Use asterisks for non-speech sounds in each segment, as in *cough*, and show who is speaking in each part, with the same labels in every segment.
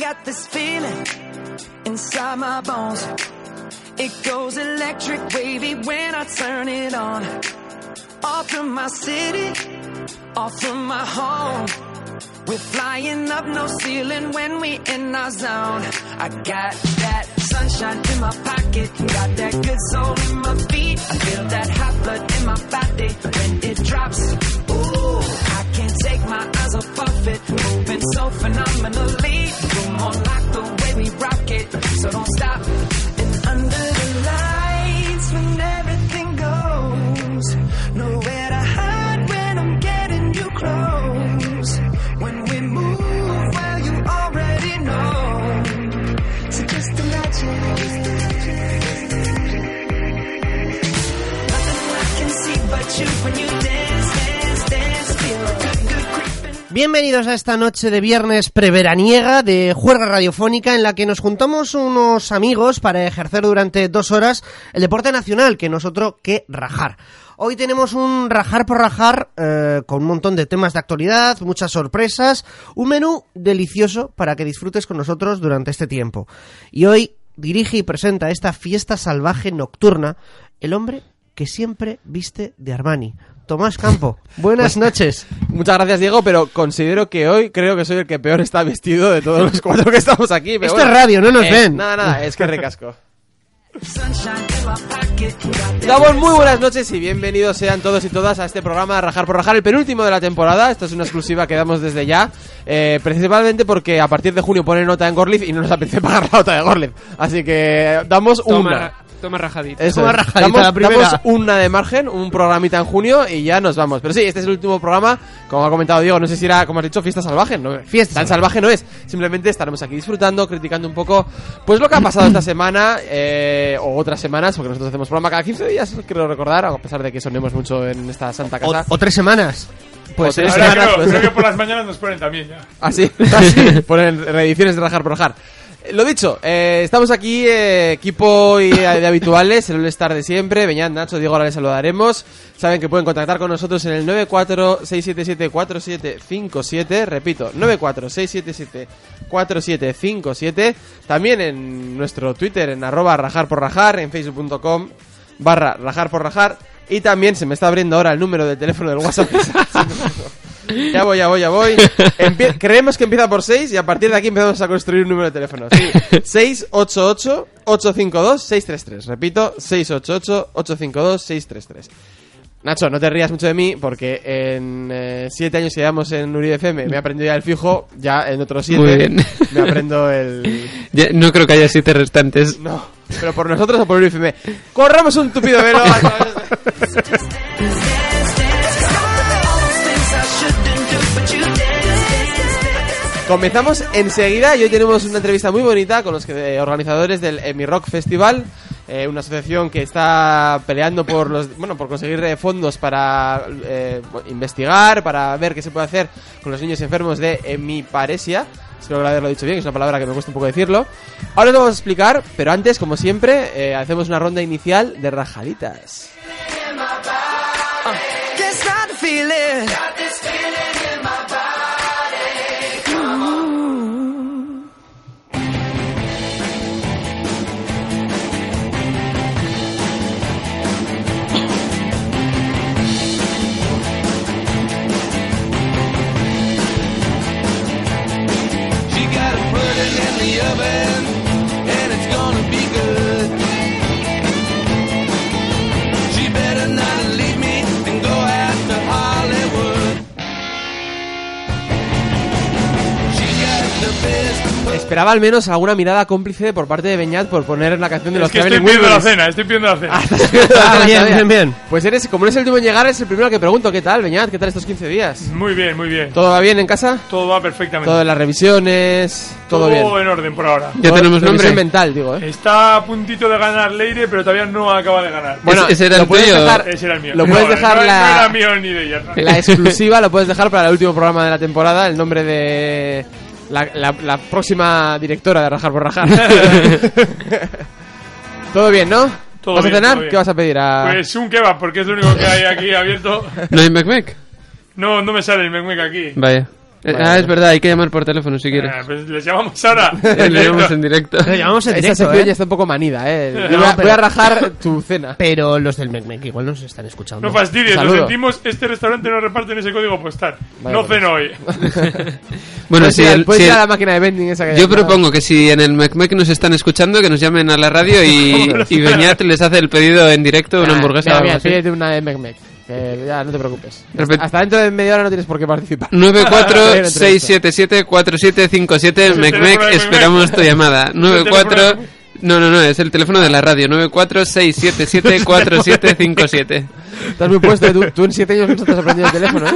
Speaker 1: got this feeling inside my bones. It goes electric wavy when I turn it on. Off from my city, off from my home. We're flying up no ceiling when we in our zone. I got that sunshine in my pocket, got that good soul in my feet. I feel that hot blood in my body when it drops. Ooh, I can't take my eyes off of it, moving so phenomenally. Come on, like the way we rock it, so don't stop. And under the lights, when everything goes nowhere to hide when I'm getting you close. When we move, well, you already know. So just imagine. Nothing I can see but you when you dance, dance, dance. Feel a good, good creeping.
Speaker 2: Bienvenidos a esta noche de viernes preveraniega de juerga radiofónica en la que nos juntamos unos amigos para ejercer durante dos horas el deporte nacional, que nosotros que rajar. Hoy tenemos un rajar por rajar eh, con un montón de temas de actualidad, muchas sorpresas, un menú delicioso para que disfrutes con nosotros durante este tiempo. Y hoy dirige y presenta esta fiesta salvaje nocturna el hombre que siempre viste de Armani. Tomás Campo, buenas noches.
Speaker 3: Pues, *laughs* Muchas gracias, Diego, pero considero que hoy creo que soy el que peor está vestido de todos los cuatro que estamos aquí. pero
Speaker 2: Esto es radio, no nos
Speaker 3: Eh,
Speaker 2: ven.
Speaker 3: Nada, nada, es que recasco.
Speaker 4: *laughs*
Speaker 1: Sunshine in my pocket. Got that
Speaker 3: Damos muy buenas noches y bienvenidos sean todos y todas a este programa Rajar por Rajar, el penúltimo de la temporada. Esto es una exclusiva que damos desde ya, eh, principalmente porque a partir de junio pone nota en Gorliz y no nos apetece *laughs* pagar la nota de Gorliz. Así que damos
Speaker 4: Toma,
Speaker 3: una.
Speaker 4: ra- toma rajadita.
Speaker 3: Eso
Speaker 2: Toma
Speaker 3: es.
Speaker 2: rajadita,
Speaker 3: damos,
Speaker 2: la primera.
Speaker 3: damos una de margen, un programita en junio y ya nos vamos. Pero sí, este es el último programa, como ha comentado Diego, no sé si era, como has dicho, fiesta salvaje. No,
Speaker 2: Fiesta
Speaker 3: Tan salvaje no es. Simplemente estaremos aquí disfrutando, criticando un poco pues lo que ha pasado esta semana eh, o otras semanas, porque nosotros hacemos programa cada 15 días, creo recordar, a pesar de que sonemos mucho en esta santa
Speaker 2: O,
Speaker 3: casa.
Speaker 2: o tres semanas.
Speaker 3: Pues tres
Speaker 5: Ahora
Speaker 3: semanas,
Speaker 5: creo,
Speaker 3: pues.
Speaker 5: creo que por las mañanas nos ponen también ya.
Speaker 3: Así, *laughs* así. Ponen reediciones de rajar por rajar. Eh, Lo dicho, eh, estamos aquí, eh, equipo y, eh, de habituales, el All-Star de siempre. Beñat, Nacho, Diego, ahora les saludaremos. Saben que pueden contactar con nosotros en el 946774757. Repito, 946774757. También en nuestro Twitter, en arroba rajar por rajar, en facebook.com barra rajar por rajar. Y también se me está abriendo ahora el número del teléfono del
Speaker 4: *laughs*
Speaker 3: WhatsApp. Ya voy, ya voy, ya voy. Empie- creemos que empieza por 6 y a partir de aquí empezamos a construir un número de teléfono.
Speaker 4: *laughs*
Speaker 3: Sí. 688-852-633. Repito, 688-852-633. Nacho, no te rías mucho de mí porque en 7 años que llevamos en Uri FM me aprendí ya el fijo, ya en otros
Speaker 4: Muy
Speaker 3: 7
Speaker 4: bien.
Speaker 3: me aprendo el...
Speaker 4: Ya, no creo que haya siete restantes.
Speaker 3: No, pero por nosotros o por Uri FM. Corramos un tupido velo. a través de-
Speaker 1: dance, dance, dance. 'Cause all those things I shouldn't do, but you dance, dance, dance.
Speaker 3: Comenzamos enseguida y hoy tenemos una entrevista muy bonita con los que- eh, organizadores del Emi Rock Festival, eh, una asociación que está peleando por los bueno por conseguir eh, fondos para eh, bu- investigar, para ver qué se puede hacer con los niños enfermos de hemiparesia. Espero haberlo dicho bien, que es una palabra que me cuesta un poco decirlo. Ahora os lo vamos a explicar, pero antes, como siempre, eh, hacemos una ronda inicial de rajaditas.
Speaker 6: Uh,
Speaker 1: Can't stop the feeling.
Speaker 6: She gotta put it in the oven, and it's gonna be good. She better not leave me and go out to Hollywood. She got the best.
Speaker 3: Esperaba al menos alguna mirada cómplice por parte de Beñat por poner la canción de los
Speaker 5: Es que estoy
Speaker 3: Traveling
Speaker 5: pidiendo la
Speaker 3: Wilburys.
Speaker 5: cena, estoy pidiendo
Speaker 3: *laughs*
Speaker 5: la cena.
Speaker 2: Ah, bien, bien, bien.
Speaker 3: Pues eres, como eres el último en llegar, eres el primero que pregunto, ¿qué tal, Beñat? ¿Qué tal estos 15 días?
Speaker 5: Muy bien, muy bien.
Speaker 3: ¿Todo va bien en casa?
Speaker 5: Todo va perfectamente.
Speaker 3: Todas las revisiones, todo bien.
Speaker 5: en orden por ahora.
Speaker 4: Ya
Speaker 3: Todo-
Speaker 4: tenemos
Speaker 3: revisión
Speaker 4: nombre.
Speaker 3: mental, digo, ¿eh?
Speaker 5: Está a puntito de ganar Leire, pero todavía no acaba de ganar.
Speaker 4: Bueno, ese era
Speaker 3: lo
Speaker 4: el
Speaker 3: puedes
Speaker 4: tuyo.
Speaker 3: dejar-
Speaker 5: Ese era el mío.
Speaker 3: Lo puedes
Speaker 5: No,
Speaker 3: dejar
Speaker 5: no,
Speaker 3: la-
Speaker 5: no era mío ni de ella.
Speaker 3: La exclusiva lo puedes dejar para el último programa de la temporada, el nombre de la, la- la próxima directora de Rajar por Rajar. *laughs* todo bien, ¿no?
Speaker 5: *laughs* Todo
Speaker 3: ¿Vas
Speaker 5: bien,
Speaker 3: a cenar?
Speaker 5: todo bien.
Speaker 3: ¿Qué vas a pedir? A...
Speaker 5: Pues un kebab,
Speaker 3: *laughs*
Speaker 5: porque es lo único que hay aquí abierto.
Speaker 4: ¿No hay McMac?
Speaker 5: No, no me sale el menú aquí.
Speaker 4: Vaya. Eh, ah, es verdad, hay que llamar por teléfono si
Speaker 5: Ah,
Speaker 4: quieres.
Speaker 5: pues les
Speaker 3: *laughs*
Speaker 5: llamamos ahora.
Speaker 4: Eh, Lo llamamos
Speaker 5: *laughs*
Speaker 4: en directo.
Speaker 2: Lo llamamos en
Speaker 3: Esta
Speaker 2: directo,
Speaker 3: sección
Speaker 2: ¿eh?
Speaker 3: ya está un poco manida,
Speaker 2: *laughs*
Speaker 3: eh. Yo
Speaker 5: No,
Speaker 3: voy, a,
Speaker 2: pero-
Speaker 3: voy a rajar tu cena.
Speaker 2: Pero los del Mecmec igual nos están escuchando.
Speaker 5: No fastidies, lo
Speaker 3: Saludo.
Speaker 5: sentimos. Este restaurante no reparte en ese código postal.
Speaker 3: Vaya
Speaker 5: no
Speaker 3: por
Speaker 5: ceno hoy.
Speaker 4: *laughs* Bueno,
Speaker 3: puedes
Speaker 4: si
Speaker 3: ir, al-
Speaker 4: el-
Speaker 3: puedes
Speaker 4: si
Speaker 3: ir a
Speaker 4: el-
Speaker 3: pues la máquina de vending esa que
Speaker 4: yo propongo que si en el McMac nos están escuchando, que nos llamen a la radio
Speaker 5: *laughs*
Speaker 4: y, y Beñat les hace el pedido en directo de
Speaker 3: Ah,
Speaker 4: una hamburguesa o
Speaker 3: Mira,
Speaker 4: algo
Speaker 3: mira,
Speaker 4: así.
Speaker 3: pídete una de Mec Mec. Que ya no te preocupes.
Speaker 4: Repet-
Speaker 3: Hasta dentro de media hora no tienes por qué participar. *laughs*
Speaker 4: 946774757
Speaker 5: Es el teléfono de
Speaker 4: Mecmec,
Speaker 5: Mecmec.
Speaker 4: esperamos tu llamada.
Speaker 5: el teléfono de
Speaker 4: 94
Speaker 5: Mecmec.
Speaker 4: No, no, no, es el teléfono de la radio 946774757.
Speaker 3: Estás muy puesto, tú, tú en 7 años no te has aprendido el teléfono, ¿eh?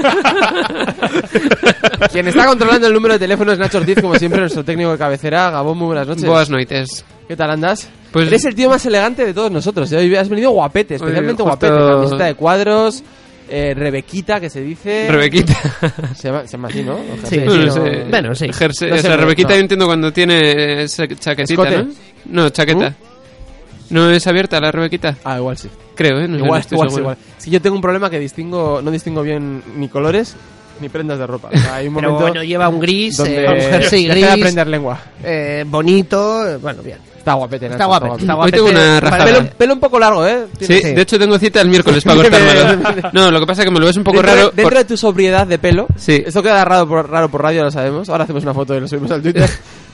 Speaker 3: Quien está controlando el número de teléfono es Nacho Ortiz, como siempre, nuestro técnico de cabecera. Gabón, muy buenas noches.
Speaker 4: Buenas noites.
Speaker 3: ¿Qué tal andas?
Speaker 4: Pues-
Speaker 3: Eres el tío más elegante de todos nosotros. ¿eh? Hoy has venido guapete, especialmente
Speaker 4: Hoy justo-
Speaker 3: guapete. Camiseta de cuadros, eh, Rebequita, que se dice.
Speaker 4: Rebequita.
Speaker 3: Se llama, se llama así, ¿no? O sea,
Speaker 2: Sí,
Speaker 4: No,
Speaker 2: sí,
Speaker 4: no
Speaker 2: no.
Speaker 4: sé.
Speaker 2: Bueno, sí.
Speaker 4: Jersey-
Speaker 3: No
Speaker 4: o
Speaker 3: sé,
Speaker 4: sea,
Speaker 3: pero-
Speaker 4: Rebequita
Speaker 3: no.
Speaker 4: yo entiendo cuando tiene esa chaquetita,
Speaker 3: Escote. ¿Mm?
Speaker 4: ¿no? No, chaqueta. No es abierta la Rebequita,
Speaker 3: Ah, igual sí.
Speaker 4: creo, ¿eh? No sé, no
Speaker 3: Igual,
Speaker 4: estoy
Speaker 3: igual,
Speaker 4: seguro.
Speaker 3: igual. Es que yo tengo un problema que distingo, no distingo bien ni colores ni prendas de ropa. O sea, hay
Speaker 2: *laughs*
Speaker 3: un
Speaker 2: Pero
Speaker 3: momento
Speaker 2: bueno, lleva un gris,
Speaker 3: donde
Speaker 2: eh, un
Speaker 3: *laughs*
Speaker 2: jersey
Speaker 3: dejé de
Speaker 2: gris,
Speaker 3: aprender lengua.
Speaker 2: eh, bonito, eh, bueno, bien.
Speaker 3: Está guapete, Nacho,
Speaker 2: Está guapo, está guapo.
Speaker 4: Hoy tengo una rajada.
Speaker 3: Pelo, pelo un poco largo, ¿eh? Tiene-
Speaker 4: Sí, de hecho tengo cita el miércoles
Speaker 3: *laughs*
Speaker 4: para cortármelo. No, lo que pasa es que me lo ves un poco
Speaker 3: dentro,
Speaker 4: raro.
Speaker 3: de, dentro de tu sobriedad de pelo,
Speaker 4: Sí.
Speaker 3: esto queda raro por, raro por radio, lo sabemos. Ahora hacemos una foto y lo subimos al Twitter.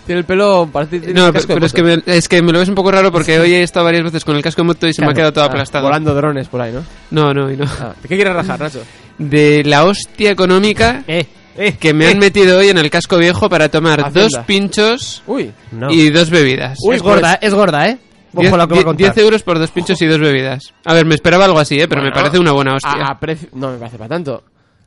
Speaker 3: tiene el pelo. Parece, tiene
Speaker 4: No,
Speaker 3: un
Speaker 4: pero,
Speaker 3: casco de
Speaker 4: pero es, que
Speaker 3: moto.
Speaker 4: me, es que me lo ves un poco raro porque hoy he estado varias veces con el casco de moto y se me ha quedado todo
Speaker 3: Ah,
Speaker 4: aplastado.
Speaker 3: Volando drones por ahí, ¿no?
Speaker 4: No, no, y no.
Speaker 3: Ah, ¿Qué quieres rajar, Nacho?
Speaker 4: De la hostia económica
Speaker 2: Eh, eh,
Speaker 4: que me han metido hoy en el casco viejo para tomar
Speaker 3: Hacienda.
Speaker 4: dos pinchos
Speaker 3: Uy,
Speaker 2: no.
Speaker 4: y dos bebidas.
Speaker 3: Uy, pues
Speaker 2: es gorda, es gorda, ¿eh? Ojo
Speaker 4: Diez-
Speaker 2: lo que va a
Speaker 4: die-
Speaker 2: contar.
Speaker 4: 10 euros por dos pinchos y dos bebidas. A ver, me esperaba algo así, ¿eh? pero me parece una buena hostia.
Speaker 2: Ah,
Speaker 3: a, a precio. No me parece para tanto.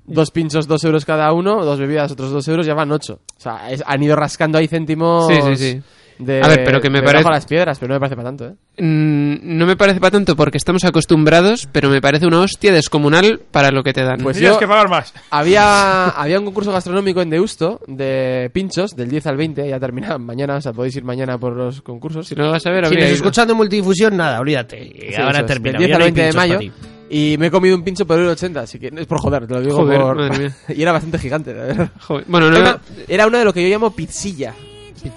Speaker 3: Dos pinchos, dos euros cada uno, dos bebidas, otros dos euros, ya van ocho. O sea, es- han ido rascando ahí céntimos.
Speaker 4: Sí, sí, sí.
Speaker 3: De,
Speaker 4: A ver, pero que me
Speaker 3: de
Speaker 4: parece-
Speaker 3: bajo las piedras, pero no me parece para tanto, ¿eh?
Speaker 4: Mm, no me parece para tanto porque estamos acostumbrados, pero me parece una hostia descomunal para lo que te dan.
Speaker 3: Pues
Speaker 5: Tienes
Speaker 3: yo-
Speaker 5: que pagar más.
Speaker 3: *laughs* Había, había un concurso gastronómico en Deusto de pinchos del 10 al 20, ya terminaban mañana, o sea, podéis ir mañana por los concursos.
Speaker 4: si no lo vas a ver,
Speaker 2: Si
Speaker 4: habría
Speaker 2: nos
Speaker 4: ido.
Speaker 2: escuchan de multidifusión, nada, olvídate. Y
Speaker 3: Sí,
Speaker 2: ahora
Speaker 3: eso es,
Speaker 2: termina.
Speaker 3: Del 10
Speaker 2: ya
Speaker 3: al
Speaker 2: no hay
Speaker 3: 20 de
Speaker 2: pinchos
Speaker 3: mayo.
Speaker 2: para ti.
Speaker 3: Y me he comido un pincho por euro 80, así que es por joder, te lo digo
Speaker 4: Joder,
Speaker 3: por-
Speaker 4: madre mía.
Speaker 3: *laughs* y era bastante gigante, la verdad.
Speaker 4: Joder. Bueno, no.
Speaker 3: Era, una- era una de lo que yo llamo pizzilla.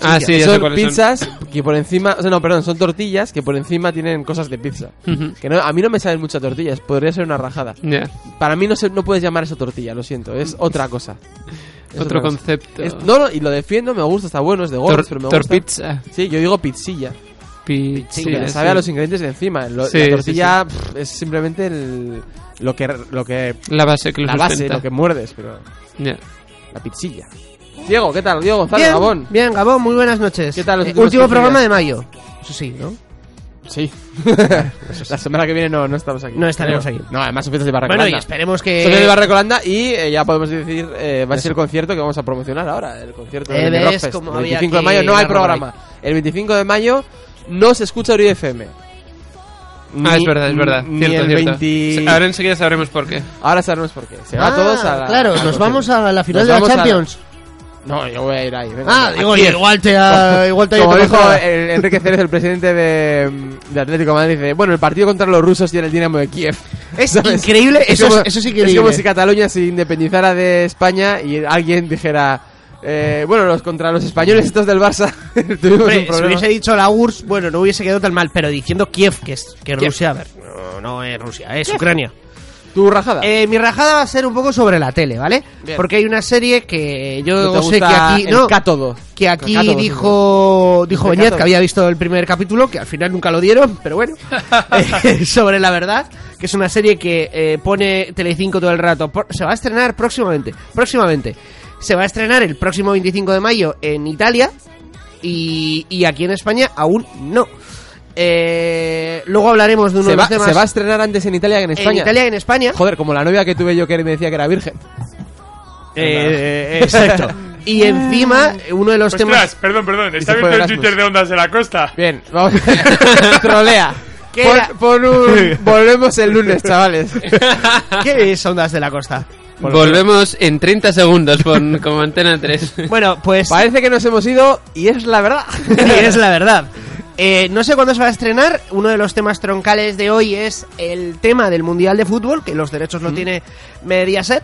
Speaker 4: Ah, sí, ya sé
Speaker 3: son
Speaker 4: cuáles son.
Speaker 3: pizzas que por encima, o sea, no, perdón, son tortillas que por encima tienen cosas de pizza.
Speaker 4: Ujú.
Speaker 3: Que no, a mí no me saben muchas tortillas, podría ser una rajada.
Speaker 4: Ya.
Speaker 3: Para mí no se, no puedes llamar eso tortilla, lo siento, es otra cosa. Es
Speaker 4: Otro
Speaker 3: otra cosa.
Speaker 4: concepto.
Speaker 3: Es- no, no, y lo defiendo, me gusta, está bueno, es de gordos,
Speaker 4: Tor-
Speaker 3: pero me gusta.
Speaker 4: torpizza.
Speaker 3: Sí, yo digo pizzilla.
Speaker 4: Pizzilla,
Speaker 3: Porque sabe
Speaker 4: sí.
Speaker 3: a los ingredientes de encima. Lo-
Speaker 4: Sí,
Speaker 3: la
Speaker 4: sí,
Speaker 3: tortilla pff, es simplemente el- lo que lo que
Speaker 4: La base que lo
Speaker 3: la base,
Speaker 4: sustenta.
Speaker 3: lo que muerdes, pero
Speaker 4: Ya.
Speaker 3: la pizzilla. Diego, ¿qué tal? Diego Gonzalo
Speaker 2: Bien,
Speaker 3: Gabón.
Speaker 2: bien, Gabón, muy buenas noches.
Speaker 3: ¿Qué tal los
Speaker 2: Eh,
Speaker 3: últimos
Speaker 2: último
Speaker 3: 15
Speaker 2: programa
Speaker 3: días?
Speaker 2: de mayo. Eso sí, ¿no? *laughs*
Speaker 3: Sí. la semana que viene no, no estamos aquí.
Speaker 2: No estaremos
Speaker 3: Creo.
Speaker 2: aquí.
Speaker 3: No, además son fiestas de Barracolanda.
Speaker 2: Bueno, y esperemos que.
Speaker 3: Son de Barracolanda y eh, ya podemos decir, eh, va a ser el concierto que vamos a promocionar ahora, el concierto
Speaker 2: Eh,
Speaker 3: del
Speaker 2: ves
Speaker 3: Rockfest.
Speaker 2: cómo
Speaker 3: El
Speaker 2: había
Speaker 3: 25 de
Speaker 2: que
Speaker 3: mayo no hay
Speaker 2: darlo por ahí.
Speaker 3: programa. El 25 de mayo no se escucha Uribe FM.
Speaker 4: Ah,
Speaker 3: Ni-
Speaker 4: es verdad, es verdad.
Speaker 3: ni
Speaker 4: Cierto,
Speaker 3: el
Speaker 4: cierto.
Speaker 3: 20
Speaker 4: Ahora enseguida sabremos por qué.
Speaker 3: Ahora sabemos por qué. Se va
Speaker 2: Ah,
Speaker 3: todos a la,
Speaker 2: Claro,
Speaker 3: al
Speaker 2: nos
Speaker 3: concierto.
Speaker 2: vamos a la final
Speaker 3: Nos
Speaker 2: de la
Speaker 3: vamos a
Speaker 2: Champions.
Speaker 3: No, yo voy a ir ahí. venga.
Speaker 2: Ah, digo, oye, igual te ha. Igual te ha
Speaker 3: Como
Speaker 2: ido
Speaker 3: dijo
Speaker 2: contra-
Speaker 3: el- Enrique Ceres, el presidente de, mm, de Atlético de Madrid, dice, bueno, el partido contra los rusos tiene el Dinamo de Kiev.
Speaker 2: *laughs* Es
Speaker 3: ¿Sabes?
Speaker 2: increíble, eso,
Speaker 3: como-
Speaker 2: es, eso es
Speaker 3: Es
Speaker 2: increíble.
Speaker 3: como si Cataluña se independizara de España y alguien dijera, eh, bueno, los contra los españoles estos del Barça *laughs* tuvimos un
Speaker 2: Hombre, si
Speaker 3: problema.
Speaker 2: hubiese dicho la URSS, bueno, no hubiese quedado tan mal, pero diciendo Kiev, que es que es Rusia, a ver, no, no es Rusia, es Ucrania.
Speaker 3: ¿Tu rajada?
Speaker 2: Eh, mi rajada va a ser un poco sobre la tele, ¿vale?
Speaker 3: Bien.
Speaker 2: Porque hay una serie que
Speaker 3: ¿No
Speaker 2: yo
Speaker 3: te
Speaker 2: sé que
Speaker 3: gusta
Speaker 2: aquí.
Speaker 3: el
Speaker 2: no,
Speaker 3: cátodo?
Speaker 2: que aquí
Speaker 3: El cátodo,
Speaker 2: dijo dijo
Speaker 3: El
Speaker 2: Beñat
Speaker 3: cátodo.
Speaker 2: que había visto el primer capítulo, que al final nunca lo dieron, pero
Speaker 3: *laughs*
Speaker 2: bueno, Eh, sobre la verdad, que es una serie que eh, pone Telecinco todo el rato. Por- se va a estrenar próximamente, próximamente. Se va a estrenar el próximo 25 de mayo en Italia y, y aquí en España aún no. Eh, luego hablaremos de uno
Speaker 3: se,
Speaker 2: de
Speaker 3: va,
Speaker 2: los temas
Speaker 3: se va a estrenar antes en Italia que en España.
Speaker 2: en Italia y en España.
Speaker 3: Joder, como la novia que tuve yo que me decía que era virgen.
Speaker 4: Pues
Speaker 2: Eh,
Speaker 3: *laughs*
Speaker 2: exacto.
Speaker 4: eh,
Speaker 2: Y encima, uno de los temas...
Speaker 5: Ostras, perdón, perdón. Está
Speaker 3: se fue
Speaker 5: abierto el
Speaker 3: Erasmus.
Speaker 5: Twitter de Ondas de la Costa.
Speaker 3: Bien, vamos. Trolea.
Speaker 2: ¿Qué
Speaker 3: Pon-
Speaker 2: era?
Speaker 3: pon un- *laughs* Volvemos el lunes, chavales.
Speaker 2: *laughs* ¿Qué es Ondas de la Costa?
Speaker 4: Volvemos en 30 segundos con, como antena 3.
Speaker 2: Bueno, pues...
Speaker 3: Parece que nos hemos ido y es
Speaker 2: *laughs*
Speaker 3: la verdad.
Speaker 2: Sí, es la verdad. Eh, no sé cuándo se va a estrenar. Uno de los temas troncales de hoy es el tema del Mundial de Fútbol, que los derechos lo tiene Mediaset.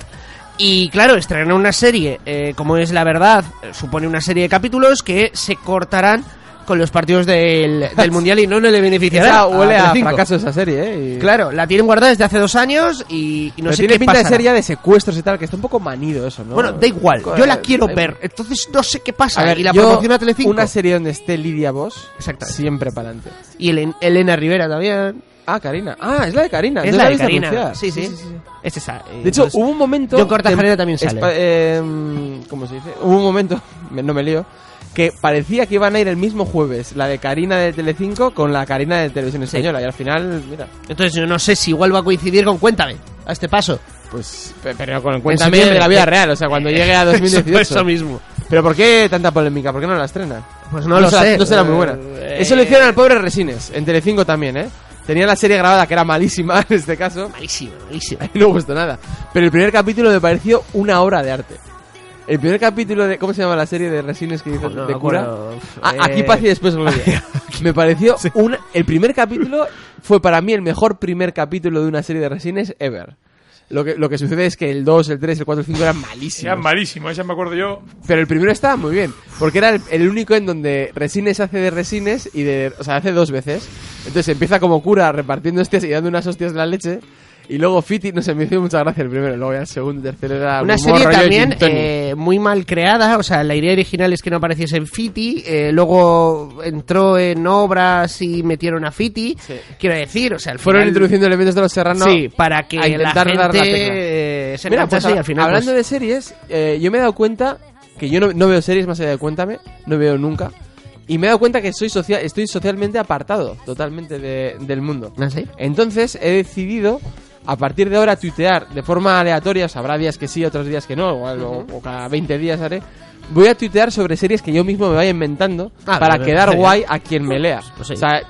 Speaker 2: Y claro, estrenar una serie, eh, como es la verdad, eh, supone una serie de capítulos que se cortarán con los partidos del,
Speaker 3: *laughs*
Speaker 2: del Mundial y no, no le beneficiará.
Speaker 3: Esa "Ah, huele a,
Speaker 2: Telecinco.
Speaker 3: fracaso esa serie, ¿eh? Y-
Speaker 2: Claro, la tienen guardada desde hace dos años y, y no
Speaker 3: Pero
Speaker 2: sé
Speaker 3: tiene
Speaker 2: qué
Speaker 3: pinta
Speaker 2: pasa.
Speaker 3: de ser ya de secuestros y tal, que está un poco manido eso, ¿no?
Speaker 2: Bueno, da igual, yo la
Speaker 3: Eh,
Speaker 2: quiero
Speaker 3: da
Speaker 2: ver, entonces no sé qué pasa.
Speaker 3: A ver,
Speaker 2: y la
Speaker 3: yo,
Speaker 2: proporciona Telecinco.
Speaker 3: Una serie donde esté Lidia Vos,
Speaker 2: Exactamente.
Speaker 3: siempre para adelante.
Speaker 2: Y Helen- Elena Rivera también.
Speaker 3: Ah, Karina. Ah, es la de Karina.
Speaker 2: Es
Speaker 3: Yo
Speaker 2: la de
Speaker 3: he visto
Speaker 2: Karina.
Speaker 3: anunciada.
Speaker 2: Sí, sí. Es esa. eh,
Speaker 3: De hecho,
Speaker 2: entonces-
Speaker 3: hubo un momento.
Speaker 2: John Cortajarena
Speaker 3: que-
Speaker 2: también sale.
Speaker 3: Espa- eh, ¿Cómo se dice? Hubo un momento, *laughs* me- no me lío, que parecía que iban a ir el mismo jueves la de Karina de Telecinco con la Karina de Televisión Española. Y al final, mira,
Speaker 2: Entonces yo no sé si igual va a coincidir con Cuéntame, a este paso.
Speaker 3: pues. pe- Pero con cuéntame
Speaker 2: septiembre.
Speaker 3: de la vida real, o sea, cuando llegue a
Speaker 2: *laughs*
Speaker 3: 2018.
Speaker 2: Eso mismo.
Speaker 3: Pero ¿por qué tanta polémica? ¿Por qué no la estrenan?
Speaker 2: Pues no lo
Speaker 3: será-
Speaker 2: sé.
Speaker 3: No será muy buena.
Speaker 2: Eh,
Speaker 3: Eso lo hicieron al pobre Resines, en Telecinco también, ¿eh? Tenía la serie grabada, que era malísima *laughs* en este caso.
Speaker 2: Malísimo, malísimo.
Speaker 3: y *laughs* no gustó nada. Pero el primer capítulo me pareció una obra de arte. El primer capítulo de. ¿Cómo se llama la serie de resines que dices?
Speaker 2: No me
Speaker 3: de cura.
Speaker 2: acuerdo.
Speaker 3: Ah,
Speaker 2: Eh,
Speaker 3: aquí paz y después
Speaker 2: *laughs*
Speaker 3: gloria. *laughs* me pareció una. El primer capítulo fue para mí el mejor primer capítulo de una serie de resines ever. Lo que, lo que sucede es que el 2, el 3, el 4, el 5 eran
Speaker 5: Era
Speaker 3: malísimos.
Speaker 5: malísimo, esa me acuerdo yo.
Speaker 3: Pero el primero estaba muy bien, porque era el, el único en donde Resines hace de Resines y de... O sea, hace dos veces. Entonces empieza como cura repartiendo hostias y dando unas hostias de la leche. Y luego Fiti, no sé, me hizo mucha gracia el primero. Luego ya el segundo, el tercero era...
Speaker 2: Una
Speaker 3: humor
Speaker 2: serie
Speaker 3: rollo
Speaker 2: también
Speaker 3: Gin Tonic.
Speaker 2: eh, muy mal creada, o sea, la idea original es que no apareciese en Fiti, eh, luego entró en obras y metieron a Fiti. Quiero decir, o sea, al
Speaker 3: Fueron
Speaker 2: final-
Speaker 3: introduciendo elementos de los serranos.
Speaker 2: Sí, para que
Speaker 3: a
Speaker 2: la
Speaker 3: intentar
Speaker 2: gente
Speaker 3: dar la tecla.
Speaker 2: eh, se
Speaker 3: Mira,
Speaker 2: enganchase
Speaker 3: pues,
Speaker 2: y al final...
Speaker 3: hablando
Speaker 2: pues,
Speaker 3: de series, eh, yo me he dado cuenta que yo no, no veo series más allá de Cuéntame, no veo nunca. Y me he dado cuenta que soy socia- estoy socialmente apartado totalmente de- del mundo.
Speaker 2: ¿Ah, sí?
Speaker 3: Entonces he decidido a partir de ahora tuitear de forma aleatoria, o sea, habrá días que sí, otros días que no, igual, o, o cada 20 días haré. Voy a tuitear sobre series que yo mismo me vaya inventando
Speaker 2: Ah,
Speaker 3: para
Speaker 2: me
Speaker 3: quedar
Speaker 2: parece
Speaker 3: guay a quien me lea.
Speaker 2: Pues sí.
Speaker 3: O sea,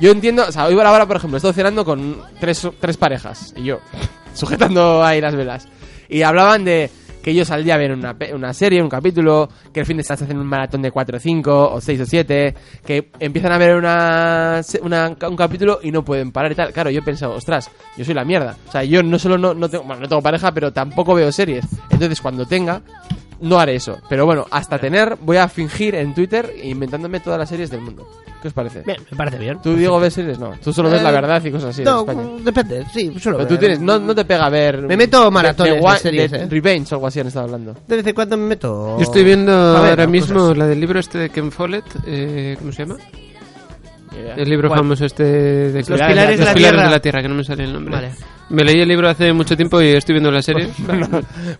Speaker 3: yo entiendo, o sea, hoy por ahora, por ejemplo, estoy cenando con tres, tres parejas y yo, *laughs* sujetando ahí las velas. Y hablaban de que ellos al día ven una, pe- una serie, un capítulo, que el fin de semana hacen un maratón de 4 o 5 o 6 o 7, que empiezan a ver una, se- una- un capítulo y no pueden parar y tal. Claro, yo he pensado, ostras, yo soy la mierda. O sea, yo no solo no, no tengo, bueno, no tengo pareja, pero tampoco veo series. Entonces, cuando tenga, no haré eso. Pero bueno, hasta tener, voy a fingir en Twitter e inventándome todas las series del mundo. ¿Qué os parece?
Speaker 2: Bien, me parece bien.
Speaker 3: Tú, Diego, ves series, no. Tú solo ves
Speaker 2: Eh,
Speaker 3: la verdad y cosas así en
Speaker 2: no,
Speaker 3: España.
Speaker 2: depende, sí, solo veo.
Speaker 3: Pero tú tienes, no, no te pega ver.
Speaker 2: Me meto maratones
Speaker 3: de- de Wa-
Speaker 2: de series,
Speaker 3: de
Speaker 2: eh.
Speaker 3: Revenge o algo así han estado hablando.
Speaker 2: De vez en cuando me meto...
Speaker 4: Yo estoy viendo
Speaker 2: A ver,
Speaker 4: ahora
Speaker 2: no,
Speaker 4: mismo
Speaker 2: cosas.
Speaker 4: la del libro este de Ken Follett, eh, ¿cómo se llama? El libro
Speaker 2: ¿Cuál?
Speaker 4: famoso este de
Speaker 2: Los Pilares de la
Speaker 4: Los
Speaker 2: Tierra.
Speaker 4: de la Tierra, que no me sale el nombre.
Speaker 2: Vale.
Speaker 4: Me leí el libro hace mucho tiempo y estoy viendo la serie.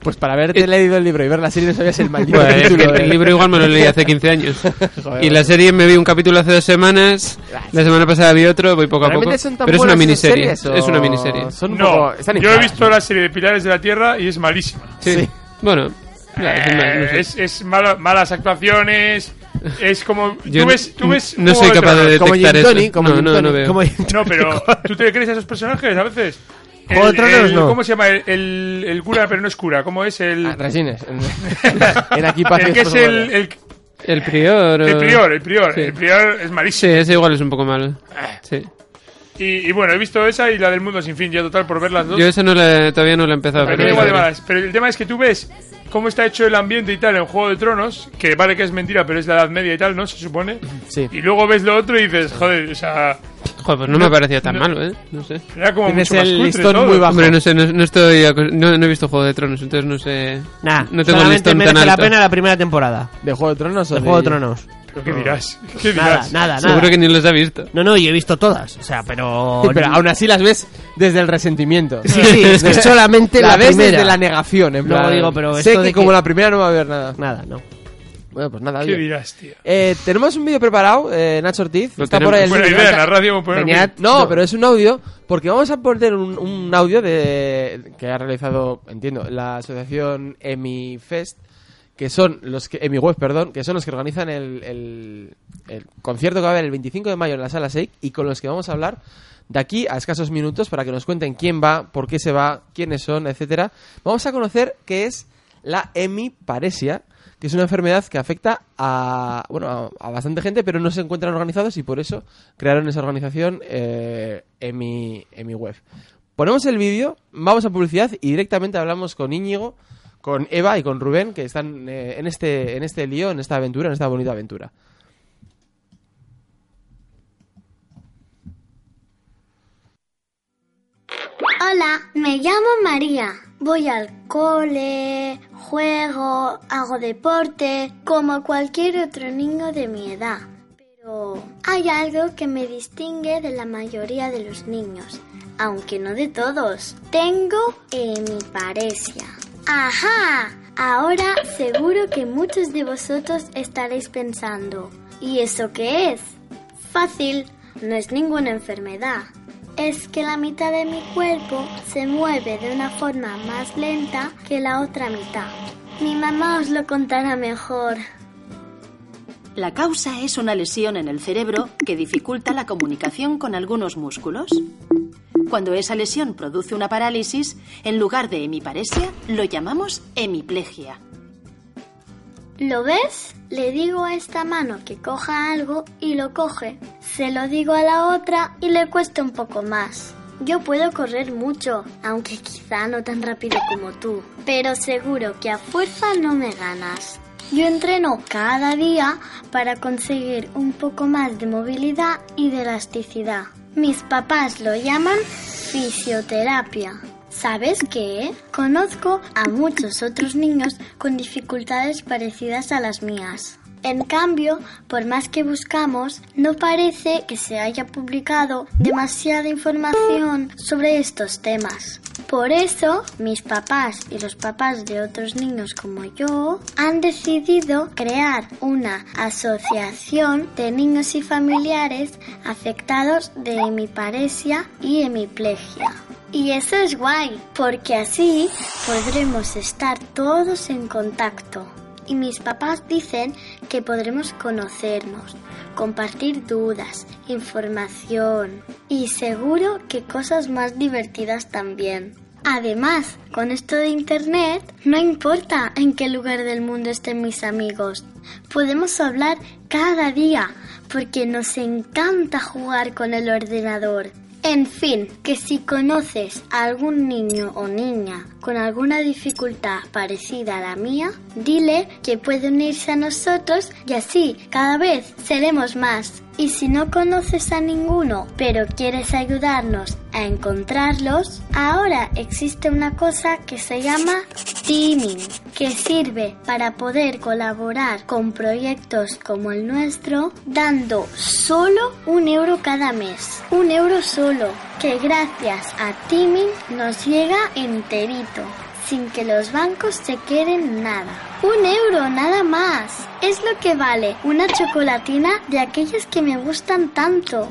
Speaker 3: Pues para haberte leído el libro y ver la serie no
Speaker 4: *laughs*
Speaker 3: sabías el eh. maldito
Speaker 4: Bueno, es que
Speaker 3: título.
Speaker 4: el libro igual me lo leí hace 15 años. y la serie me vi un capítulo hace dos semanas. La semana pasada vi otro, voy poco a poco.
Speaker 3: ¿Realmente son tan
Speaker 4: Pero es una
Speaker 3: buenas esas
Speaker 4: miniserie.
Speaker 3: series o
Speaker 4: Es una miniserie.
Speaker 3: Son un poco-
Speaker 5: No,
Speaker 3: están
Speaker 5: yo he
Speaker 3: infladas.
Speaker 5: visto la serie de Pilares de la Tierra y es malísima.
Speaker 4: Sí. Bueno, ya, es mal, no
Speaker 5: Eh,
Speaker 4: sé.
Speaker 5: es es mala- malas actuaciones. Es como.
Speaker 4: Yo
Speaker 5: tú
Speaker 4: no-
Speaker 5: ves. Tú ves
Speaker 4: no
Speaker 5: un
Speaker 4: soy
Speaker 5: juego
Speaker 4: capaz de
Speaker 5: tronos.
Speaker 3: Como
Speaker 4: detectar
Speaker 3: Gin
Speaker 4: eso.
Speaker 3: Tonic, como
Speaker 4: No,
Speaker 3: Gin
Speaker 4: no,
Speaker 3: Tonic,
Speaker 4: no veo.
Speaker 2: Como-
Speaker 5: No,
Speaker 2: *laughs*
Speaker 5: pero. ¿Tú te crees a esos personajes a veces? El-
Speaker 2: Juego de Tronos,
Speaker 5: el-
Speaker 2: no.
Speaker 5: ¿Cómo se llama? El, el- el cura, pero no es cura. ¿Cómo es el.
Speaker 3: Ah, Resines. en aquí paz y
Speaker 5: *laughs* el que es
Speaker 3: después
Speaker 5: el,
Speaker 3: gloria.
Speaker 5: el,
Speaker 4: El prior. o-
Speaker 5: el prior, el prior.
Speaker 4: Sí.
Speaker 5: El prior es
Speaker 4: Sí,
Speaker 5: malísimo. Eh.
Speaker 4: ese igual es un poco malo. Sí.
Speaker 5: Y, y bueno, he visto esa y la del mundo sin fin. Ya total, por ver las dos.
Speaker 4: Yo esa no la, todavía no la he empezado.
Speaker 5: Para mí
Speaker 4: pero
Speaker 5: da igual de
Speaker 4: la veré.
Speaker 5: malas, Pero el tema es que tú ves cómo está hecho el ambiente y tal en Juego de Tronos, que vale que es mentira, pero es la Edad Media y tal, ¿no? Se supone.
Speaker 3: Sí.
Speaker 5: Y luego ves lo otro y dices, joder, o sea,
Speaker 4: Joder, pues no me ha parecido tan malo, ¿eh? No sé.
Speaker 5: era como
Speaker 3: Tienes
Speaker 5: mucho más
Speaker 3: el
Speaker 5: cutre
Speaker 3: listón
Speaker 5: todo.
Speaker 3: muy bajo.
Speaker 4: Hombre, no sé, no, no estoy... aco- No, no he visto Juego de Tronos, entonces no sé...
Speaker 2: Nah,
Speaker 4: no tengo el
Speaker 2: solamente
Speaker 4: listón
Speaker 2: merece
Speaker 4: tan alto.
Speaker 2: la pena la primera temporada.
Speaker 3: ¿De Juego de Tronos o
Speaker 2: De Juego de Tronos.
Speaker 5: Pero ¿Qué dirás? ¿Qué
Speaker 2: Nada,
Speaker 5: dirás?
Speaker 2: nada, nada.
Speaker 4: Seguro que ni los ha visto.
Speaker 2: No, no, yo he visto todas. O sea, pero.
Speaker 3: Sí, pero aún así las ves desde el resentimiento.
Speaker 2: Sí, sí, es
Speaker 3: *laughs*
Speaker 2: que solamente la,
Speaker 3: ves
Speaker 2: primera.
Speaker 3: desde la negación, en
Speaker 2: Luego
Speaker 3: plan,
Speaker 2: digo, pero
Speaker 3: sé
Speaker 2: esto
Speaker 3: que
Speaker 2: de
Speaker 3: como
Speaker 2: que-
Speaker 3: la primera no va a haber nada.
Speaker 2: Nada, no.
Speaker 3: Bueno, pues nada.
Speaker 5: ¿Qué
Speaker 3: oye.
Speaker 5: dirás, tío?
Speaker 3: Eh, tenemos un vídeo preparado, eh, Nacho Ortiz.
Speaker 4: Lo
Speaker 3: Está
Speaker 4: tenemos.
Speaker 3: por ahí el
Speaker 5: Buena
Speaker 3: vídeo.
Speaker 5: idea, en la radio vamos a poner
Speaker 2: Venía-
Speaker 3: No, pero es un audio, porque vamos a poner un, un audio de que ha realizado, entiendo, la asociación EmiFest, que son los que, Emi Web, perdón, que son los que organizan el, el- el concierto que va a haber el 25 de mayo en la sala Shake y con los que vamos a hablar de aquí a escasos minutos para que nos cuenten quién va, por qué se va, quiénes son, etcétera. Vamos a conocer qué es la hemiparesia, que es una enfermedad que afecta a, bueno, a, a bastante gente, pero no se encuentran organizados y por eso crearon esa organización eh, en, mi, en mi web. Ponemos el vídeo, vamos a publicidad y directamente hablamos con Íñigo, con Eva y con Rubén, que están eh, en, este, en este lío, en esta aventura, en esta bonita aventura.
Speaker 7: Hola, me llamo María. Voy al cole, juego, hago deporte, como cualquier otro niño de mi edad. Pero hay algo que me distingue de la mayoría de los niños, aunque no de todos. Tengo hemiparesia. ¡Ajá! Ahora seguro que muchos de vosotros estaréis pensando, ¿y eso qué es? Fácil, no es ninguna enfermedad. Es que la mitad de mi cuerpo se mueve de una forma más lenta que la otra mitad. Mi mamá os lo contará mejor.
Speaker 8: La causa es una lesión en el cerebro que dificulta la comunicación con algunos músculos. Cuando esa lesión produce una parálisis, en lugar de hemiparesia, lo llamamos hemiplegia.
Speaker 7: ¿Lo ves? Le digo a esta mano que coja algo y lo coge. Se lo digo a la otra y le cuesta un poco más. Yo puedo correr mucho, aunque quizá no tan rápido como tú, pero seguro que a fuerza no me ganas. Yo entreno cada día para conseguir un poco más de movilidad y de elasticidad. Mis papás lo llaman fisioterapia. ¿Sabes qué? Conozco a muchos otros niños con dificultades parecidas a las mías. En cambio, por más que buscamos, no parece que se haya publicado demasiada información sobre estos temas. Por eso, mis papás y los papás de otros niños como yo han decidido crear una asociación de niños y familiares afectados de hemiparesia y hemiplegia. Y eso es guay, porque así podremos estar todos en contacto. Y mis papás dicen que podremos conocernos, compartir dudas, información y seguro que cosas más divertidas también. Además, con esto de Internet, no importa en qué lugar del mundo estén mis amigos, podemos hablar cada día porque nos encanta jugar con el ordenador. En fin, que si conoces a algún niño o niña con alguna dificultad parecida a la mía, dile que puede unirse a nosotros y así cada vez seremos más. Y si no conoces a ninguno, pero quieres ayudarnos a encontrarlos, ahora existe una cosa que se llama teaming, que sirve para poder colaborar con proyectos como el nuestro, dando solo un euro cada mes. Un euro solo, que gracias a teaming nos llega enterito. Sin que los bancos se queden nada. Un euro nada más. Es lo que vale una chocolatina de aquellas que me gustan tanto.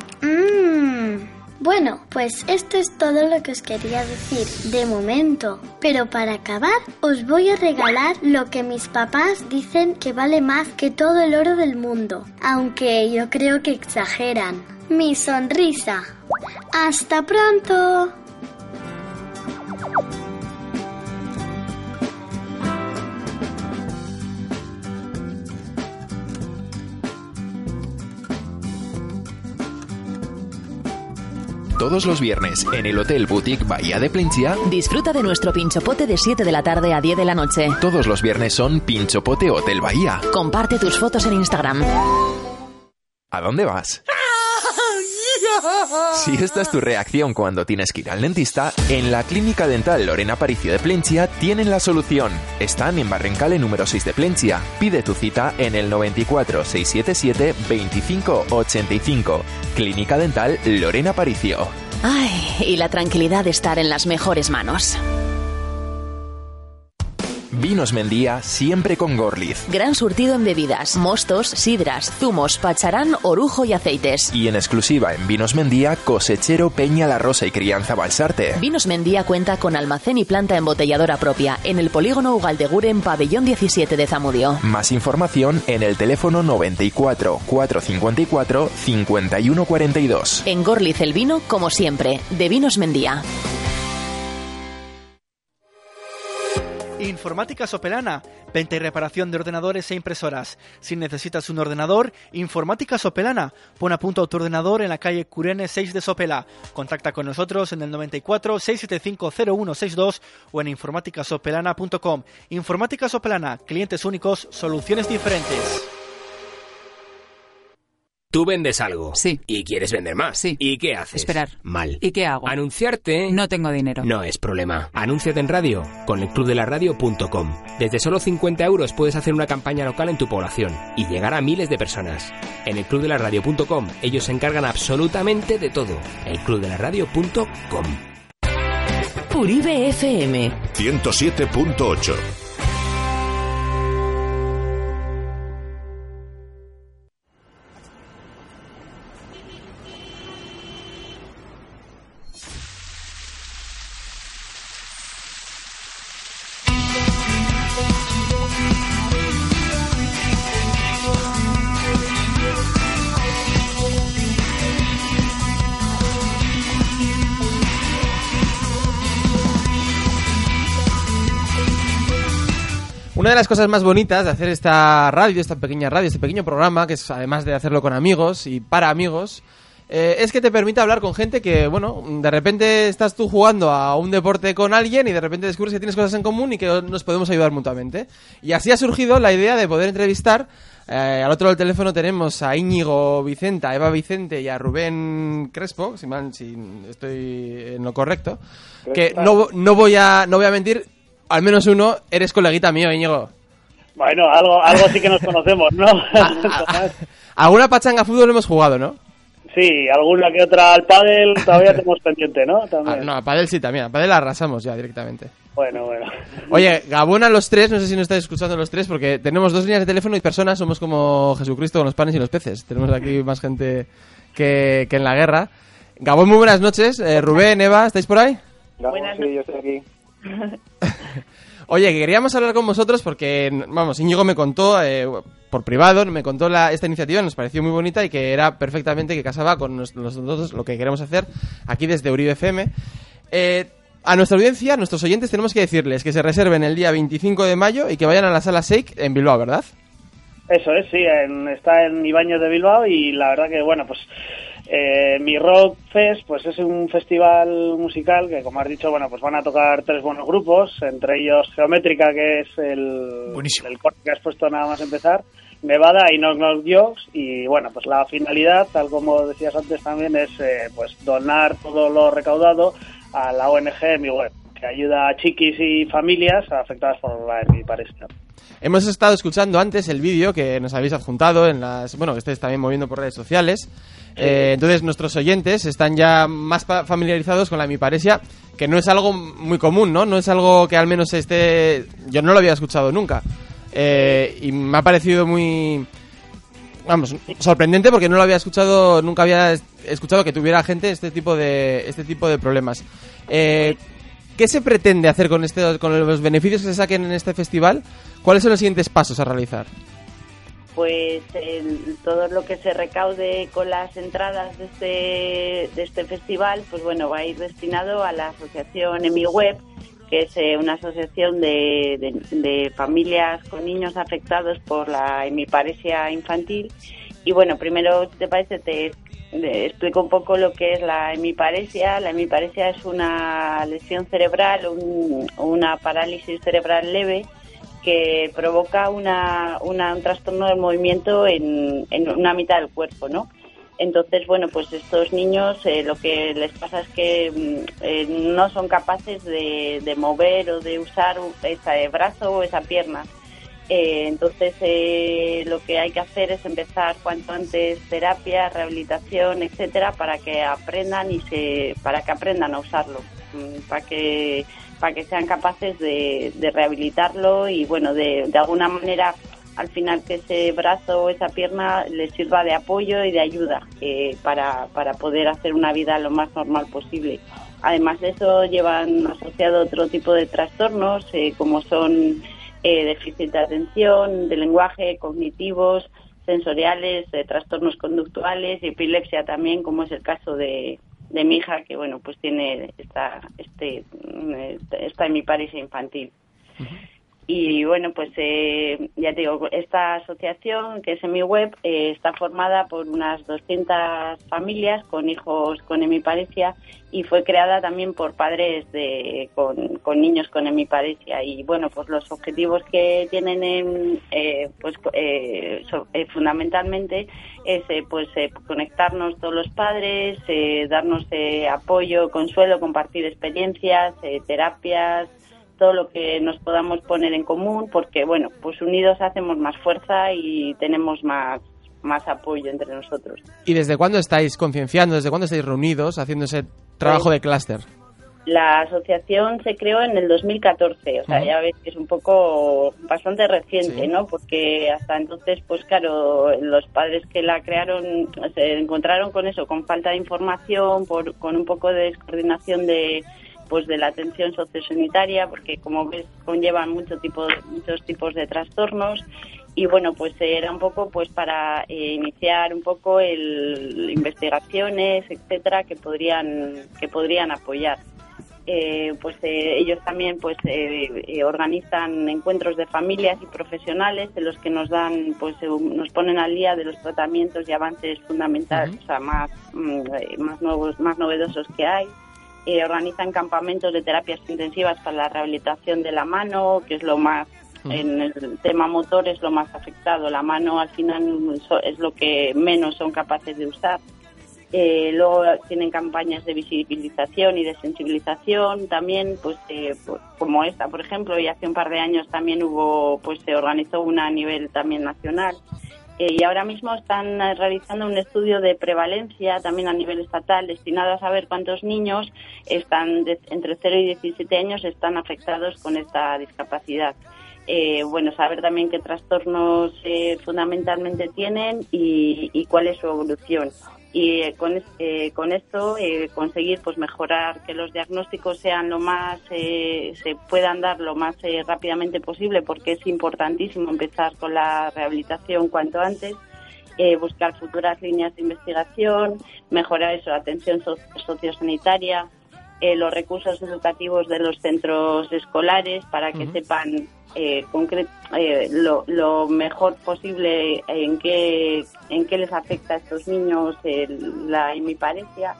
Speaker 7: Mmm. Bueno, pues esto es todo lo que os quería decir de momento. Pero para acabar, os voy a regalar lo que mis papás dicen que vale más que todo el oro del mundo. Aunque yo creo que exageran. Mi sonrisa. Hasta pronto.
Speaker 9: Todos los viernes en el Hotel Boutique Bahía de Plencia,
Speaker 10: Disfruta de nuestro pinchopote de 7 de la tarde a 10 de la noche.
Speaker 9: todos los viernes son Pinchopote Hotel Bahía.
Speaker 10: Comparte tus fotos en Instagram.
Speaker 9: ¿A dónde vas? Si esta es tu reacción cuando tienes que ir al dentista, en la Clínica Dental Lorena Paricio de Plencia tienen la solución. Están en Barrencale número 6 de Plencia. Pide tu cita en el 94 677 2585. Clínica Dental Lorena Paricio.
Speaker 10: Ay, y la tranquilidad de estar en las mejores manos.
Speaker 9: Vinos Mendía siempre con Gorliz.
Speaker 10: Gran surtido en bebidas, mostos, sidras, zumos, pacharán, orujo y aceites.
Speaker 9: Y en exclusiva en Vinos Mendía, cosechero Peña La Rosa y Crianza Balsarte.
Speaker 10: Vinos Mendía cuenta con almacén y planta embotelladora propia en el polígono Ugaldegur en pabellón 17 de Zamudio.
Speaker 9: Más información en el teléfono 94 454 5142.
Speaker 10: En Gorliz el vino, como siempre, de Vinos Mendía.
Speaker 11: Informática Sopelana, venta y reparación de ordenadores e impresoras. Si necesitas un ordenador, Informática Sopelana, pon a punto tu ordenador en la calle Curene 6 de Sopela. Contacta con nosotros en el 94 675 0162 o en informáticasopelana.com. Informática Sopelana, clientes únicos, soluciones diferentes.
Speaker 12: Tú vendes algo. Sí. Y quieres vender más. Sí. ¿Y qué haces? Esperar. Mal.
Speaker 13: ¿Y qué hago?
Speaker 12: Anunciarte.
Speaker 13: No tengo dinero.
Speaker 12: No es problema. Anúnciate en radio con el clubdelaradio.com. Desde solo 50 euros puedes hacer una campaña local en tu población y llegar a miles de personas. En el clubdelaradio.com ellos se encargan absolutamente de todo. El clubdelaradio.com.
Speaker 10: Uribe FM.
Speaker 14: 107.8.
Speaker 3: Una de las cosas más bonitas de hacer esta radio, esta pequeña radio, este pequeño programa, que es además de hacerlo con amigos y para amigos, eh, es que te permite hablar con gente que, bueno, de repente estás tú jugando a un deporte con alguien y de repente descubres que tienes cosas en común y que nos podemos ayudar mutuamente. Y así ha surgido la idea de poder entrevistar. eh, al otro lado del teléfono tenemos a Íñigo Vicenta, a Eva Vicente y a Rubén Crespo, si, mal, si estoy en lo correcto. Que no, no, voy a, no voy a mentir, al menos uno eres coleguita mío, Íñigo.
Speaker 15: Bueno, algo, algo sí que nos conocemos,
Speaker 2: *laughs*
Speaker 15: ¿no?
Speaker 2: Ah,
Speaker 15: Tomás?
Speaker 3: *laughs* Alguna pachanga fútbol hemos jugado, ¿no?
Speaker 15: sí, alguna que otra al pádel
Speaker 2: *laughs*
Speaker 15: todavía tenemos pendiente, ¿no?
Speaker 2: Ah,
Speaker 15: También.
Speaker 3: No, a Padel sí también, a Padel la arrasamos ya directamente.
Speaker 15: Bueno, bueno.
Speaker 3: Oye, Gabona los tres, no sé si nos estáis escuchando los tres, porque tenemos dos líneas de teléfono y personas, somos como Jesucristo con los panes y los peces. Tenemos aquí más gente que, que en la guerra. Gabón, muy buenas noches. Eh, Rubén, Eva, ¿estáis por ahí?
Speaker 16: Buenas sí, yo estoy aquí.
Speaker 3: Oye, que queríamos hablar con vosotros porque, vamos, Íñigo me contó eh, por privado, me contó la- esta iniciativa, nos pareció muy bonita y que era perfectamente que casaba con nos- nosotros lo que queremos hacer aquí desde Uribe FM. Eh, a nuestra audiencia, a nuestros oyentes, tenemos que decirles que se reserven el día 25 de mayo y que vayan a la sala Shake en Bilbao, ¿verdad?
Speaker 15: Eso es, sí, en- está en Ibañez de Bilbao y la verdad que, bueno, pues eh, mi Rock Fest pues es un festival musical que, como has dicho, bueno, pues van a tocar tres buenos grupos, entre ellos Geométrica, que es el, el corte que has puesto nada más empezar, Nevada y Knock Knock Jokes y, bueno, pues la finalidad, tal como decías antes también, es eh, pues donar todo lo recaudado a la ONG Mi Web, que ayuda a chiquis y familias afectadas por la hemiparesca.
Speaker 3: Hemos estado escuchando antes el vídeo que nos habéis adjuntado en las, bueno, que estáis también moviendo por redes sociales. Eh, entonces nuestros oyentes están ya más pa- familiarizados con la hemiparesia, que no es algo muy común, ¿no? No es algo que al menos esté, yo no lo había escuchado nunca. Eh, y me ha parecido muy, vamos, sorprendente porque no lo había escuchado, nunca había es- escuchado que tuviera gente este tipo de, este tipo de problemas. Eh, ¿Qué se pretende hacer con, este, con los beneficios que se saquen en este festival? ¿Cuáles son los siguientes pasos a realizar?
Speaker 17: pues el- todo lo que se recaude con las entradas de este, de este festival, pues bueno, va a ir destinado a la asociación en mi web, que es eh, una asociación de, de- de familias con niños afectados por la hemiparesia infantil. Y bueno, primero, si te parece, te, te explico un poco lo que es la hemiparesia. La hemiparesia es una lesión cerebral, un- una parálisis cerebral leve que provoca una, una- un trastorno del movimiento en, en una mitad del cuerpo, ¿no? Entonces, bueno, pues estos niños eh, lo que les pasa es que mm, eh, no son capaces de, de mover o de usar ese brazo o esa pierna. Eh, entonces, eh, lo que hay que hacer es empezar cuanto antes terapia, rehabilitación, etcétera, para que aprendan y se, para que aprendan a usarlo, mm, para que para que sean capaces de, de rehabilitarlo y bueno, de, de alguna manera al final que ese brazo o esa pierna les sirva de apoyo y de ayuda eh, para, para poder hacer una vida lo más normal posible. Además de eso llevan asociado otro tipo de trastornos eh, como son eh, déficit de atención, de lenguaje, cognitivos, sensoriales, eh, trastornos conductuales y epilepsia también, como es el caso de, de mi hija, que bueno, pues tiene esta, este, mm, esta esta hemiparesia eh, infantil. Y bueno, pues eh, ya te digo, esta asociación, que es en mi web, eh, está formada por unas 200 familias con hijos con hemiparesia y fue creada también por padres de, con, con niños con hemiparesia. Y bueno, pues los objetivos que tienen em, eh, pues, eh, so- eh, fundamentalmente es eh, pues, eh, conectarnos todos los padres, eh, darnos eh, apoyo, consuelo, compartir experiencias, eh, terapias todo lo que nos podamos poner en común, porque bueno, pues unidos hacemos más fuerza y tenemos más, más apoyo entre nosotros.
Speaker 3: ¿Y desde cuándo estáis concienciando? ¿Desde cuándo estáis reunidos haciendo ese trabajo de clúster?
Speaker 17: La asociación se creó en el 2014, o sea,
Speaker 3: Ujú.
Speaker 17: ya ves que es un poco bastante reciente,
Speaker 3: Sí.
Speaker 17: ¿no? Porque hasta entonces, pues claro, los padres que la crearon se encontraron con eso, con falta de información, por, con un poco de descoordinación de pues de la atención sociosanitaria, porque como ves conllevan mucho tipo, muchos tipos de trastornos y bueno pues era un poco pues para eh, iniciar un poco el investigaciones etcétera que podrían que podrían apoyar Eh, pues eh, ellos también pues eh, eh, organizan encuentros de familias y profesionales en los que nos dan pues eh, un- nos ponen al día de los tratamientos y avances fundamentales o sea más mm, eh, más nuevos más novedosos que hay eh, organizan campamentos de terapias intensivas para la rehabilitación de la mano, que es lo más, en el tema motor es lo más afectado. La mano al final so- es lo que menos son capaces de usar. Eh, luego tienen campañas de visibilización y de sensibilización también, pues eh, po- como esta, por ejemplo, y hace un par de años también hubo, pues se organizó una a nivel también nacional. Eh, y ahora mismo están eh, realizando un estudio de prevalencia también a nivel estatal destinado a saber cuántos niños están de- entre 0 y 17 años están afectados con esta discapacidad. Eh, bueno, saber también qué trastornos eh, fundamentalmente tienen y, y cuál es su evolución. Y eh, con, es- eh, con esto eh, conseguir pues mejorar que los diagnósticos sean lo más eh, se puedan dar lo más eh, rápidamente posible porque es importantísimo empezar con la rehabilitación cuanto antes eh, buscar futuras líneas de investigación, mejorar eso, la atención so- sociosanitaria, eh, los recursos educativos de los centros escolares para que sepan eh, concre- eh, lo, lo mejor posible en qué, en qué les afecta a estos niños el- la hemiparesia.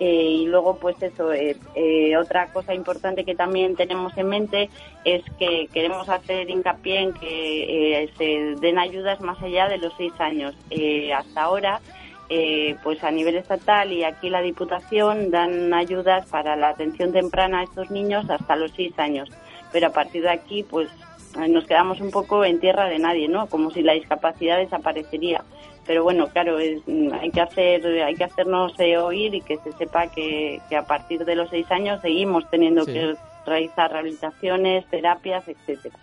Speaker 17: Eh, y luego, pues eso, eh, eh, otra cosa importante que también tenemos en mente es que queremos hacer hincapié en que eh, se den ayudas más allá de los seis años. Eh, hasta ahora, eh, pues a nivel estatal y aquí la Diputación dan ayudas para la atención temprana a estos niños hasta los seis años. Pero a partir de aquí, pues eh, nos quedamos un poco en tierra de nadie, ¿no? Como si la discapacidad desaparecería. Pero bueno, claro, es, mm, hay que hacer, hay que hacernos eh, oír y que se sepa que, que a partir de los seis años seguimos teniendo
Speaker 3: Sí.
Speaker 17: que realizar rehabilitaciones, terapias, etcétera.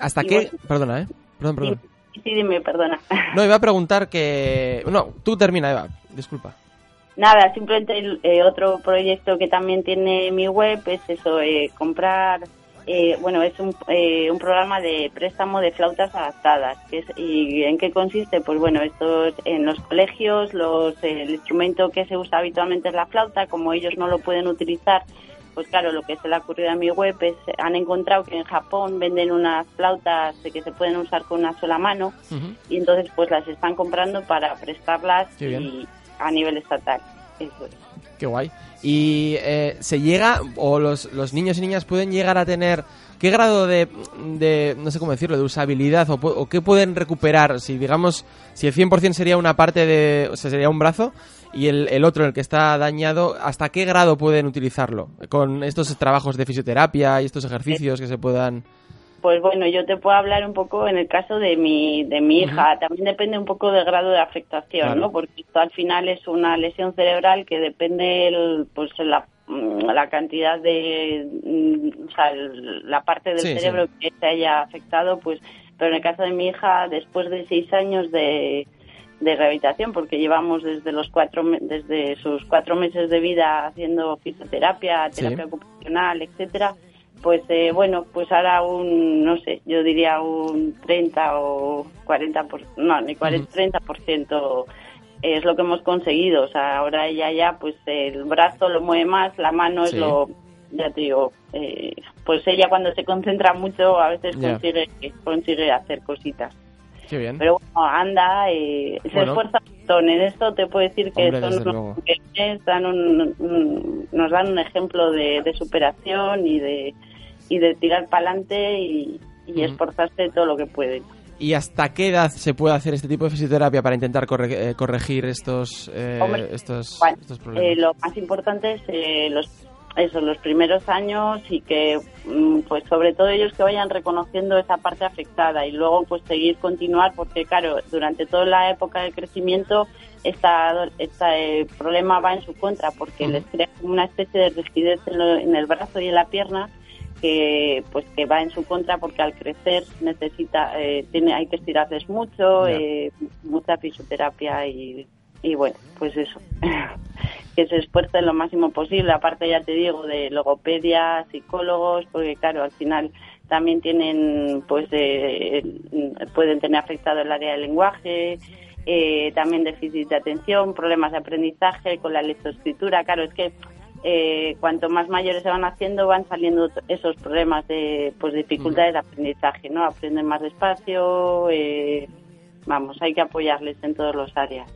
Speaker 3: ¿Hasta
Speaker 17: Y
Speaker 3: qué?
Speaker 17: bueno,
Speaker 3: Perdona, ¿eh? Perdón, perdón.
Speaker 17: sí, dime, perdona.
Speaker 3: No, iba a preguntar que... No, tú termina, Eva. Disculpa.
Speaker 17: Nada, simplemente el- eh, otro proyecto que también tiene mi web es eso, eh, comprar, eh, bueno, es un, eh, un programa de préstamo de flautas adaptadas. Que es, ¿Y en qué consiste? Pues bueno, esto es en los colegios, los, eh, el instrumento que se usa habitualmente es la flauta, como ellos no lo pueden utilizar, pues claro, lo que se le ha ocurrido a mi web es, han encontrado que en Japón venden unas flautas que se pueden usar con una sola mano y entonces pues las están comprando para prestarlas
Speaker 3: Qué bien.
Speaker 17: y a nivel estatal. Eso es.
Speaker 3: Qué guay. Y eh, se llega, o los, los niños y niñas pueden llegar a tener, ¿qué grado de, de no sé cómo decirlo, de usabilidad o, pu- o qué pueden recuperar? Si digamos, si el 100% sería una parte de, o sea, sería un brazo y el, el otro, el que está dañado, ¿hasta qué grado pueden utilizarlo? Con estos trabajos de fisioterapia y estos ejercicios que se puedan...
Speaker 17: Pues bueno, yo te puedo hablar un poco en el caso de mi, de mi hija. También depende un poco del grado de afectación,
Speaker 3: Claro.
Speaker 17: ¿no? Porque esto al final es una lesión cerebral que depende el, pues la, mm, la cantidad de, mm, o sea, el- la parte del
Speaker 13: Sí, sí.
Speaker 17: cerebro que se haya afectado, pues. Pero en el caso de mi hija, después de seis años de, de rehabilitación, porque llevamos desde los cuatro me- desde sus cuatro meses de vida haciendo fisioterapia,
Speaker 13: Sí.
Speaker 17: terapia ocupacional, etcétera. Pues eh, bueno, pues ahora un, no sé, yo diría un 30 o 40%, por, no, ni 40, 30% es lo que hemos conseguido. O sea, ahora ella ya, pues el brazo lo mueve más, la mano
Speaker 3: Sí.
Speaker 17: es lo ya te digo, eh, pues ella cuando se concentra mucho a veces
Speaker 3: Ya.
Speaker 17: consigue, consigue hacer cositas.
Speaker 3: Qué bien.
Speaker 17: Pero bueno, anda, eh, se
Speaker 3: Bueno.
Speaker 17: esfuerza un montón. En esto te puedo decir que
Speaker 3: Hombre,
Speaker 17: son
Speaker 3: desde
Speaker 17: unos *laughs*
Speaker 3: luego.
Speaker 17: mujeres, dan un- un- nos dan un ejemplo de, de superación y de, y de tirar para adelante y, y esforzarse todo lo que pueden.
Speaker 3: ¿Y hasta qué edad se puede hacer este tipo de fisioterapia para intentar corre- eh, corregir estos, eh,
Speaker 17: Hombre,
Speaker 3: estos,
Speaker 17: Bueno,
Speaker 3: estos
Speaker 17: eh,
Speaker 3: problemas?
Speaker 17: lo más importante es eh, los, eso, los primeros años y que, mm, pues sobre todo ellos que vayan reconociendo esa parte afectada y luego pues seguir continuar porque claro, durante toda la época de crecimiento esta, esta, eh, problema va en su contra porque les crea como una especie de rigidez en, lo- en el brazo y en la pierna que pues que va en su contra porque al crecer necesita eh, tiene hay que estirarles mucho
Speaker 13: Ya.
Speaker 17: eh, mucha fisioterapia y, y bueno pues eso que se esfuercen lo máximo posible aparte ya te digo de logopedia psicólogos porque claro al final también tienen pues eh, el- pueden tener afectado el área del lenguaje eh, también déficit de atención problemas de aprendizaje con la lectoescritura claro es que eh, cuanto más mayores se van haciendo van saliendo t- esos problemas de pues dificultades de aprendizaje no aprenden más despacio eh, vamos hay que apoyarles en todos los áreas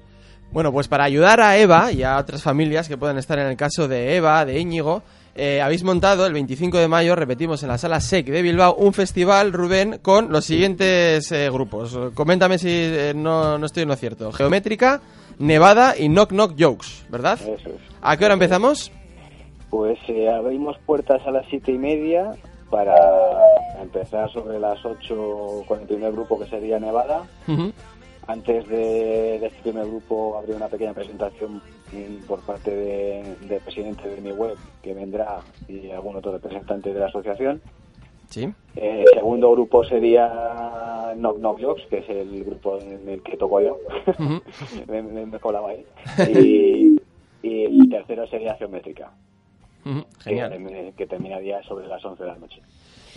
Speaker 3: Bueno, pues para ayudar a Eva y a otras familias que puedan estar en el caso de Eva, de Íñigo, eh, habéis montado el 25 de mayo, repetimos, en la sala SEC de Bilbao, un festival, Rubén, con los siguientes eh, grupos. Coméntame si eh, no, no estoy en lo cierto. Geométrica, Nevada y Knock Knock Jokes, ¿verdad?
Speaker 16: Eso es.
Speaker 3: ¿A qué hora empezamos?
Speaker 16: *laughs* Pues eh, abrimos puertas a las siete y media para empezar sobre las 8 con el primer grupo que sería Nevada. Antes de, de este primer grupo habría una pequeña presentación mm, por parte de- del presidente de mi web que vendrá y algún otro representante de la asociación. Eh,
Speaker 3: Sí.
Speaker 16: El segundo grupo sería Knock Knock Jocks, que es el grupo en el que toco yo. *laughs* me, me- me colaba *laughs* ahí. Y, y el tercero sería Geométrica. que termi- Que, terminaría sobre las 11 de la noche.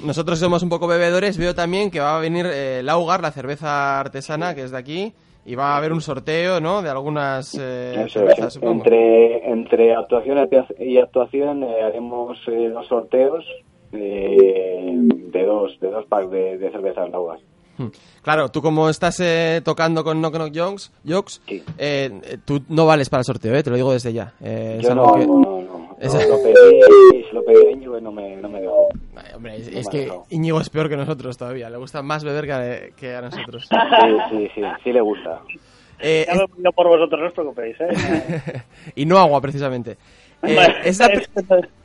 Speaker 3: Nosotros somos un poco bebedores. Veo también que va a venir eh, Laugar, la cerveza artesana, que es de aquí, y va a haber un sorteo, ¿no? De algunas eh,
Speaker 16: Eso es.
Speaker 3: cervezas, supongo.
Speaker 16: Entre, entre actuación y actuación eh, haremos eh, dos sorteos eh, de dos de dos packs de, de cervezas laugas.
Speaker 3: Claro, tú como estás eh, tocando con Knock Knock Jokes, jokes eh, eh, tú no vales para el sorteo, eh, te lo digo desde ya. Eh, es
Speaker 16: Yo
Speaker 3: algo
Speaker 16: no,
Speaker 3: que-
Speaker 16: no, no, no.
Speaker 3: es-
Speaker 16: No, lo pedí, se lo pedí a Íñigo y no me, no me dejó.
Speaker 3: hombre,
Speaker 16: es,
Speaker 3: Es que Íñigo es peor que nosotros todavía, le gusta más beber que a, que a nosotros. *laughs*
Speaker 16: Sí, sí, sí, sí le gusta.
Speaker 3: Eh,
Speaker 15: Ya lo pido por vosotros, no os preocupéis, ¿eh?
Speaker 3: *laughs* y no agua, precisamente. Eh, ¿es, la pri-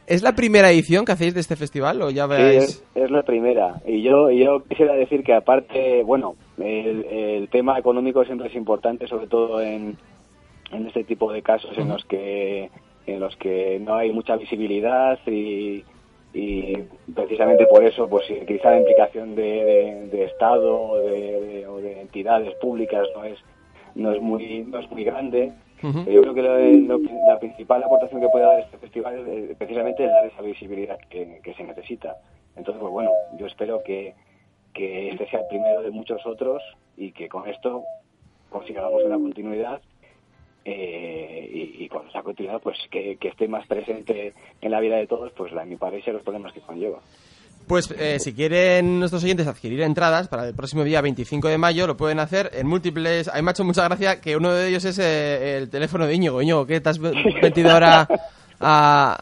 Speaker 3: es la primera edición que hacéis de este festival o ya
Speaker 16: Sí,
Speaker 3: veáis?
Speaker 16: es, es la primera. Y yo, y yo quisiera decir que aparte, bueno, el, el tema económico siempre es importante, sobre todo en, en este tipo de casos en los que en los que no hay mucha visibilidad y, y precisamente por eso, pues si quizá la implicación de, de- de Estado o de, de- o de entidades públicas no es no es muy no es muy grande. Yo creo que lo- lo- la principal aportación que puede dar este festival eh, precisamente es dar esa visibilidad que, que se necesita. Entonces, pues bueno, yo espero que, que este sea el primero de muchos otros y que con esto consigamos una continuidad eh, y, y con esa continuidad pues que, que esté más presente en la vida de todos pues la país y los problemas que conlleva.
Speaker 3: Pues eh, si quieren nuestros oyentes adquirir entradas para el próximo día 25 de mayo, lo pueden hacer en múltiples... A mí me ha hecho mucha gracia que uno de ellos es eh, el teléfono de Íñigo. Íñigo, ¿qué te has metido ahora a...?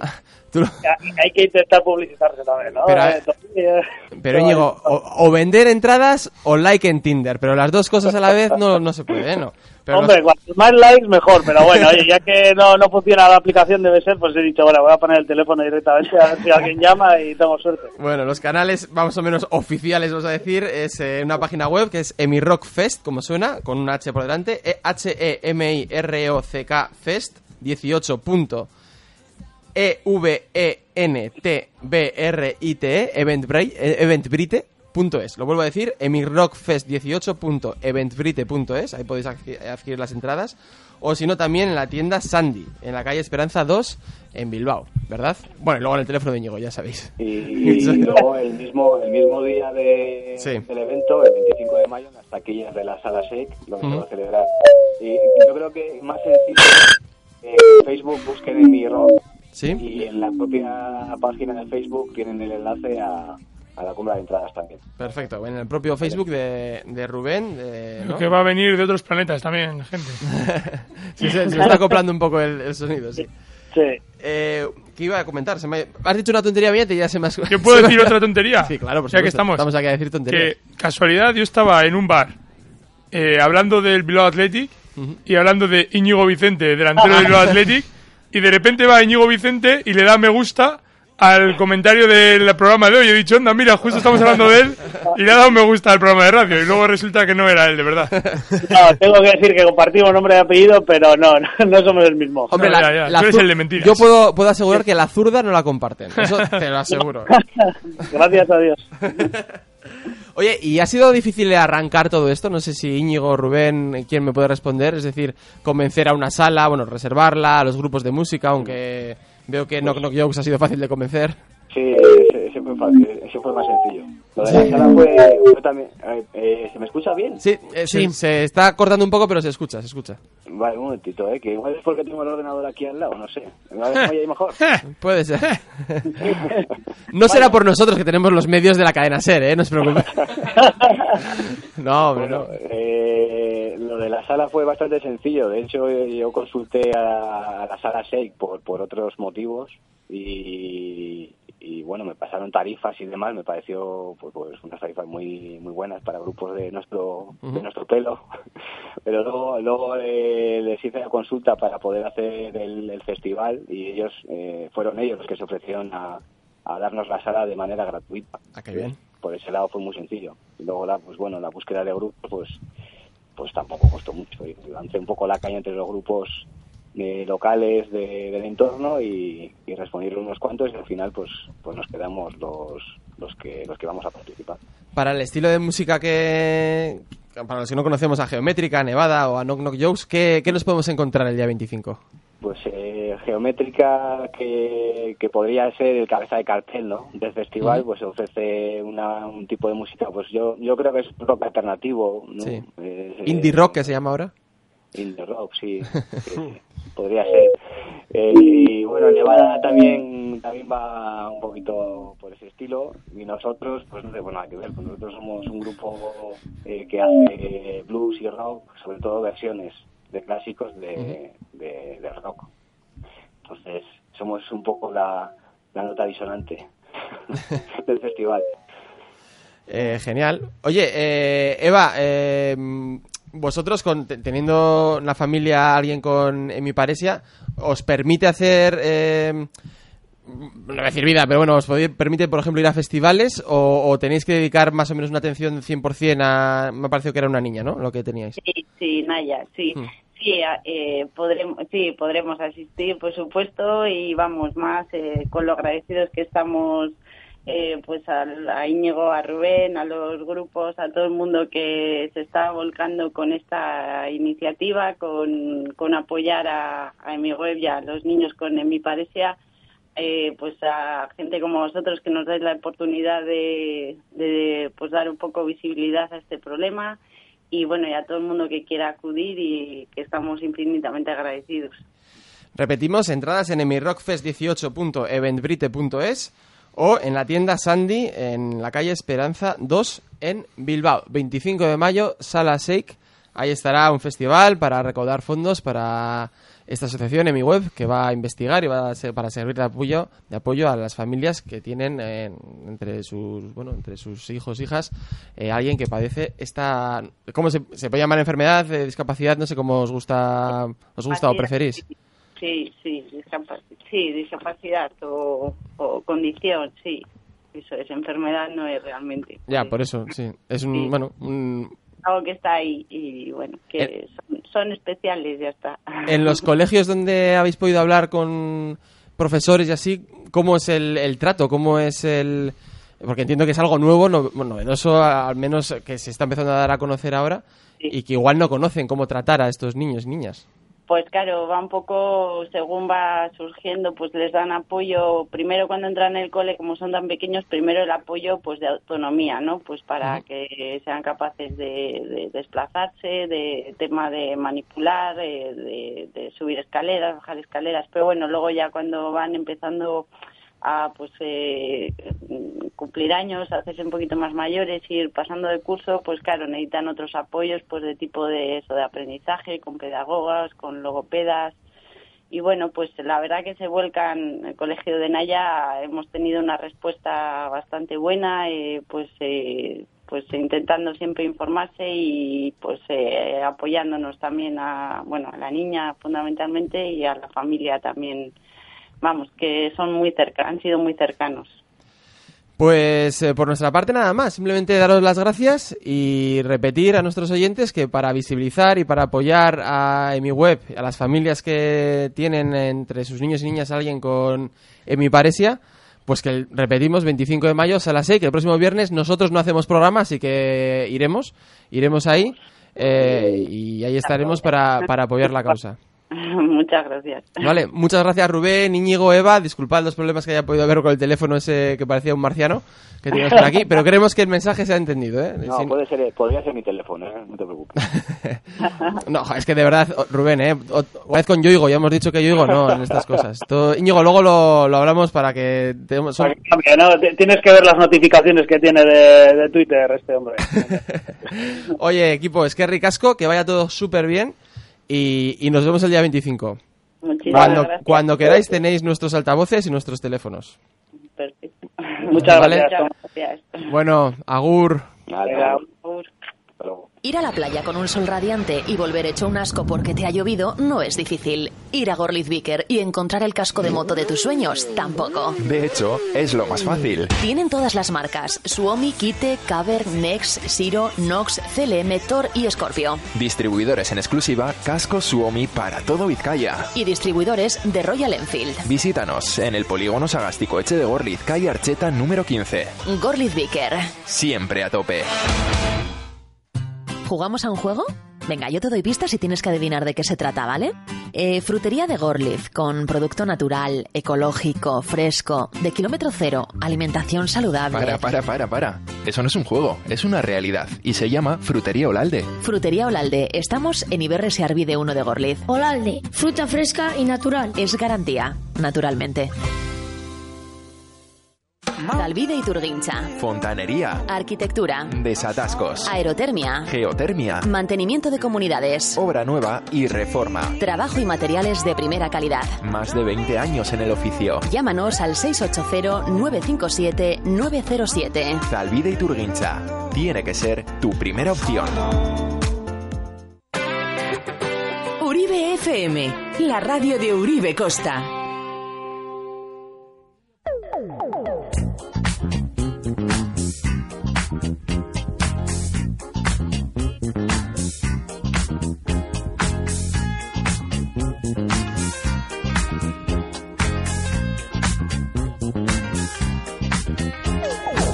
Speaker 3: Tú lo-
Speaker 15: Hay- Hay que intentar publicitarse también, ¿no?
Speaker 3: Pero,
Speaker 15: Eh, entonces,
Speaker 3: Pero Íñigo, o, o vender entradas o like en Tinder, pero las dos cosas a la vez no, no se puede, ¿eh? ¿no? Pero
Speaker 15: Hombre,
Speaker 3: los-
Speaker 15: cuantos más likes mejor, pero bueno, oye, ya que no, no funciona la aplicación debe ser, pues he dicho, bueno, voy a poner el teléfono directamente a ver si alguien llama y tengo suerte.
Speaker 3: Bueno, los canales más o menos oficiales, vamos a decir, es eh, una página web que es emirockfest, como suena, con un H por delante, e H-E-M-I-R-O-C-K fest, 18. e v e n t b r i t e eventbrite, eh, eventbrite.es. Lo vuelvo a decir, emirrockfest18.eventbrite.es. Ahí podéis adqui- adquirir las entradas. O si no, también en la tienda Sandy, en la calle Esperanza 2, en Bilbao, ¿verdad? Bueno, y luego en el teléfono de Íñigo, ya sabéis. *laughs*
Speaker 16: Y,
Speaker 3: Eso.
Speaker 16: luego el mismo el mismo día de,
Speaker 3: Sí.
Speaker 16: del evento, el 25 de mayo, en las taquillas de la sala SEC, donde se va a celebrar. Y yo creo que más sencillo, eh, en Facebook busquen en mi rock
Speaker 3: Sí.
Speaker 16: Y en la propia página de Facebook tienen el enlace a, a la compra de entradas también.
Speaker 3: Perfecto. En el propio Facebook de, de Rubén. de- ¿no?
Speaker 5: Que va a venir de otros planetas también, gente.
Speaker 3: *laughs* Sí, se, se me está acoplando un poco el, el sonido, sí.
Speaker 15: Sí.
Speaker 3: Eh, ¿Qué iba a comentar? Se me- Has dicho una tontería mía y ya se me has... *laughs*
Speaker 5: Yo puedo decir otra tontería.
Speaker 3: Sí, claro, por
Speaker 5: Ya que
Speaker 3: supuesto.
Speaker 5: estamos.
Speaker 3: Estamos aquí a decir tonterías.
Speaker 5: Que, casualidad, yo estaba en un bar eh, hablando del Bilbao Athletic y hablando de Íñigo Vicente, delantero del Bilbao Athletic, y de repente va Íñigo Vicente y le da me gusta al comentario del programa de hoy. He dicho, onda, mira, justo estamos hablando de él y le ha dado me gusta al programa de radio. Y luego resulta que no era él,
Speaker 3: *laughs*
Speaker 5: de verdad.
Speaker 15: No, tengo que decir que compartimos nombre y apellido, pero no, *laughs* no, no somos el mismo.
Speaker 3: Hombre, la, la zur- Yo puedo, puedo asegurar que la zurda no la
Speaker 5: *laughs*
Speaker 3: comparten. *laughs* Eso te lo aseguro.
Speaker 15: *laughs* Gracias a Dios.
Speaker 3: Oye, ¿y ha sido difícil arrancar todo esto? No sé si Íñigo, Rubén, quién me puede responder. Es decir, convencer a una sala, bueno, reservarla, a los grupos de música, aunque veo que Knock Knock Jokes ha sido fácil de convencer.
Speaker 16: Sí, ese, ese fue fácil, ese fue más sencillo. Lo de la
Speaker 3: Sí.
Speaker 16: sala fue, fue también... eh, eh, ¿Se me escucha bien?
Speaker 3: Sí, eh, Se, se está cortando un poco, pero se escucha, se escucha.
Speaker 16: Vale, un momentito, eh, que igual es porque tengo el ordenador aquí al lado, no sé. ¿Me va a ahí
Speaker 3: *laughs*
Speaker 16: mejor?
Speaker 3: Puede ser. No será por nosotros que tenemos los medios de la cadena SER, ¿eh? No os preocupéis. No, Ah, hombre, no.
Speaker 16: Bueno, eh, lo de la sala fue bastante sencillo. De hecho, eh, yo consulté a la, a la sala Shake por, por otros motivos y, y, bueno, me pasaron tarifas y demás. Me pareció pues, pues, unas tarifas muy muy buenas para grupos de nuestro de
Speaker 3: Ujú.
Speaker 16: nuestro pelo. *laughs* Pero luego luego eh, les hice la consulta para poder hacer el, el festival y ellos eh, fueron ellos los que se ofrecieron a, a darnos la sala de manera gratuita
Speaker 3: Ah, qué bien.
Speaker 16: por ese lado fue muy sencillo. Y luego la, pues bueno, la búsqueda de grupos, pues, pues tampoco costó mucho. Yo lancé un poco la caña entre los grupos eh, locales de- del entorno y, y respondieron unos cuantos y al final pues pues nos quedamos los los que los que vamos a participar.
Speaker 3: Para el estilo de música que... Para los que no conocemos a Geométrica, a Nevada o a Knock Knock Jokes, ¿qué, qué nos podemos encontrar el día 25?
Speaker 16: Pues eh, geométrica que, que podría ser el cabeza de cartel, ¿no? Del festival,
Speaker 3: Ujú.
Speaker 16: pues ofrece una, un tipo de música, pues yo yo creo que es rock alternativo, ¿no?
Speaker 3: Sí.
Speaker 16: Eh,
Speaker 3: Indie Rock, que se llama ahora.
Speaker 16: Indie rock, sí. sí, *laughs* podría ser. Eh, y bueno, Nevada también también va un poquito por ese estilo. Y nosotros, pues no tenemos nada que ver. pues nosotros somos un grupo eh, que hace blues y rock, sobre todo versiones de clásicos de, de- del rock. Entonces, somos un poco la, la nota disonante del festival.
Speaker 3: Eh, genial. Oye, eh, Eva, eh, vosotros con- te- teniendo una familia, alguien con hemiparesia, ¿os permite hacer... eh, no voy a decir vida, pero bueno, ¿os podéis- permite, por ejemplo, ir a festivales o, o tenéis que dedicar más o menos una atención 100% a... Me ha parecido que era una niña, ¿no? Lo que teníais.
Speaker 17: Sí, sí, Naya, sí.
Speaker 3: Hmm.
Speaker 17: Sí, a- eh, podremos, sí, podremos asistir, por supuesto, y vamos más eh, con lo agradecidos que estamos eh, pues al- a, Íñigo, a Rubén, a los grupos, a todo el mundo que se está volcando con esta iniciativa, con, con apoyar a, a mi web y a los niños con hemiparesia, eh, pues a gente como vosotros que nos dais la oportunidad de, de pues dar un poco visibilidad a este problema y bueno, y a todo el mundo que quiera acudir y que estamos infinitamente agradecidos.
Speaker 3: Repetimos, entradas en emirockfest18.eventbrite.es o en la tienda Sandy en la calle Esperanza 2 en Bilbao. 25 de mayo, Sala Shake. Ahí estará un festival para recaudar fondos para esta asociación en mi web que va a investigar y va a ser para servir de apoyo de apoyo a las familias que tienen eh, entre sus bueno entre sus hijos hijas eh, alguien que padece esta cómo se, se puede llamar enfermedad eh, discapacidad no sé cómo os gusta os gusta o
Speaker 17: Discapacidad.
Speaker 3: preferís
Speaker 17: Sí, sí, discapac- sí discapacidad o, o condición, sí. Eso es, enfermedad no es realmente.
Speaker 3: Ya, por eso, sí. Es un, bueno, un-
Speaker 17: Algo que está ahí y bueno, que
Speaker 3: Eh.
Speaker 17: son, son especiales, ya está.
Speaker 3: en los colegios donde habéis podido hablar con profesores y así, ¿cómo es el, el trato? ¿Cómo es el...? Porque entiendo que es algo nuevo, no- bueno, novedoso, al menos que se está empezando a dar a conocer ahora, y que igual no conocen cómo tratar a estos niños y niñas.
Speaker 17: pues claro, va un poco según va surgiendo, pues les dan apoyo, primero cuando entran en el cole, como son tan pequeños, primero el apoyo pues de autonomía, ¿no? Pues para
Speaker 13: Ujú.
Speaker 17: que sean capaces de, de desplazarse, de tema de manipular, eh, de, de subir escaleras, bajar escaleras, pero bueno, luego ya cuando van empezando a pues eh, cumplir años, hacerse un poquito más mayores, ir pasando de curso, pues claro, necesitan otros apoyos pues de tipo de eso, de aprendizaje, con pedagogas, con logopedas. Y bueno, pues la verdad que se vuelcan el colegio de Naya, hemos tenido una respuesta bastante buena, eh, pues eh, pues intentando siempre informarse y pues eh, apoyándonos también a bueno a la niña fundamentalmente y a la familia también vamos, que son muy cerca, han sido muy cercanos. *laughs*
Speaker 3: Pues eh, por nuestra parte nada más, simplemente daros las gracias y repetir a nuestros oyentes que para visibilizar y para apoyar a EmiWeb, a las familias que tienen entre sus niños y niñas a alguien con hemiparesia, pues que el- repetimos 25 de mayo a las 6, que el próximo viernes nosotros no hacemos programa, así que iremos, iremos ahí eh, y ahí estaremos para, para apoyar la causa.
Speaker 17: Muchas gracias.
Speaker 3: Vale, muchas gracias Rubén, Íñigo, Eva. Disculpad los problemas que haya podido haber con el teléfono ese que parecía un marciano que teníamos por aquí, pero creemos que el mensaje se ha entendido, ¿eh?
Speaker 16: No,
Speaker 3: Sin-
Speaker 16: puede ser, podría ser mi teléfono, ¿eh? no te preocupes.
Speaker 3: No, jo, es que de verdad, o- Rubén, ¿eh? O- Una vez con Yoigo, ya hemos dicho que Yoigo no en estas cosas. Todo- Íñigo, luego lo, lo hablamos para que... tengamos- son-
Speaker 15: Hombre, no, t- tienes que ver las notificaciones que tiene de, de Twitter este hombre.
Speaker 3: Oye, equipo, es que ricasco, que vaya todo súper bien y, y nos vemos el día 25.
Speaker 17: Muchísimas
Speaker 3: Cuando,
Speaker 17: gracias.
Speaker 3: cuando queráis tenéis nuestros altavoces y nuestros teléfonos.
Speaker 17: Perfecto.
Speaker 3: Muchas gracias.
Speaker 17: Muchas gracias.
Speaker 3: Bueno, agur.
Speaker 10: Ir a la playa con un sol radiante y volver hecho un asco porque te ha llovido no es difícil. Ir a Gorlitz Vicker y encontrar el casco de moto de tus sueños tampoco.
Speaker 9: De hecho, es lo más fácil.
Speaker 10: Tienen todas las marcas: Suomi, Kite, Caber, Nex, Siro, Nox, CLM, Thor y Scorpio.
Speaker 9: Distribuidores en exclusiva Casco Suomi para todo Vizcaya.
Speaker 10: Y distribuidores de Royal Enfield.
Speaker 9: Visítanos en el polígono sagástico Eche de Gorliz, calle Archeta número 15.
Speaker 10: Gorlitz Vicker.
Speaker 9: Siempre a tope.
Speaker 10: ¿Jugamos a un juego? Venga, yo te doy pistas y tienes que adivinar de qué se trata, ¿vale? Eh, frutería de Gorlitz, con producto natural, ecológico, fresco, de kilómetro cero, alimentación saludable.
Speaker 9: Para, para, para, para. Eso no es un juego, es una realidad y se llama Frutería Olalde.
Speaker 10: Frutería Olalde. Estamos en Iberre Searvide 1 de Gorliz. Olalde, fruta fresca y natural. Es garantía, naturalmente. Dalvide y Turguincha.
Speaker 9: Fontanería.
Speaker 10: Arquitectura.
Speaker 9: Desatascos.
Speaker 10: Aerotermia.
Speaker 9: Geotermia.
Speaker 10: Mantenimiento de comunidades.
Speaker 9: Obra nueva y reforma.
Speaker 10: Trabajo y materiales de primera calidad.
Speaker 9: Más de 20 años en el oficio.
Speaker 10: Llámanos al 680-957-907.
Speaker 9: Zalvide y Turguincha. Tiene que ser tu primera opción.
Speaker 18: Uribe FM, la radio de Uribe Costa.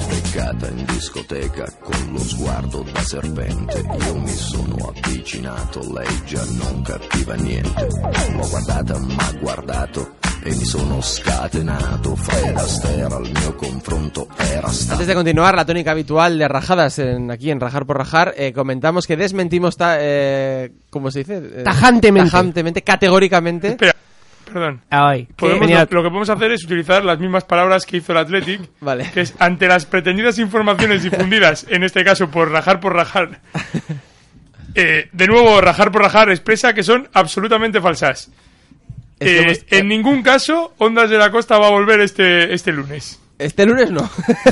Speaker 19: Beccata in discoteca con lo sguardo da serpente, io mi sono avvicinato, lei già non capiva niente. L'ho guardata, ma guardato e mi sono scatenato. Fred Astaire al mio confronto era stato.
Speaker 3: Antes de continuar, la tónica habitual de rajadas en, aquí en Rajar por Rajar, eh, comentamos que desmentimos, ta- eh, ¿cómo se dice? Eh,
Speaker 2: Tajantemente.
Speaker 3: Tajantemente, categóricamente.
Speaker 5: Espera, perdón.
Speaker 2: Ay,
Speaker 5: Podemos-
Speaker 2: genial.
Speaker 5: lo, lo que podemos hacer es utilizar las mismas palabras que hizo
Speaker 3: *laughs*
Speaker 5: el Athletic, que es ante las pretendidas informaciones difundidas, en este caso por rajar por
Speaker 3: *laughs*
Speaker 5: rajar. eh, de nuevo, rajar por rajar expresa que son absolutamente falsas.
Speaker 3: Es que
Speaker 5: Eh,
Speaker 3: hemos-
Speaker 5: en ningún caso, Ondas de la Costa va a volver este, este lunes.
Speaker 3: Este lunes no.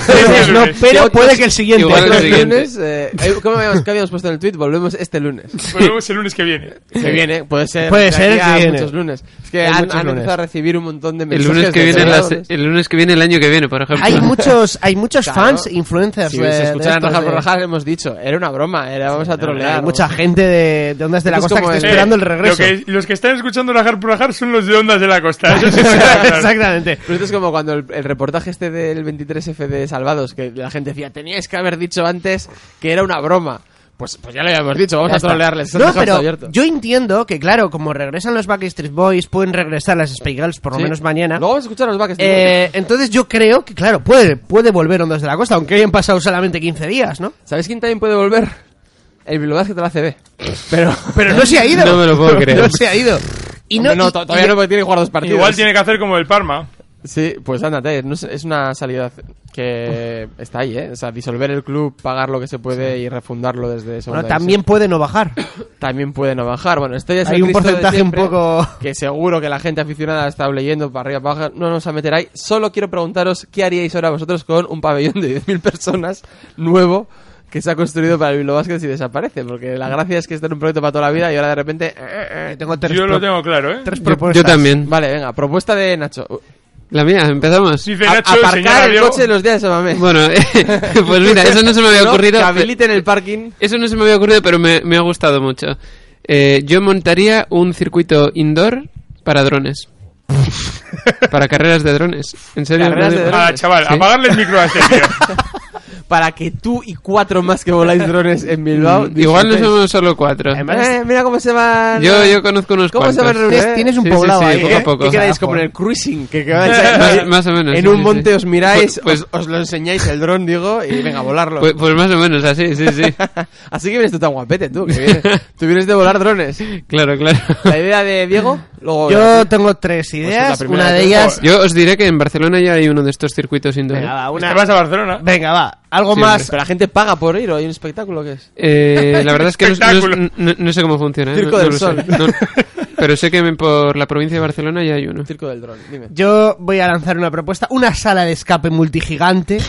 Speaker 5: Este
Speaker 2: No,
Speaker 5: lunes.
Speaker 2: pero puede que el siguiente.
Speaker 3: Igual el
Speaker 2: Otro
Speaker 3: lunes, eh, eh, ¿cómo habíamos, qué habíamos puesto en el tweet? Volvemos este lunes.
Speaker 5: Volvemos el lunes que viene.
Speaker 3: Que viene, puede ser.
Speaker 2: Puede
Speaker 3: de
Speaker 2: ser el
Speaker 3: aquí a
Speaker 2: que viene.
Speaker 3: muchos lunes. Es que
Speaker 2: Hay
Speaker 3: han,
Speaker 2: muchos
Speaker 3: han
Speaker 2: lunes.
Speaker 3: empezado a recibir un montón de
Speaker 4: El
Speaker 3: mensajes.
Speaker 4: lunes que
Speaker 3: de
Speaker 4: viene, la se-
Speaker 3: seguidores.
Speaker 4: el lunes que viene, el año que viene, por ejemplo.
Speaker 2: Hay muchos, hay muchos fans, influencers.
Speaker 3: Si
Speaker 2: de-
Speaker 3: se
Speaker 2: de
Speaker 3: escucharan
Speaker 2: estos
Speaker 3: rajar por
Speaker 2: de-
Speaker 3: rajar, hemos dicho. Era una broma, era, vamos a trolear.
Speaker 2: Hay mucha gente de, de Ondas de la
Speaker 3: Esto es
Speaker 2: Costa que
Speaker 3: como
Speaker 2: está
Speaker 3: el-
Speaker 2: esperando el
Speaker 3: Eh,
Speaker 2: regreso.
Speaker 5: Lo que- los que están escuchando rajar por rajar son los de Ondas de la
Speaker 3: *laughs*
Speaker 2: *laughs*
Speaker 5: Costa. Eso sí está claro.
Speaker 2: Exactamente.
Speaker 3: Pero esto es como cuando el, el reportaje este del 23F de Salvados, que la gente decía, teníais que haber dicho antes que era una broma. Pues, pues ya lo habíamos dicho, vamos
Speaker 2: Ya
Speaker 3: a
Speaker 2: está.
Speaker 3: trolearles.
Speaker 2: No, pero yo entiendo que, claro, como regresan los Backstreet Boys, pueden regresar las Spice Girls por lo
Speaker 3: Sí.
Speaker 2: menos mañana.
Speaker 3: No, vamos a escuchar a los Backstreet
Speaker 2: Eh, entonces yo creo que, claro, puede, puede volver Ondas de la Costa, aunque hayan pasado solamente 15 días, ¿no?
Speaker 3: ¿Sabéis quién también puede volver? El Bilbao que te la CB. Pero,
Speaker 2: *laughs* Pero no se ha ido.
Speaker 4: No me lo puedo
Speaker 2: No
Speaker 4: creer.
Speaker 2: se ha
Speaker 3: *laughs*
Speaker 2: ido. Y no,
Speaker 3: Hombre, no,
Speaker 2: y-
Speaker 3: to- todavía
Speaker 2: y-
Speaker 3: no, porque tiene que jugar dos partidos.
Speaker 5: Igual tiene que hacer como el Parma.
Speaker 3: Sí, pues ándate, no sé, es una salida que está ahí, ¿eh? O sea, disolver el club, pagar lo que se puede y refundarlo desde segunda
Speaker 2: Bueno, también puede no bajar.
Speaker 3: división. También puede no bajar. Bueno, este ya es
Speaker 2: Hay
Speaker 3: el
Speaker 2: un
Speaker 3: Cristo de
Speaker 2: porcentaje un
Speaker 3: siempre,
Speaker 2: poco-
Speaker 3: Que seguro que la gente aficionada está leyendo para arriba, para abajo. No nos a meter ahí. Solo quiero preguntaros qué haríais ahora vosotros con un pabellón de 10.000 personas nuevo que se ha construido para el Bilbao Basket si desaparece. Porque la gracia es que está en un proyecto para toda la vida y ahora de repente... eh, eh,
Speaker 2: tengo
Speaker 5: Yo lo tengo claro, ¿eh?
Speaker 2: Tres
Speaker 4: Yo también.
Speaker 3: Vale, venga, propuesta de Nacho.
Speaker 4: La mía, empezamos.
Speaker 5: Dice
Speaker 3: A-
Speaker 5: Nacho, señala
Speaker 3: aparcar el
Speaker 5: Diego.
Speaker 3: coche de los
Speaker 4: *laughs*
Speaker 3: días de
Speaker 4: *laughs*
Speaker 3: Samamé.
Speaker 4: Bueno, pues mira, eso no se me había
Speaker 3: *laughs* No,
Speaker 4: ocurrido.
Speaker 3: que habiliten el parking.
Speaker 4: Eso no se me había ocurrido, pero me, me ha gustado mucho. Eh, yo montaría un circuito indoor para
Speaker 3: *laughs*
Speaker 4: drones. para carreras de drones. ¿En serio?
Speaker 3: Carreras de drones. Ah, chaval,
Speaker 5: apagarle
Speaker 3: *laughs*
Speaker 5: el micro a ese tío.
Speaker 3: Para que tú y cuatro más que voláis drones en Bilbao.
Speaker 4: Mm, Igual no
Speaker 3: disfrutéis.
Speaker 4: somos solo cuatro.
Speaker 3: Eh, mira cómo se van.
Speaker 4: yo, yo conozco unos
Speaker 3: ¿Cómo se
Speaker 4: cuantos.
Speaker 3: van a reunir?
Speaker 2: Tienes un
Speaker 4: Sí, sí,
Speaker 2: poblado
Speaker 4: sí,
Speaker 2: ahí,
Speaker 4: poco
Speaker 2: ¿eh?
Speaker 4: a poco.
Speaker 3: ¿Qué quedáis como en el cruising? Que quedáis ahí,
Speaker 4: Más- más o menos,
Speaker 3: En
Speaker 4: sí,
Speaker 3: un
Speaker 4: sí,
Speaker 3: monte
Speaker 4: sí.
Speaker 3: os miráis,
Speaker 4: Pues-
Speaker 3: os, os lo enseñáis el dron, digo, y venga, a volarlo.
Speaker 4: Pues, pues más o menos así, sí,
Speaker 2: *laughs*
Speaker 4: sí.
Speaker 3: Así que vienes tú tan guapete, tú. Que vienes, tú vienes de
Speaker 4: *laughs*
Speaker 3: volar drones.
Speaker 4: Claro, claro.
Speaker 3: La idea de Diego, luego.
Speaker 2: Yo tengo tres ideas.
Speaker 3: primera
Speaker 2: una de
Speaker 3: que-
Speaker 2: ellas.
Speaker 4: Yo os diré que en Barcelona ya hay uno de estos circuitos indoor.
Speaker 2: Venga, va, una-
Speaker 5: Te vas a Barcelona.
Speaker 2: Venga, va. Algo
Speaker 4: Sí,
Speaker 2: más.
Speaker 3: Pero la gente paga por ir, ¿o hay un espectáculo que es?
Speaker 4: Eh, la verdad es que no- no,
Speaker 5: Espectáculo.
Speaker 4: no- no sé cómo funciona. ¿eh?
Speaker 3: Circo
Speaker 4: No- no
Speaker 3: del
Speaker 4: lo
Speaker 3: Sol.
Speaker 4: sé. No- pero sé que me- por la provincia de Barcelona ya hay uno.
Speaker 3: Circo del dron, dime.
Speaker 2: Yo voy a lanzar una propuesta. Una sala de escape multigigante. *laughs*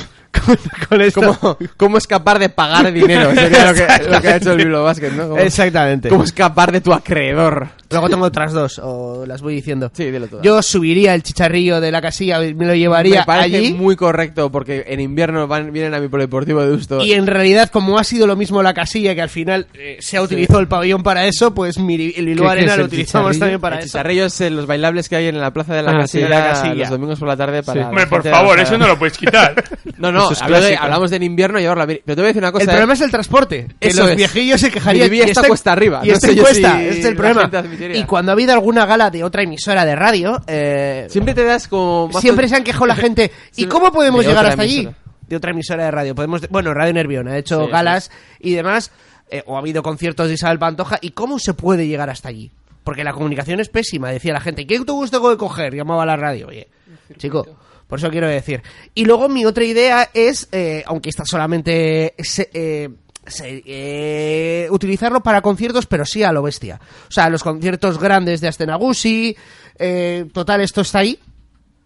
Speaker 2: Con, con esto.
Speaker 3: ¿Cómo, cómo escapar
Speaker 4: *laughs*
Speaker 3: de pagar dinero? Sería lo que, lo que ha hecho el
Speaker 2: Exactamente.
Speaker 3: Bilbao Basket, ¿no? Cómo-
Speaker 2: Exactamente.
Speaker 3: cómo escapar de tu acreedor?
Speaker 2: Luego tengo otras dos, o las voy diciendo.
Speaker 3: Sí, dilo todo.
Speaker 2: Yo subiría el chicharrillo de la casilla, me lo llevaría
Speaker 3: me parece
Speaker 2: allí.
Speaker 3: muy correcto porque en invierno van, vienen a mi polideportivo de gusto.
Speaker 2: Y en realidad, como ha sido lo mismo la casilla, que al final eh, se ha utilizado el pabellón para eso, pues mi, el Bilbao
Speaker 4: ¿Qué- qué
Speaker 2: Arena
Speaker 4: es
Speaker 2: lo
Speaker 4: el
Speaker 2: utilizamos
Speaker 4: chicharrillo?
Speaker 2: también para
Speaker 3: el
Speaker 2: eso.
Speaker 3: chicharrillo es eh, los bailables que hay en la plaza de la,
Speaker 4: Ah, sí,
Speaker 3: casilla,
Speaker 4: de la
Speaker 2: Casilla.
Speaker 3: los domingos por la tarde para. la
Speaker 5: Hombre, por
Speaker 3: gente de
Speaker 5: favor,
Speaker 3: la-
Speaker 5: eso no lo puedes quitar.
Speaker 3: *laughs* No, no,
Speaker 4: Eso es
Speaker 3: hablo de-
Speaker 4: clásico.
Speaker 3: hablamos del invierno y ahora. la- Pero te voy a decir una cosa.
Speaker 2: el
Speaker 3: eh.
Speaker 2: problema es el transporte. Que
Speaker 3: Eso
Speaker 2: los
Speaker 3: es.
Speaker 2: viejillos se quejarían.
Speaker 3: Mi vida
Speaker 2: y
Speaker 3: está
Speaker 2: este-
Speaker 3: cuesta arriba.
Speaker 2: Y
Speaker 3: No
Speaker 2: este
Speaker 3: sé yo
Speaker 2: cuesta.
Speaker 3: si
Speaker 2: este es el
Speaker 3: la
Speaker 2: problema.
Speaker 3: gente admitiría.
Speaker 2: Y cuando ha habido alguna gala de otra emisora de radio, eh,
Speaker 3: Siempre te das como. más-
Speaker 2: siempre se han quejado la
Speaker 3: *laughs*
Speaker 2: gente. ¿Y
Speaker 3: Siempre-
Speaker 2: cómo podemos
Speaker 3: De
Speaker 2: llegar
Speaker 3: otra
Speaker 2: hasta allí?
Speaker 3: emisora.
Speaker 2: De otra emisora de radio. Podemos, bueno, Radio Nervión ha hecho
Speaker 3: Sí,
Speaker 2: galas y demás, eh, o ha habido conciertos de Isabel Pantoja. ¿Y cómo se puede llegar hasta allí? Porque la comunicación es pésima, decía la gente. ¿Qué autobús tengo que coger? Llamaba a la radio. Oye, chico, por eso quiero decir. Y luego mi otra idea es, eh, aunque está solamente... se- eh, se- eh, utilizarlo para conciertos, pero sí a lo bestia. O sea, los conciertos grandes de Astenagusi, eh, total, esto está ahí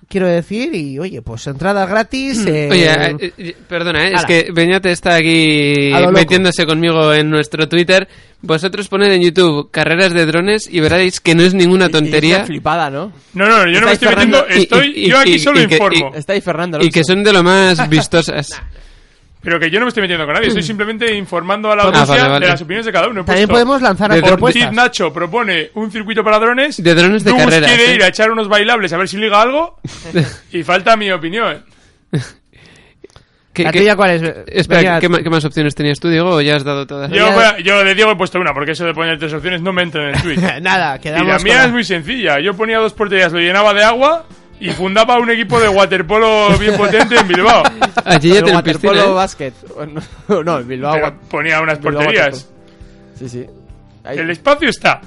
Speaker 2: quiero decir, y oye, pues entradas gratis. eh,
Speaker 4: Oye, eh, eh, perdona, eh, es
Speaker 2: ala.
Speaker 4: que Beñate está aquí
Speaker 2: A lo loco.
Speaker 4: metiéndose conmigo en nuestro Twitter. Vosotros poned en YouTube carreras de drones y veréis que no es ninguna
Speaker 3: Y- y
Speaker 4: tontería
Speaker 3: está flipada, ¿no?
Speaker 5: No, no, yo no
Speaker 3: Estáis
Speaker 5: me estoy metiendo.
Speaker 3: cerrando-
Speaker 4: y-
Speaker 5: Estoy,
Speaker 4: y-
Speaker 5: yo aquí
Speaker 4: y-
Speaker 5: solo
Speaker 4: y que-
Speaker 5: informo.
Speaker 3: Está ahí Fernando.
Speaker 4: y que
Speaker 3: Alonso.
Speaker 4: son de lo más vistosas.
Speaker 5: Pero que yo no me estoy metiendo con nadie. Estoy simplemente informando a la
Speaker 4: Mm. Ah,
Speaker 5: audiencia
Speaker 4: vale, vale.
Speaker 5: de las opiniones de cada uno. He
Speaker 2: También
Speaker 5: puesto-
Speaker 2: podemos lanzar
Speaker 4: de
Speaker 2: a
Speaker 4: Ortiz
Speaker 5: Ortiz
Speaker 2: propuestas.
Speaker 5: Nacho propone un circuito para drones.
Speaker 4: De drones de
Speaker 5: Dugus
Speaker 4: carreras,
Speaker 5: quiere
Speaker 4: ¿eh?
Speaker 5: ir a echar unos bailables a ver si
Speaker 4: *laughs*
Speaker 5: liga algo. y falta mi opinión.
Speaker 4: ¿Qué-
Speaker 2: ¿La
Speaker 4: qué-
Speaker 2: tuya cuál es?
Speaker 4: Espera,
Speaker 2: Beñat?
Speaker 4: ¿qué, ma- qué más opciones tenías tú, Diego? ¿O ya has dado todas?
Speaker 5: Yo, yo de Diego he puesto una, porque eso de poner tres opciones no me entra
Speaker 4: *laughs*
Speaker 5: en el tweet.
Speaker 2: Nada, quedamos.
Speaker 5: Y la mía
Speaker 2: con-
Speaker 5: es muy sencilla. Yo ponía dos porterías, lo llenaba de agua y fundaba un equipo de waterpolo bien potente en Bilbao.
Speaker 4: *laughs* Allí ya
Speaker 3: El
Speaker 4: tenés piscina.
Speaker 3: waterpolo
Speaker 4: ¿eh?
Speaker 3: basket. No, *laughs* no, en Bilbao.
Speaker 5: Pero ponía unas
Speaker 3: Bilbao
Speaker 5: porterías.
Speaker 3: Sí, sí. Ahí-
Speaker 5: El espacio está,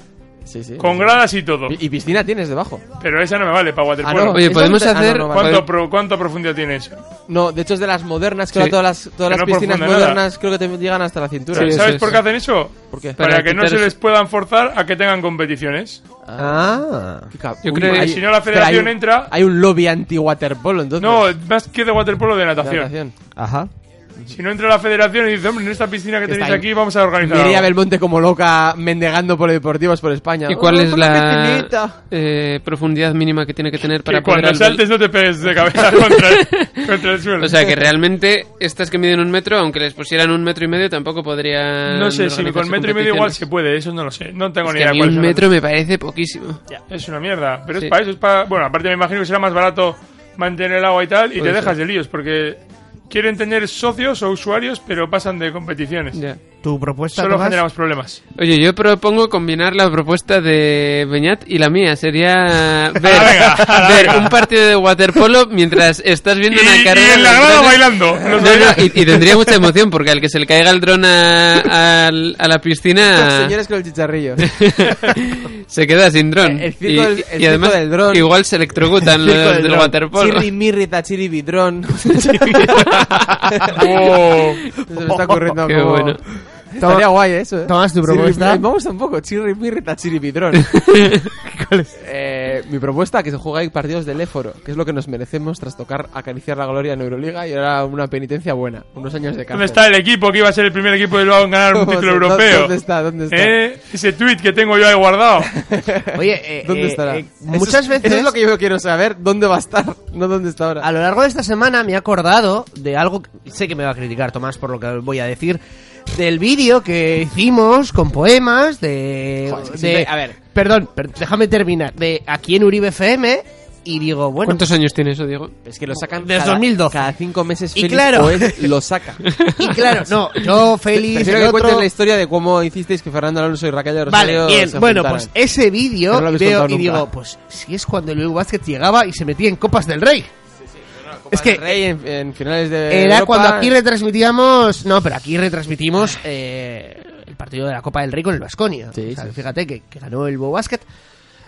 Speaker 3: sí, sí.
Speaker 5: con gradas y todo.
Speaker 3: Y y piscina tienes debajo.
Speaker 5: Pero esa no me vale para waterpolo.
Speaker 3: Ah, no,
Speaker 4: Oye,
Speaker 3: Eso
Speaker 4: podemos
Speaker 3: no te- ah,
Speaker 4: hacer...
Speaker 3: no, no, vale.
Speaker 5: ¿Cuánto, pro- cuánta profundidad tiene eso?
Speaker 3: No, de hecho es de las modernas, creo
Speaker 4: Sí.
Speaker 3: que todas las, todas
Speaker 5: Que
Speaker 3: las
Speaker 5: no
Speaker 3: piscinas
Speaker 5: profundan nada.
Speaker 3: modernas creo que te llegan hasta la cintura.
Speaker 4: Sí,
Speaker 5: ¿Sabes
Speaker 4: eso
Speaker 5: por
Speaker 4: es.
Speaker 5: qué hacen eso?
Speaker 3: ¿Por qué?
Speaker 5: Para,
Speaker 4: Para
Speaker 5: que no
Speaker 4: quitar
Speaker 5: se
Speaker 4: eso.
Speaker 5: les puedan forzar a que tengan competiciones.
Speaker 3: Ah.
Speaker 4: Yo creo que-
Speaker 5: Si no, la
Speaker 3: Espera,
Speaker 5: federación
Speaker 3: hay un-
Speaker 5: entra-
Speaker 3: Hay un lobby anti-waterpolo, entonces.
Speaker 5: No, más que de waterpolo de
Speaker 3: De
Speaker 5: natación.
Speaker 3: natación.
Speaker 2: Ajá.
Speaker 5: Si no entra la federación y dice, hombre, en esta piscina que
Speaker 3: Está
Speaker 5: tenéis
Speaker 3: ahí.
Speaker 5: aquí vamos a organizar.
Speaker 3: Mireia
Speaker 5: algo".
Speaker 3: Belmonte como loca mendegando polideportivos por España.
Speaker 4: ¿Y cuál
Speaker 3: Oh,
Speaker 4: es
Speaker 3: por
Speaker 4: la
Speaker 3: piscinita.
Speaker 4: eh, profundidad mínima que tiene que tener para
Speaker 5: que cuando
Speaker 4: poder... al-
Speaker 5: saltes no te pegues de cabeza *laughs* contra el, contra el suelo.
Speaker 4: O sea que realmente estas que miden un metro, aunque les pusieran un metro y medio, tampoco podrían.
Speaker 5: no sé si con
Speaker 4: organizarse
Speaker 5: metro y medio igual
Speaker 4: competiciones.
Speaker 5: se puede, eso no lo sé. No tengo
Speaker 4: Es
Speaker 5: ni
Speaker 4: que a
Speaker 5: idea
Speaker 4: mí
Speaker 5: cuál
Speaker 4: un
Speaker 5: es.
Speaker 4: metro me parece poquísimo.
Speaker 5: Es una mierda, pero
Speaker 4: Sí.
Speaker 5: es para eso, es para... Bueno, aparte me imagino que será más barato mantener el agua y tal y
Speaker 4: Puede
Speaker 5: te dejas
Speaker 4: ser.
Speaker 5: de líos porque quieren tener socios o usuarios pero pasan de competiciones.
Speaker 4: Ya.
Speaker 2: Tu propuesta,
Speaker 5: Solo
Speaker 2: Tomás?
Speaker 5: generamos problemas.
Speaker 4: Oye, yo propongo combinar la propuesta de Beñat y la mía.
Speaker 5: *laughs*
Speaker 4: Sería ver, ver un partido de waterpolo mientras estás viendo una carrera.
Speaker 5: en la
Speaker 4: de
Speaker 5: grada
Speaker 4: drones.
Speaker 5: bailando.
Speaker 4: No, no, y, y tendría mucha emoción porque al que se le caiga el dron a, al- a la
Speaker 3: *laughs* Estos
Speaker 4: piscina
Speaker 3: señores con el chicharrillo.
Speaker 4: se queda sin dron.
Speaker 3: El circo del- el
Speaker 4: y
Speaker 3: circo
Speaker 4: además,
Speaker 3: del dron.
Speaker 4: igual se
Speaker 3: *laughs*
Speaker 4: electrocutan los del waterpolo.
Speaker 3: Chirri mirri
Speaker 4: *laughs*
Speaker 3: tachiri bidrón. *laughs* Se me está ocurriendo
Speaker 4: Oh. Qué
Speaker 3: como...
Speaker 4: bueno.
Speaker 3: Estaría guay eso, ¿eh?
Speaker 2: Tomás, tu
Speaker 3: Chirri-
Speaker 2: propuesta.
Speaker 3: Me gusta un poco. Chirri mirri tachiri bidrón.
Speaker 4: *laughs*
Speaker 3: Eh, mi propuesta que se juegue partidos del éforo, que es lo que nos merecemos tras tocar acariciar la gloria en Euroliga y ahora una penitencia buena, unos años de cárcel.
Speaker 5: ¿Dónde está el equipo que iba a ser el primer equipo de Bilbao en ganar un
Speaker 3: ¿Dónde-
Speaker 5: título
Speaker 3: dónde-
Speaker 5: europeo?
Speaker 3: dónde está? ¿Dónde está?
Speaker 5: ¿Eh? Ese tweet que tengo yo ahí guardado.
Speaker 2: Oye, eh,
Speaker 3: ¿Dónde
Speaker 2: eh,
Speaker 3: estará?
Speaker 2: eh,
Speaker 3: Eso es-
Speaker 2: muchas veces.
Speaker 3: Eso es lo que yo quiero saber. ¿Dónde va a estar? *laughs* No dónde está ahora.
Speaker 2: A lo largo de esta semana me he acordado de algo. que- Sé que me va a criticar Tomás por lo que voy a decir. Del vídeo que hicimos con poemas de.
Speaker 3: Joder, es
Speaker 2: de-
Speaker 3: que siempre- a ver.
Speaker 2: Perdón, per- déjame terminar. De aquí en Uribe FM. Y digo, bueno.
Speaker 4: ¿Cuántos años tiene eso, Diego?
Speaker 3: Es que lo sacan
Speaker 2: Desde
Speaker 3: cada-
Speaker 2: 2012.
Speaker 3: Cada cinco meses
Speaker 2: Y
Speaker 3: Félix
Speaker 2: claro.
Speaker 3: Oed lo saca.
Speaker 2: Y claro,
Speaker 3: *laughs*
Speaker 2: no, yo, Félix,
Speaker 3: Prefiero
Speaker 2: el
Speaker 3: que
Speaker 2: otro-
Speaker 3: cuentes la historia de cómo hicisteis que Fernando Alonso y Raquel de Rosario
Speaker 2: Vale, bien.
Speaker 3: se
Speaker 2: Bueno,
Speaker 3: juntaran.
Speaker 2: pues ese
Speaker 3: Que
Speaker 2: vídeo
Speaker 3: no lo habéis
Speaker 2: veo
Speaker 3: contado
Speaker 2: y
Speaker 3: nunca.
Speaker 2: digo, pues si es cuando Luis Vázquez llegaba y se metía en Copas del Rey.
Speaker 3: es que Rey en, en finales de
Speaker 2: eh, Era
Speaker 3: Europa,
Speaker 2: cuando aquí retransmitíamos. No, pero aquí retransmitimos eh, el partido de la Copa del Rey con el Vasconia.
Speaker 3: Sí, sí.
Speaker 2: Fíjate que, que ganó el Bow Basket.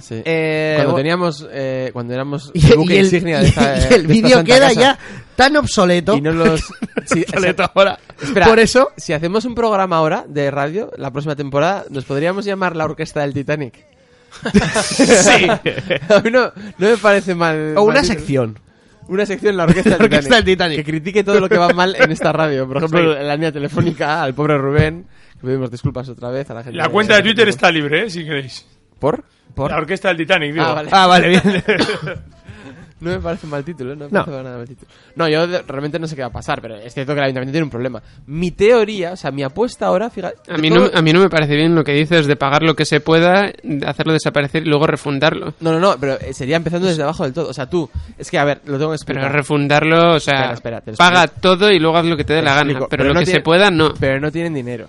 Speaker 3: Sí.
Speaker 2: Eh,
Speaker 3: cuando
Speaker 2: bo-
Speaker 3: teníamos eh, cuando éramos
Speaker 2: *laughs* Y,
Speaker 3: buque
Speaker 2: y el,
Speaker 3: insignia de esta- eh,
Speaker 2: y
Speaker 3: de
Speaker 2: el
Speaker 3: esta
Speaker 2: vídeo
Speaker 3: santa
Speaker 2: queda
Speaker 3: casa.
Speaker 2: ya tan obsoleto.
Speaker 3: y
Speaker 2: *laughs*
Speaker 3: no los sí,
Speaker 2: Obsoleto
Speaker 3: esa-
Speaker 2: ahora.
Speaker 3: Espera,
Speaker 2: Por eso.
Speaker 3: si hacemos un programa ahora de radio la próxima temporada nos podríamos llamar la orquesta del Titanic
Speaker 2: *laughs* Sí.
Speaker 3: *laughs* a mí no, no me parece mal
Speaker 2: O una
Speaker 3: mal-
Speaker 2: sección.
Speaker 3: una sección la orquesta del
Speaker 2: La orquesta
Speaker 3: Titanic, que critique todo lo que va mal en
Speaker 2: *laughs*
Speaker 3: esta radio por ejemplo
Speaker 2: Sí.
Speaker 3: en la línea telefónica al pobre Rubén que pedimos disculpas otra vez a la gente
Speaker 5: La cuenta de Twitter está libre, ¿eh? si queréis.
Speaker 3: por por
Speaker 5: La orquesta del Titanic, digo.
Speaker 3: Ah, vale.
Speaker 2: Ah, vale,
Speaker 5: *laughs*
Speaker 2: bien.
Speaker 3: No me parece mal título, ¿eh? no me
Speaker 2: No.
Speaker 3: parece para nada mal título. No, yo de- realmente no sé qué va a pasar, pero es cierto que el ayuntamiento tiene un problema. Mi teoría, o sea, mi apuesta ahora, fíjate.
Speaker 4: A mí, no, a mí no me parece bien lo que dices de pagar lo que se pueda, de hacerlo desaparecer y luego refundarlo.
Speaker 3: No, no, no, pero eh, sería empezando desde abajo del todo. O sea, tú, es que a ver, lo tengo que explicar.
Speaker 4: Pero refundarlo, o sea,
Speaker 3: Espera, espera, te lo
Speaker 4: paga
Speaker 3: explico.
Speaker 4: todo y luego haz lo que te dé
Speaker 3: Te
Speaker 4: la gana.
Speaker 3: explico,
Speaker 4: pero, lo
Speaker 3: no
Speaker 4: que se
Speaker 3: tiene-
Speaker 4: pueda, no.
Speaker 3: Pero no tienen dinero.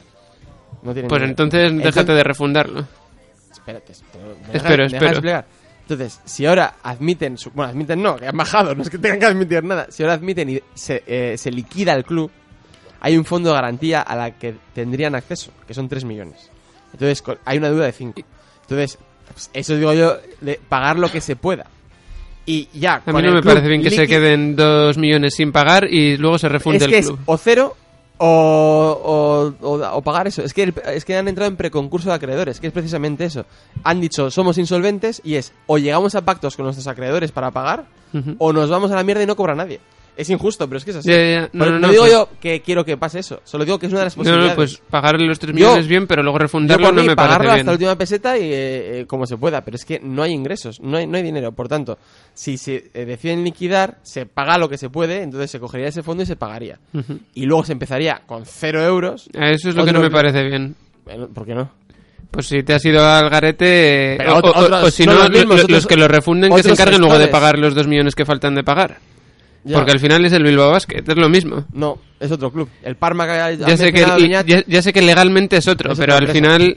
Speaker 3: No tienen
Speaker 4: Pues
Speaker 3: dinero.
Speaker 4: entonces déjate de refundarlo.
Speaker 3: Espérate, espera, me dejas-
Speaker 4: Espero,
Speaker 3: me dejas
Speaker 4: espero.
Speaker 3: explicar. Entonces, si ahora admiten, su- bueno, admiten no, que han bajado, *laughs* no es que tengan que admitir nada. Si ahora admiten y se, eh, se liquida el club, hay un fondo de garantía a la que tendrían acceso, que son 3 millones. Entonces, co- hay una deuda de 5. Entonces, pues, eso digo yo, de pagar lo que se pueda. Y ya,
Speaker 4: A
Speaker 3: con
Speaker 4: mí no
Speaker 3: el
Speaker 4: me
Speaker 3: club
Speaker 4: parece bien que se
Speaker 3: liqui-
Speaker 4: queden dos millones sin pagar y luego se refunde
Speaker 3: es
Speaker 4: el
Speaker 3: que
Speaker 4: club.
Speaker 3: es o cero o, o- o- o pagar eso. Es que, el- es que han entrado en preconcurso de acreedores, que es precisamente eso. Han dicho, somos insolventes y es o llegamos a pactos con nuestros acreedores para pagar
Speaker 4: Ujú.
Speaker 3: o nos vamos a la mierda y no cobra nadie. Es injusto, pero es que es así.
Speaker 4: Ya, ya, ya. No,
Speaker 3: Por-
Speaker 4: no,
Speaker 3: no
Speaker 4: no,
Speaker 3: digo
Speaker 4: pues-
Speaker 3: yo que quiero que pase eso, solo digo que es una de las
Speaker 4: No,
Speaker 3: posibilidades.
Speaker 4: no, pues pagar los tres
Speaker 3: Yo-
Speaker 4: millones bien, pero luego
Speaker 3: Yo
Speaker 4: refundarlo
Speaker 3: por
Speaker 4: no
Speaker 3: mí,
Speaker 4: me
Speaker 3: pagarlo
Speaker 4: parece
Speaker 3: hasta
Speaker 4: bien.
Speaker 3: la última peseta y eh, eh, como se pueda, pero es que no hay ingresos, no hay, no hay dinero. Por tanto, si se eh, deciden liquidar, se paga lo que se puede, entonces se cogería ese fondo y se pagaría.
Speaker 4: Ujú.
Speaker 3: Y luego se empezaría con cero euros.
Speaker 4: A Eso es lo que
Speaker 3: Otro-
Speaker 4: no me parece bien.
Speaker 3: Bueno, ¿Por qué no?
Speaker 4: Pues si te has ido al garete, eh,
Speaker 3: Pero
Speaker 4: o,
Speaker 3: otro-
Speaker 4: o- o-
Speaker 3: otros-
Speaker 4: o si
Speaker 3: no
Speaker 4: no,
Speaker 3: los
Speaker 4: lo-
Speaker 3: mismos,
Speaker 4: lo-
Speaker 3: otros-
Speaker 4: los que lo refunden que se
Speaker 3: otros
Speaker 4: encarguen luego de
Speaker 3: gestores.
Speaker 4: pagar los dos millones que faltan de pagar.
Speaker 3: Ya.
Speaker 4: Porque al final es el Bilbao Basket, es lo mismo.
Speaker 3: No, es otro club. El Parma que ha- ha
Speaker 4: ya sé que
Speaker 3: mencionado
Speaker 4: y-
Speaker 3: Beñat,
Speaker 4: ya, ya sé que legalmente es otro,
Speaker 3: Es
Speaker 4: pero
Speaker 3: otra
Speaker 4: al
Speaker 3: empresa.
Speaker 4: final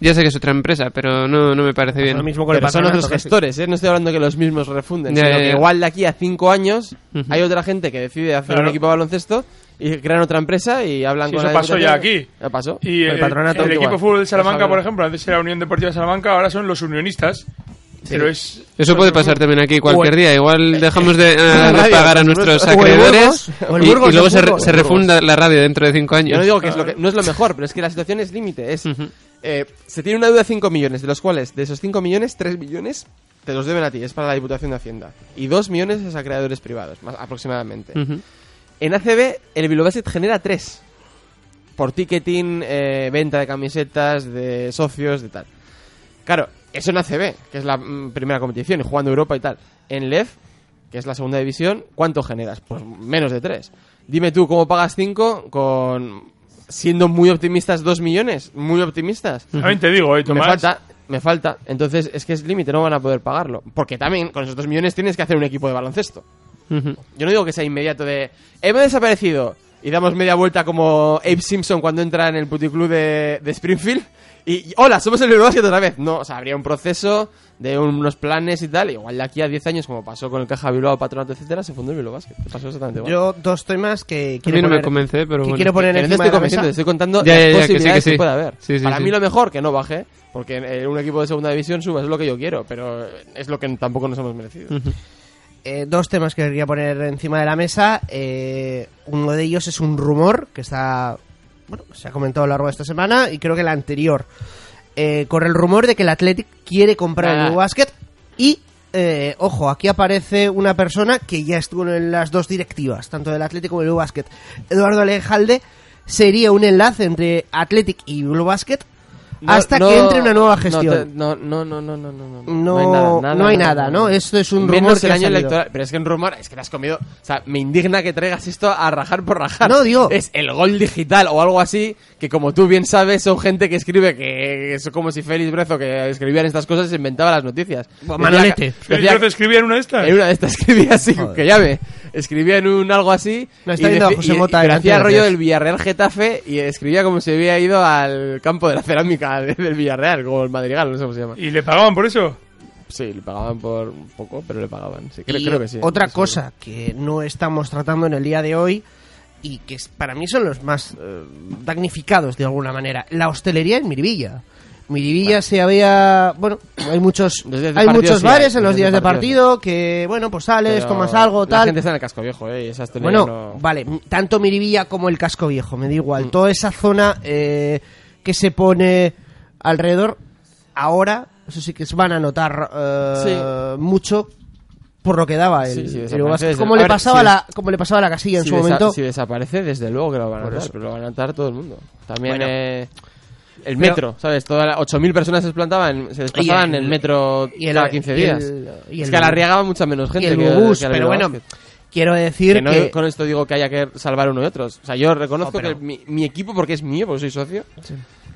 Speaker 4: ya sé que es otra empresa, pero no, no me parece bien.
Speaker 2: Lo mismo con el
Speaker 3: pero son
Speaker 2: Barcelona,
Speaker 3: otros
Speaker 2: entonces.
Speaker 3: gestores, ¿eh? No estoy hablando que los mismos refunden,
Speaker 4: Ya,
Speaker 3: sino
Speaker 4: ya,
Speaker 3: que
Speaker 4: ya.
Speaker 3: igual de aquí a cinco años
Speaker 4: Ujú.
Speaker 3: hay otra gente que decide hacer un
Speaker 5: Claro.
Speaker 3: equipo de baloncesto y crean otra empresa y hablan
Speaker 5: Sí,
Speaker 3: con
Speaker 5: eso
Speaker 3: la
Speaker 5: pasó ya
Speaker 3: Diputación.
Speaker 5: aquí.
Speaker 3: Ya pasó.
Speaker 5: Y el, el
Speaker 3: igual.
Speaker 5: equipo de fútbol de Salamanca,
Speaker 3: Pues,
Speaker 5: por
Speaker 3: a ver.
Speaker 5: ejemplo, antes era Unión Deportiva de Salamanca, ahora son los unionistas. Pero es.
Speaker 4: Eso puede pasar también aquí cualquier
Speaker 5: O el-
Speaker 4: día. Igual dejamos
Speaker 3: *laughs*
Speaker 4: de, eh, de
Speaker 3: radio,
Speaker 4: pagar a
Speaker 3: por
Speaker 4: nuestros
Speaker 3: supuesto. O el
Speaker 4: acreedores
Speaker 3: Burgos, o el
Speaker 4: y, y
Speaker 3: Burgos,
Speaker 4: luego
Speaker 3: el
Speaker 4: se, re-
Speaker 3: Burgos,
Speaker 4: se
Speaker 3: el Burgos.
Speaker 4: refunda la radio dentro de cinco años.
Speaker 3: Yo no digo que, es lo
Speaker 4: *laughs*
Speaker 3: que no es lo mejor, pero es que la situación es límite. Es, eh, se tiene una deuda de 5 millones, de los cuales de esos 5 millones, 3 millones te los deben a ti, es para la Diputación de Hacienda. Y 2 millones es a creadores privados, más aproximadamente.
Speaker 4: Ujú.
Speaker 3: En ACB, el Bilbao Basket genera 3. Por ticketing, eh, venta de camisetas, de socios, de tal. Claro, eso en ACB, que es la mm, primera competición, y jugando Europa y tal. En LEF, que es la segunda división, ¿cuánto generas? Pues menos de 3. Dime tú cómo pagas 5 con... Siendo muy optimistas 2 millones, muy optimistas.
Speaker 5: También te digo, eh,
Speaker 3: Me
Speaker 5: Tomás.
Speaker 3: falta, me falta. Entonces es que es límite, no van a poder pagarlo. Porque también con esos 2 millones tienes que hacer un equipo de baloncesto.
Speaker 4: Ujú.
Speaker 3: Yo no digo que sea inmediato de hemos "Eh, desaparecido, y damos media vuelta como Abe Simpson cuando entra en el puticlub de, de Springfield. Y, y, hola, somos el Eurobasket otra vez. No, o sea, habría un proceso de un- unos planes y tal. Igual de aquí a 10 años, como pasó con el Caja Bilbao, Patronato, etcétera, se fundó el Bilbao Basket. Pasó exactamente igual.
Speaker 2: Yo dos temas que quiero
Speaker 4: mí no me
Speaker 2: poner-
Speaker 4: convence, eh, pero
Speaker 2: que
Speaker 4: bueno.
Speaker 2: quiero poner
Speaker 4: Que no
Speaker 2: encima
Speaker 4: te
Speaker 2: de la
Speaker 4: convenciendo,
Speaker 2: mesa.
Speaker 4: te estoy
Speaker 3: contando
Speaker 4: Ya,
Speaker 3: las
Speaker 4: ya, ya, que sí, que
Speaker 3: posibilidades que,
Speaker 4: sí.
Speaker 3: puede haber.
Speaker 4: Sí, sí,
Speaker 3: Para
Speaker 4: sí.
Speaker 3: mí lo mejor que no baje, porque eh, un equipo de segunda división suba es lo que yo quiero, pero es lo que tampoco nos hemos merecido.
Speaker 4: Mm.
Speaker 2: eh, dos temas que quería poner encima de la mesa. Eh, uno de ellos es un rumor que está, bueno, se ha comentado a lo largo de esta semana y creo que la anterior. Eh, corre el rumor de que el Athletic quiere comprar
Speaker 3: Ah.
Speaker 2: el Basket y, eh, ojo, aquí aparece una persona que ya estuvo en las dos directivas, tanto del Athletic como del Basket. Eduardo Alejalde sería un enlace entre Athletic y Blue Basket
Speaker 3: No,
Speaker 2: hasta
Speaker 3: no-
Speaker 2: que entre una nueva
Speaker 3: no,
Speaker 2: gestión.
Speaker 3: te- No, no, no, no, no, no, no.
Speaker 2: No-
Speaker 3: hay nada,
Speaker 2: no hay nada, ¿no? Esto es un
Speaker 3: Menos
Speaker 2: rumor que
Speaker 3: el
Speaker 2: ha
Speaker 3: año
Speaker 2: salido.
Speaker 3: electoral. Pero es que un rumor, es que te has comido. O sea, me indigna que traigas esto a rajar por rajar.
Speaker 2: No, digo-
Speaker 3: Es el gol digital o algo así, que como tú bien sabes, son gente que escribe que es como si Félix Brezo, que escribían estas cosas, se inventaba las noticias.
Speaker 2: Manolete.
Speaker 5: ¿Félix Brezo escribía en una de estas?
Speaker 3: En una de estas *laughs* escribía así, que llame. Escribía en un algo así.
Speaker 2: No, está
Speaker 3: y
Speaker 2: viendo a
Speaker 3: defi-
Speaker 2: José
Speaker 3: y-
Speaker 2: Mota
Speaker 3: pero
Speaker 2: delante
Speaker 3: hacía
Speaker 2: de
Speaker 3: rollo
Speaker 2: Dios.
Speaker 3: del Villarreal Getafe y escribía como si había ido al campo de la cerámica de- del Villarreal, como el Madrigal, no sé cómo se llama.
Speaker 5: ¿Y le pagaban por eso?
Speaker 3: Sí, le pagaban por un poco, pero le pagaban. Sí, creo,
Speaker 2: Y
Speaker 3: creo que sí.
Speaker 2: Otra
Speaker 3: Sí.
Speaker 2: cosa que no estamos tratando en el día de hoy y que es- para mí son los más eh, damnificados de alguna manera, la hostelería en Miribilla. Miribilla se había, bueno, hay muchos
Speaker 3: Desde
Speaker 2: hay
Speaker 3: partido
Speaker 2: muchos
Speaker 3: sí
Speaker 2: bares
Speaker 3: hay,
Speaker 2: en los
Speaker 3: desde
Speaker 2: días de
Speaker 3: partido
Speaker 2: partido que bueno, pues sales,
Speaker 3: Pero
Speaker 2: tomas algo,
Speaker 3: La
Speaker 2: tal.
Speaker 3: gente está en el casco viejo, ¿eh? y esa hostelería
Speaker 2: Bueno,
Speaker 3: no-
Speaker 2: vale, m- tanto Miribilla como el casco viejo, me da igual.
Speaker 3: Mm.
Speaker 2: Toda esa zona eh, que se pone alrededor, ahora, eso sí que se van a notar eh, mucho por lo que daba el,
Speaker 3: Sí, sí,
Speaker 2: el
Speaker 3: desaparece
Speaker 2: Eurobasket.
Speaker 3: desde-
Speaker 2: como
Speaker 3: a
Speaker 2: le
Speaker 3: ver,
Speaker 2: pasaba
Speaker 3: si
Speaker 2: la,
Speaker 3: es-
Speaker 2: como le pasaba a la casilla en
Speaker 3: si
Speaker 2: su
Speaker 3: desa-
Speaker 2: momento.
Speaker 3: Si desaparece, desde luego que lo van a
Speaker 2: Por
Speaker 3: notar,
Speaker 2: eso.
Speaker 3: pero lo van a notar todo el mundo. También
Speaker 2: Bueno.
Speaker 3: eh, el
Speaker 2: Pero-
Speaker 3: metro, ¿sabes? Toda la- 8.000 personas se desplantaban, se desplazaban
Speaker 2: Y el-
Speaker 3: en el metro
Speaker 2: y el-
Speaker 3: cada 15
Speaker 2: y el-
Speaker 3: días.
Speaker 2: y
Speaker 3: es
Speaker 2: el-
Speaker 3: que a la riaga va mucha menos gente
Speaker 2: y el
Speaker 3: que,
Speaker 2: bus,
Speaker 3: que al
Speaker 2: pero bueno,
Speaker 3: Eurobasket.
Speaker 2: quiero decir
Speaker 3: no
Speaker 2: que-
Speaker 3: con esto digo que haya que salvar uno y otro. O sea, yo reconozco
Speaker 2: No, pero-
Speaker 3: que mi, mi equipo, porque es mío, porque soy socio,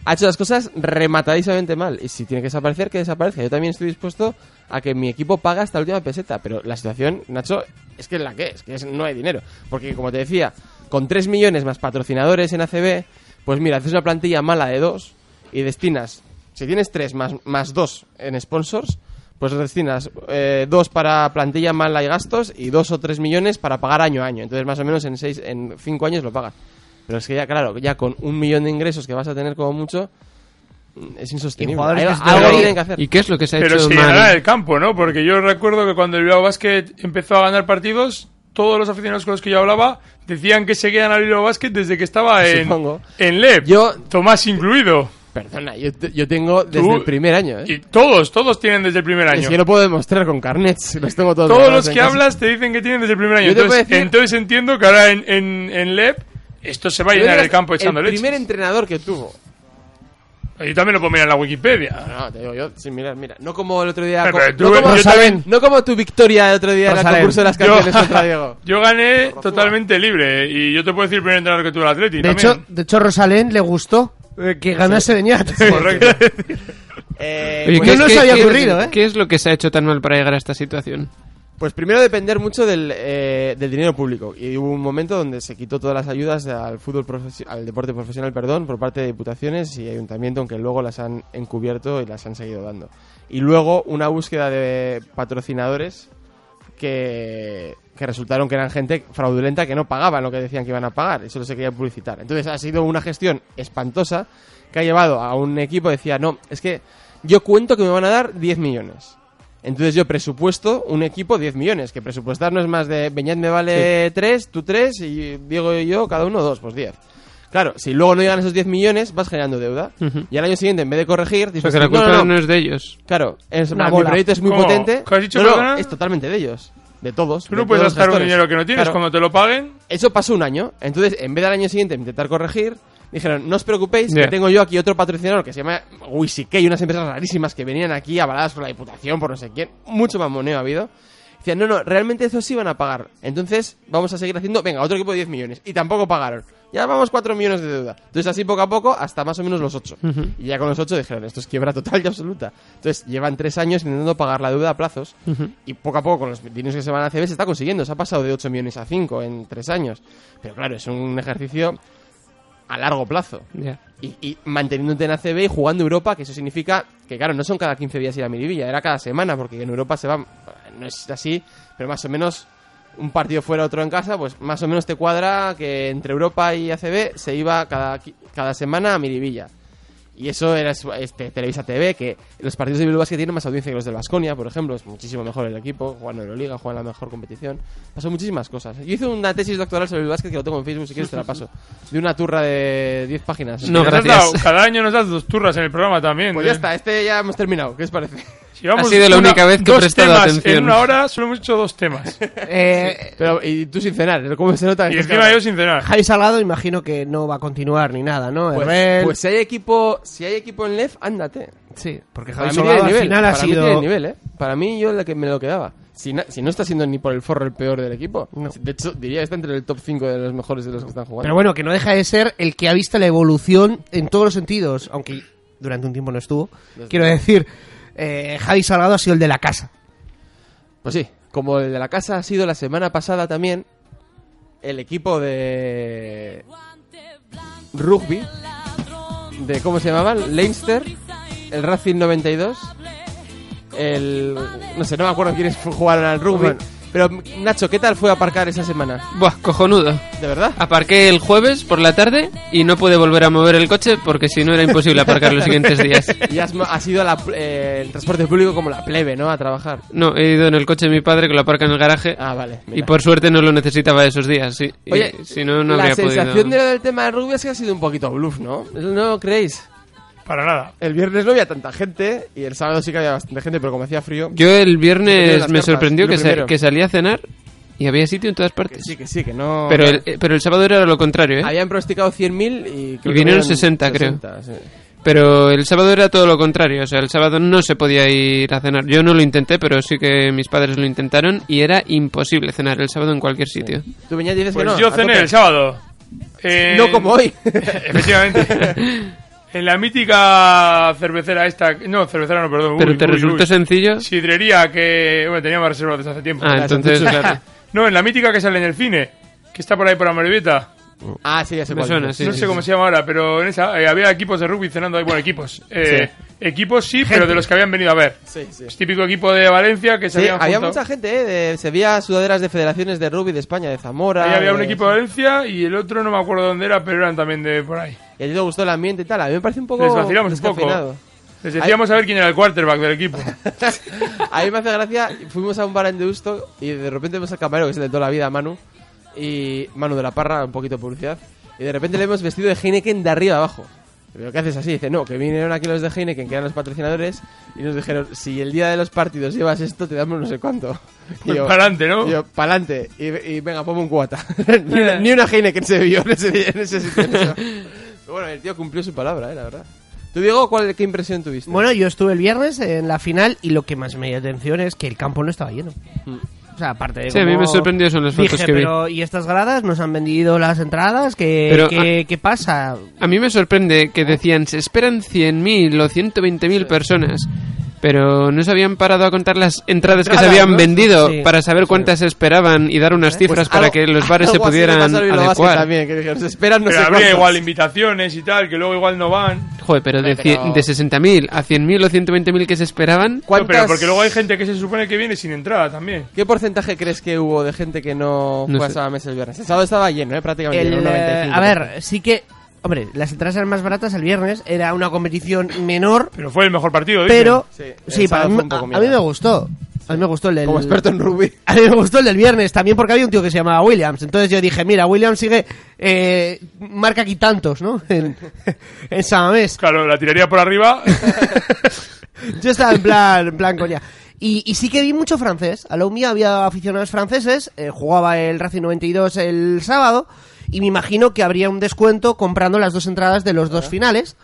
Speaker 3: ha hecho las cosas rematadísimamente mal. Y si tiene que desaparecer, que desaparezca. Yo también estoy dispuesto a que mi equipo pague hasta la última peseta. Pero la situación, Nacho, es que es la que es, que es- no hay dinero. Porque, como te decía, con 3 millones más patrocinadores en ACB, pues mira, haces una plantilla mala de 2 y destinas, si tienes 3 más, más 2 en sponsors, pues destinas 2 para plantilla mala y gastos y 2 o 3 millones para pagar año a año. Entonces, más o menos en 5 en cinco años lo pagas. Pero es que ya, claro, ya con un millón de ingresos que vas a tener como mucho, mm, es insostenible. Algo- algo tienen que hacer.
Speaker 5: Pero se llenará el campo, ¿no? Porque yo recuerdo que cuando el Bilbao Basket empezó a ganar partidos, todos los aficionados con los que yo hablaba decían que seguían al Bilbao Basket desde que estaba en,
Speaker 3: Supongo.
Speaker 5: en LEP.
Speaker 3: Yo,
Speaker 5: Tomás incluido.
Speaker 3: Perdona, yo, te- yo tengo desde el primer año, ¿eh?
Speaker 5: Y todos, todos tienen desde el primer año.
Speaker 3: Es que lo puedo demostrar con carnets, los tengo todos.
Speaker 5: Todos
Speaker 3: guardados
Speaker 5: los
Speaker 3: en
Speaker 5: que
Speaker 3: casa.
Speaker 5: hablas te dicen que tienen desde el primer año.
Speaker 3: Yo te puedo
Speaker 5: Entonces,
Speaker 3: decir-
Speaker 5: entonces entiendo que ahora en, en, en LEP esto se va a
Speaker 3: Yo
Speaker 5: llenar
Speaker 3: creo
Speaker 5: el campo
Speaker 3: que
Speaker 5: echando
Speaker 3: El
Speaker 5: leches.
Speaker 3: primer entrenador que tuvo.
Speaker 5: Yo también lo puedo mirar en la Wikipedia.
Speaker 3: No, te digo yo, sin mirar, mira. No como el otro día.
Speaker 5: Pero,
Speaker 3: co-
Speaker 5: pero tú-
Speaker 3: no, como,
Speaker 5: yo también-
Speaker 3: no como tu victoria el otro día en el
Speaker 5: Rosalén.
Speaker 3: concurso de las
Speaker 5: Yo-
Speaker 3: canciones contra
Speaker 5: *laughs*
Speaker 3: Diego.
Speaker 5: Yo gané totalmente libre. eh, Y yo te puedo decir el primer entrenador que tuvo el Atleti.
Speaker 2: de
Speaker 5: también.
Speaker 2: hecho, de hecho Rosalén le gustó eh, que ganase Beñat.
Speaker 5: Correcto. *laughs*
Speaker 3: Pues
Speaker 2: Oye,
Speaker 4: ¿qué
Speaker 2: no nos
Speaker 4: qué-
Speaker 2: había
Speaker 4: qué-
Speaker 2: ocurrido, ¿eh?
Speaker 4: ¿Qué es lo que se ha hecho tan mal para llegar a esta situación?
Speaker 3: Pues primero depender mucho del, eh, del dinero público. Y hubo un momento donde se quitó todas las ayudas al fútbol profesi- al deporte profesional, perdón, por parte de diputaciones y ayuntamiento, aunque luego las han encubierto y las han seguido dando. Y luego una búsqueda de patrocinadores que, que resultaron que eran gente fraudulenta que no pagaban lo que decían que iban a pagar y solo se quería publicitar. Entonces ha sido una gestión espantosa que ha llevado a un equipo decía, no, es que yo cuento que me van a dar 10 millones. Entonces yo presupuesto un equipo 10 millones, que presupuestar no es más de Beñat me vale 3, tú 3 y Diego y yo cada uno 2, pues 10. Claro, si luego no llegan esos 10 millones, vas generando deuda.
Speaker 4: Ujú.
Speaker 3: Y al año siguiente, en vez de corregir, dices,
Speaker 4: O sea, que la
Speaker 3: "No, no,
Speaker 4: culpa no,
Speaker 3: Pues no".
Speaker 4: es de ellos.
Speaker 3: Claro, es,
Speaker 4: Una
Speaker 3: mi
Speaker 4: bola.
Speaker 3: proyecto es muy
Speaker 4: ¿Cómo?
Speaker 3: potente.
Speaker 4: ¿Qué has dicho,
Speaker 3: No, no,
Speaker 4: perdona?
Speaker 3: es totalmente de ellos, de todos.
Speaker 5: Tú no puedes gastar un dinero que no tienes,
Speaker 3: como
Speaker 5: cuando te lo paguen.
Speaker 3: Eso pasó un año. Entonces, en vez del año siguiente intentar corregir, dijeron, no os preocupéis,
Speaker 4: Ya.
Speaker 3: que tengo yo aquí otro patrocinador que se llama Wisike y unas empresas rarísimas que venían aquí avaladas por la Diputación, por no sé quién. Mucho mamoneo ha habido. Decían, no, no, realmente eso sí van a pagar. Entonces, vamos a seguir haciendo, venga, otro equipo de 10 millones. Y tampoco pagaron. Ya vamos 4 millones de deuda. Entonces así poco a poco hasta más o menos los 8.
Speaker 4: Ujú.
Speaker 3: Y ya con los 8 dijeron, esto es quiebra total y absoluta. Entonces llevan 3 años intentando pagar la deuda a plazos.
Speaker 4: Ujú.
Speaker 3: Y poco a poco, con los dineros que se van a CB, se está consiguiendo. Se ha pasado de 8 millones a 5 en 3 años. Pero claro, es un ejercicio a largo plazo.
Speaker 4: Ya.
Speaker 3: Y, y manteniéndote en ACB y jugando Europa, que eso significa que, claro, no son cada 15 días ir a Miribilla, era cada semana, porque en Europa se va. No es así, pero más o menos un partido fuera, otro en casa, pues más o menos te cuadra que entre Europa y ACB se iba cada, qui- cada semana a Miribilla. Y eso era su- este, Televisa TV, que los partidos de Bilbao Basket tienen más audiencia que los del Vasconia, por ejemplo. Es muchísimo mejor el equipo, juegan en la Liga, juegan la mejor competición. Pasó muchísimas cosas. Yo hice una tesis doctoral sobre el Basket que lo tengo en Facebook, si quieres te la paso. De una turra de 10 páginas.
Speaker 5: Nos has dado- cada año nos das dos turras en el programa también.
Speaker 3: Pues ya está, este ya hemos terminado. ¿Qué os parece?
Speaker 5: Llevamos una- dos temas En una hora solo hemos hecho
Speaker 3: *laughs*
Speaker 5: dos temas.
Speaker 3: Sí, Eh, Pero, y tú sin cenar, ¿cómo se nota?
Speaker 5: Y
Speaker 3: que estás
Speaker 5: encima
Speaker 3: cabrón?
Speaker 5: yo sin cenar.
Speaker 2: Javi Salgado imagino que no va a continuar ni nada, ¿no?
Speaker 3: Pues,
Speaker 2: Herbel-
Speaker 3: pues si hay equipo, si hay equipo en LEF, ándate.
Speaker 2: Sí, porque
Speaker 3: Para
Speaker 2: Javi
Speaker 3: mí
Speaker 2: Salgado
Speaker 3: tiene
Speaker 2: al
Speaker 3: nivel,
Speaker 2: final ha
Speaker 3: para mí
Speaker 2: sido-
Speaker 3: tiene nivel, ¿eh? Para mí yo la que me lo quedaba. Si, na- si no está siendo ni por el forro el peor del equipo. De hecho, diría que está entre el top 5 de los mejores de los que están jugando.
Speaker 2: Pero bueno, que no deja de ser el que ha visto la evolución en todos los sentidos, aunque durante un tiempo no estuvo.
Speaker 3: Desde
Speaker 2: Quiero
Speaker 3: luego.
Speaker 2: decir, eh, Javi Salgado ha sido el de la casa.
Speaker 3: Pues sí, como el de la casa ha sido la semana pasada también, el equipo de rugby, de cómo se llamaban, Leinster, el Racing 92, el... no sé, no me acuerdo quiénes fu- jugaron al rugby.
Speaker 4: Bueno.
Speaker 3: Pero Nacho, ¿qué tal fue aparcar esa semana?
Speaker 4: Buah, cojonudo.
Speaker 3: ¿De verdad?
Speaker 4: Aparqué el jueves por la tarde y no pude volver a mover el coche porque si no era imposible aparcar los siguientes días.
Speaker 3: *laughs* Y has, mo- has ido a la pl- eh, el transporte público como la plebe, ¿no? A trabajar.
Speaker 4: No, he ido en el coche de mi padre que lo aparca en el garaje.
Speaker 3: Ah, vale.
Speaker 4: Y por suerte no lo necesitaba esos días. Sí. Y
Speaker 3: Oye,
Speaker 4: si no, no
Speaker 3: la
Speaker 4: habría
Speaker 3: sensación
Speaker 4: podido.
Speaker 3: de lo del tema de rugby es que ha sido un poquito bluff, ¿no? ¿No creéis?
Speaker 5: Para nada.
Speaker 3: El viernes no había tanta gente y el sábado sí que había bastante gente, pero como hacía frío.
Speaker 4: Yo el
Speaker 3: no tenía
Speaker 4: viernes
Speaker 3: las
Speaker 4: me
Speaker 3: cartas,
Speaker 4: sorprendió
Speaker 3: lo
Speaker 4: que, sa-
Speaker 3: primero.
Speaker 4: que salí a cenar y había sitio en todas partes.
Speaker 3: Sí, que sí, que no. Ah,
Speaker 4: pero, el, eh, pero el sábado era lo contrario, ¿eh?
Speaker 3: Habían pronosticado 100.000 y. creo que
Speaker 4: Y vinieron
Speaker 3: habían
Speaker 4: 60, creo.
Speaker 3: 60, sí.
Speaker 4: Pero el sábado era todo lo contrario, o sea, el sábado no se podía ir a cenar. Yo no lo intenté, pero sí que mis padres lo intentaron y era imposible cenar el sábado en cualquier sitio.
Speaker 3: Tú Beñat, dices
Speaker 5: Pues
Speaker 3: que no.
Speaker 5: yo
Speaker 3: a
Speaker 5: cené
Speaker 3: tope.
Speaker 5: el sábado. En-
Speaker 3: No como hoy.
Speaker 5: Eh, *laughs* Efectivamente. en la mítica cervecera esta. No, cervecera no, perdón.
Speaker 4: ¿Pero
Speaker 5: uy,
Speaker 4: te
Speaker 5: uy,
Speaker 4: resultó
Speaker 5: uy.
Speaker 4: sencillo?
Speaker 5: Sidrería que. Bueno, teníamos reservas desde hace tiempo.
Speaker 4: Ah, entonces, *laughs* claro.
Speaker 5: no, en la mítica que sale en el cine. Que está por ahí por Amorebieta.
Speaker 3: Ah, sí, ya sé
Speaker 4: Me
Speaker 3: cuál
Speaker 4: suena,
Speaker 3: dices.
Speaker 4: sí,
Speaker 5: no sé cómo se llama ahora, pero en esa eh, había equipos de rugby cenando ahí. Bueno, equipos. Eh, Equipos sí, pero de los que habían venido a ver.
Speaker 3: Sí, sí.
Speaker 5: Es típico equipo de Valencia que se
Speaker 3: Sí,
Speaker 5: habían
Speaker 3: había
Speaker 5: juntado.
Speaker 3: mucha gente, ¿eh? De- se veía sudaderas de federaciones de rugby de España, de Zamora.
Speaker 5: Ahí había un
Speaker 3: de-
Speaker 5: equipo de Valencia y el otro no me acuerdo dónde era, pero eran también de por ahí.
Speaker 3: Y a ti te gustó el ambiente y tal. A mí me parece un poco.
Speaker 5: Les vacilamos un
Speaker 3: descafeinado.
Speaker 5: poco. Les decíamos a ver quién era el quarterback del equipo.
Speaker 3: A mí me hace gracia, fuimos a un bar en Deusto y de repente vemos al camarero que es el de toda la vida, Manu, y Manu de la Parra, un poquito de publicidad, y de repente le hemos vestido de Heineken de arriba abajo. Pero ¿qué haces así? Dice, no, que vinieron aquí los de Heineken, que eran los patrocinadores, y nos dijeron, si el día de los partidos llevas esto, te damos no sé cuánto. Y
Speaker 5: Pues pa'lante, ¿no?
Speaker 3: y Yo, pa'lante. Y, y venga, ponme un cuata. *laughs*
Speaker 5: *laughs*
Speaker 3: ni, una, ni una Heineken se vio en ese, día- en ese sitio. en esa- Pero bueno, el tío cumplió su palabra, eh, la verdad. ¿Tú, Diego, cuál, qué impresión tuviste?
Speaker 2: Bueno, yo estuve el viernes en la final y lo que más me dio atención es que el campo no estaba lleno.
Speaker 3: Mm.
Speaker 2: O sea, aparte de
Speaker 4: Sí, a mí
Speaker 2: como
Speaker 4: me sorprendió eso en las
Speaker 2: dije,
Speaker 4: fotos que vi.
Speaker 2: pero ¿y estas gradas? ¿Nos han vendido las entradas? ¿Qué,
Speaker 4: Pero, ah,
Speaker 2: qué- qué pasa?
Speaker 4: A mí me sorprende que decían se esperan 100.000 o 120.000 personas, pero no se habían parado a contar las entradas que se
Speaker 3: Entradas,
Speaker 4: habían
Speaker 3: ¿no?
Speaker 4: vendido
Speaker 3: Sí. Pues
Speaker 4: para saber cuántas se esperaban y dar unas cifras para
Speaker 3: algo-
Speaker 4: que los bares se
Speaker 3: algo así le
Speaker 4: pudieran
Speaker 3: pasó al Bilbao Basket
Speaker 4: adecuar.
Speaker 3: también, que dijeron, se esperan no
Speaker 5: pero
Speaker 3: sé
Speaker 5: habría
Speaker 3: cuántos.
Speaker 5: igual invitaciones y tal, que luego igual no van.
Speaker 4: Joder, pero de,
Speaker 5: Pero-
Speaker 4: cien- de 60.000 a 100.000 o 120.000 que se esperaban.
Speaker 5: No, pero porque luego hay gente que se supone que viene sin entrada también.
Speaker 3: ¿Qué porcentaje crees que hubo de gente que no,
Speaker 4: No
Speaker 3: fue a
Speaker 4: sé.
Speaker 3: Sabamés el viernes? El sábado estaba lleno, ¿eh? prácticamente.
Speaker 2: El,
Speaker 3: lleno, un
Speaker 2: eh,
Speaker 3: 95%.
Speaker 2: a ver, sí que... Hombre, las entradas eran más baratas el viernes, era una competición menor,
Speaker 5: Pero fue el mejor partido, dices.
Speaker 2: pero...
Speaker 5: Sí,
Speaker 2: Sí,
Speaker 5: el
Speaker 2: para
Speaker 5: sábado
Speaker 2: mí,
Speaker 5: fue un poco
Speaker 2: a, a
Speaker 5: mierda.
Speaker 2: mí me gustó. A mí me gustó el del...
Speaker 3: Como experto en rugby.
Speaker 2: *laughs* A mí me gustó el del viernes también porque había un tío que se llamaba Williams. Entonces yo dije, mira, Williams sigue... eh, marca aquí tantos, ¿no? *laughs* En, en Samamés.
Speaker 5: Claro, la tiraría por arriba.
Speaker 2: Yo estaba en plan, en plan coña. Y, y sí que vi mucho francés. A la mía había aficionados franceses. eh, jugaba el Racing 92 el sábado. Y me imagino que habría un descuento comprando las dos entradas de los dos finales.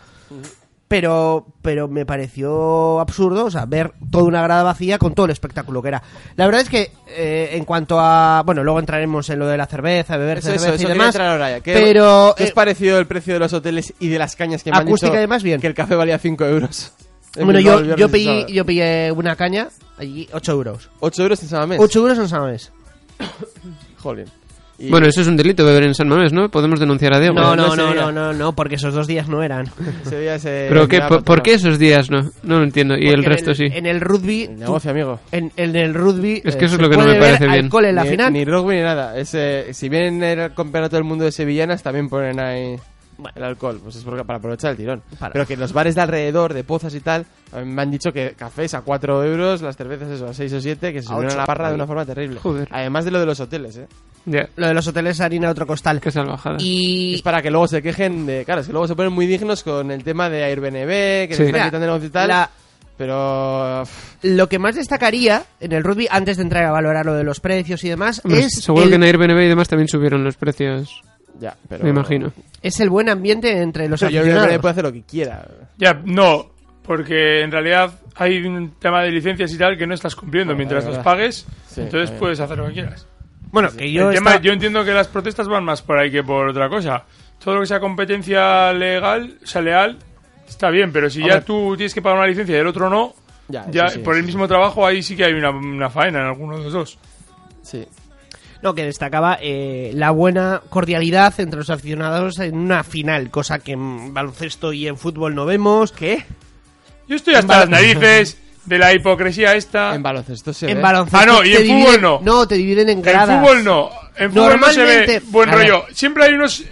Speaker 2: pero, pero me pareció absurdo, o sea, ver toda una grada vacía con todo el espectáculo que era. La verdad es que eh, en cuanto a, bueno, luego entraremos en lo de la cerveza, beber
Speaker 3: Eso,
Speaker 2: cerveza
Speaker 3: eso, eso
Speaker 2: y
Speaker 3: quería
Speaker 2: demás,
Speaker 3: entrar ahora ya. ¿Qué-
Speaker 2: pero
Speaker 3: ¿Qué os
Speaker 2: eh,
Speaker 3: pareció el precio de los hoteles y de las cañas que me han
Speaker 2: Acústica
Speaker 3: dicho
Speaker 2: y demás, bien.
Speaker 3: Que el café valía 5 euros. En
Speaker 2: bueno,
Speaker 3: Bilbao
Speaker 2: yo,
Speaker 3: el viernes
Speaker 2: yo,
Speaker 3: y
Speaker 2: pillé,
Speaker 3: sábado.
Speaker 2: yo pillé una caña allí, 8 euros.
Speaker 3: 8 euros en Samamés.
Speaker 2: 8
Speaker 3: *coughs*
Speaker 2: euros en Samamés.
Speaker 3: Joder. Y-
Speaker 4: Bueno, eso es un delito beber en San Mamés, ¿no? Podemos denunciar a Diego.
Speaker 2: No, Eh, no, no, no, no, no, porque esos dos días no eran.
Speaker 3: *laughs* Ese día se-
Speaker 4: ¿Pero qué,
Speaker 3: se
Speaker 4: por, por qué esos días no? No lo entiendo. Y el
Speaker 2: Porque en
Speaker 4: resto sí.
Speaker 2: En el rugby. tú-
Speaker 3: negocio, amigo.
Speaker 2: En, en el rugby.
Speaker 4: Es que eso
Speaker 2: eh,
Speaker 4: es
Speaker 2: se
Speaker 4: lo que no me
Speaker 2: puede beber
Speaker 4: parece bien.
Speaker 2: alcohol en la
Speaker 3: ni,
Speaker 2: final.
Speaker 3: Ni rugby ni nada. Es, eh, si vienen el campeonato del mundo de sevillanas, también ponen ahí el alcohol. Pues es porque- para aprovechar el tirón. Pero que en los bares de alrededor, de pozas y tal, a mí me han dicho que cafés a 4 euros, las cervezas eso, a 6 o 7, que se
Speaker 2: A
Speaker 3: subieron a
Speaker 2: ocho.
Speaker 3: la parra de
Speaker 2: Ahí.
Speaker 3: una forma terrible.
Speaker 2: Joder.
Speaker 3: Además de lo de los hoteles, ¿eh?
Speaker 2: Lo de los hoteles harina de otro costal.
Speaker 4: Qué salvajada.
Speaker 2: Y...
Speaker 3: Es para que luego se quejen de... Claro, es que luego se ponen muy dignos con el tema de Airbnb, que
Speaker 2: Sí.
Speaker 3: se están
Speaker 2: Mira,
Speaker 3: quitando el negocio y tal.
Speaker 2: la-
Speaker 3: Pero... pff,
Speaker 2: Lo que más destacaría en el rugby, antes de entrar a valorar lo de los precios y demás,
Speaker 4: Hombre,
Speaker 2: es,
Speaker 4: seguro
Speaker 2: el,
Speaker 4: que en Airbnb y demás también subieron los precios.
Speaker 3: Ya, pero- eh,
Speaker 4: Me imagino.
Speaker 2: es el buen ambiente entre los
Speaker 3: Pero yo creo que
Speaker 2: aficionados.
Speaker 3: nadie puede hacer lo que quiera.
Speaker 5: Ya, no, porque en realidad hay un tema de licencias y tal que no estás cumpliendo.
Speaker 3: Bueno,
Speaker 5: Mientras
Speaker 3: Ah, es
Speaker 5: las
Speaker 3: verdad.
Speaker 5: pagues,
Speaker 3: Sí,
Speaker 5: entonces
Speaker 3: también.
Speaker 5: puedes hacer lo que quieras.
Speaker 2: Bueno, que yo
Speaker 5: El tema-
Speaker 2: estaba-
Speaker 5: yo entiendo que las protestas van más por ahí que por otra cosa. Todo lo que sea competencia legal, o sea, leal, está bien, pero si ya
Speaker 3: Hombre.
Speaker 5: tú tienes que pagar una licencia y el otro no,
Speaker 3: Ya,
Speaker 5: ya,
Speaker 3: eso sí,
Speaker 5: por
Speaker 3: eso
Speaker 5: el mismo trabajo ahí sí que hay una, una faena en alguno de los dos.
Speaker 3: Sí.
Speaker 2: No, que destacaba eh, la buena cordialidad entre los aficionados en una final, cosa que en baloncesto y en fútbol no vemos. ¿Qué?
Speaker 5: Yo estoy hasta las narices de la hipocresía esta. En
Speaker 3: baloncesto se
Speaker 2: En baloncesto.
Speaker 5: Ah, no, y
Speaker 2: te
Speaker 5: en
Speaker 2: dividen-
Speaker 5: fútbol no.
Speaker 2: No, te dividen en
Speaker 5: En
Speaker 2: gradas.
Speaker 5: fútbol no. En fútbol no se
Speaker 2: Normalmente-
Speaker 5: ve buen
Speaker 2: A ver.
Speaker 5: rollo. Siempre hay unos.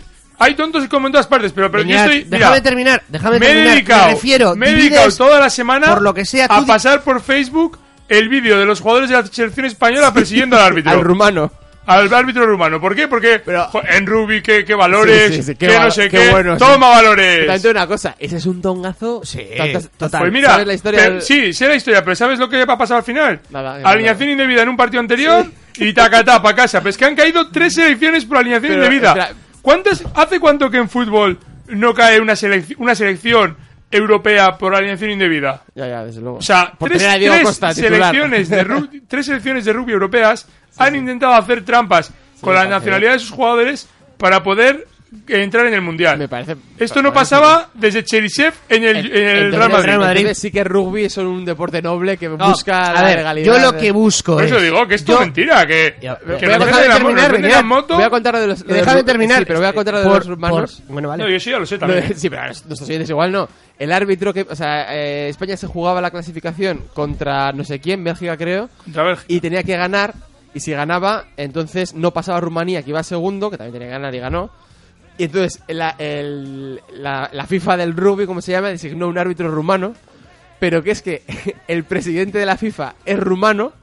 Speaker 5: Hay tontos como en todas partes, pero, pero yo
Speaker 2: Iñaki,
Speaker 5: estoy. mira,
Speaker 2: déjame terminar, déjame
Speaker 5: me
Speaker 2: terminar.
Speaker 5: He dedicado,
Speaker 2: me refiero,
Speaker 5: me he
Speaker 2: divides
Speaker 5: dedicado toda la semana
Speaker 2: por lo que sea, tú
Speaker 5: a
Speaker 2: di-
Speaker 5: pasar por Facebook el vídeo de los jugadores de la selección española persiguiendo al árbitro.
Speaker 3: *laughs* Al rumano.
Speaker 5: Al árbitro rumano. ¿Por qué? Porque jo, en rugby, qué, qué valores,
Speaker 3: Sí, sí, sí,
Speaker 5: qué,
Speaker 3: valo-
Speaker 5: no sé qué.
Speaker 3: bueno, sí.
Speaker 5: Toma
Speaker 3: Pero
Speaker 5: valores.
Speaker 3: También te digo una cosa, ese es un tongazo. Sí,
Speaker 5: Pues mira,
Speaker 3: ¿sabes la historia?
Speaker 5: pero-
Speaker 3: del-
Speaker 5: sí, sé la historia, pero ¿sabes lo que va a pasar al final?
Speaker 3: Nada, nada.
Speaker 5: alineación indebida en un partido anterior y tacatá para casa. Pero es que han caído tres selecciones por alineación
Speaker 3: Pero,
Speaker 5: indebida.
Speaker 3: espera.
Speaker 5: ¿Cuántas, ¿Hace cuánto que en fútbol no cae una, selec- una selección europea por alineación indebida?
Speaker 3: Ya, ya, desde luego.
Speaker 5: O sea,
Speaker 3: Por
Speaker 5: tres,
Speaker 3: tener a Diego
Speaker 5: tres
Speaker 3: Costa, titular.
Speaker 5: selecciones
Speaker 3: *laughs*
Speaker 5: de rugby, tres selecciones de rugby europeas han intentado hacer trampas con
Speaker 3: me
Speaker 5: la
Speaker 3: parece
Speaker 5: nacionalidad de sus jugadores para poder eh, entrar en el mundial. Me
Speaker 3: parece.
Speaker 5: Esto no pasaba desde Cherisev en el, en el
Speaker 3: Entonces,
Speaker 5: Real Madrid.
Speaker 3: entonces sí que rugby es un deporte noble que busca
Speaker 2: a
Speaker 3: la
Speaker 2: ver,
Speaker 3: legalidad.
Speaker 2: yo lo que busco
Speaker 5: Por eso
Speaker 2: es-
Speaker 5: digo que esto es
Speaker 2: yo-
Speaker 5: mentira, que,
Speaker 2: pero-
Speaker 5: que
Speaker 2: pero déjame
Speaker 5: nos venden la,
Speaker 2: terminar,
Speaker 5: nos venden la
Speaker 2: Beñat.
Speaker 5: moto.
Speaker 3: ¿eh? Voy a contar lo de los.
Speaker 2: Que déjame terminar.
Speaker 3: Sí, pero voy a contar lo de
Speaker 2: Por-
Speaker 3: los rumanos.
Speaker 2: por- bueno, vale.
Speaker 5: Eh, No, yo sí ya lo sé también.
Speaker 3: Lo de- *laughs* sí, pero a los- nuestros oyentes igual no. El árbitro que. O sea, eh, España se jugaba la clasificación contra no sé quién, Bélgica creo.
Speaker 5: Contra Bélgica.
Speaker 3: Y tenía que ganar. Y si ganaba, entonces no pasaba a Rumanía, que iba segundo, que también tenía que ganar y ganó. Y entonces la, el- la- la FIFA del rugby, como se llama, designó un árbitro rumano. Pero que es que *laughs* el presidente de la FIFA es rumano.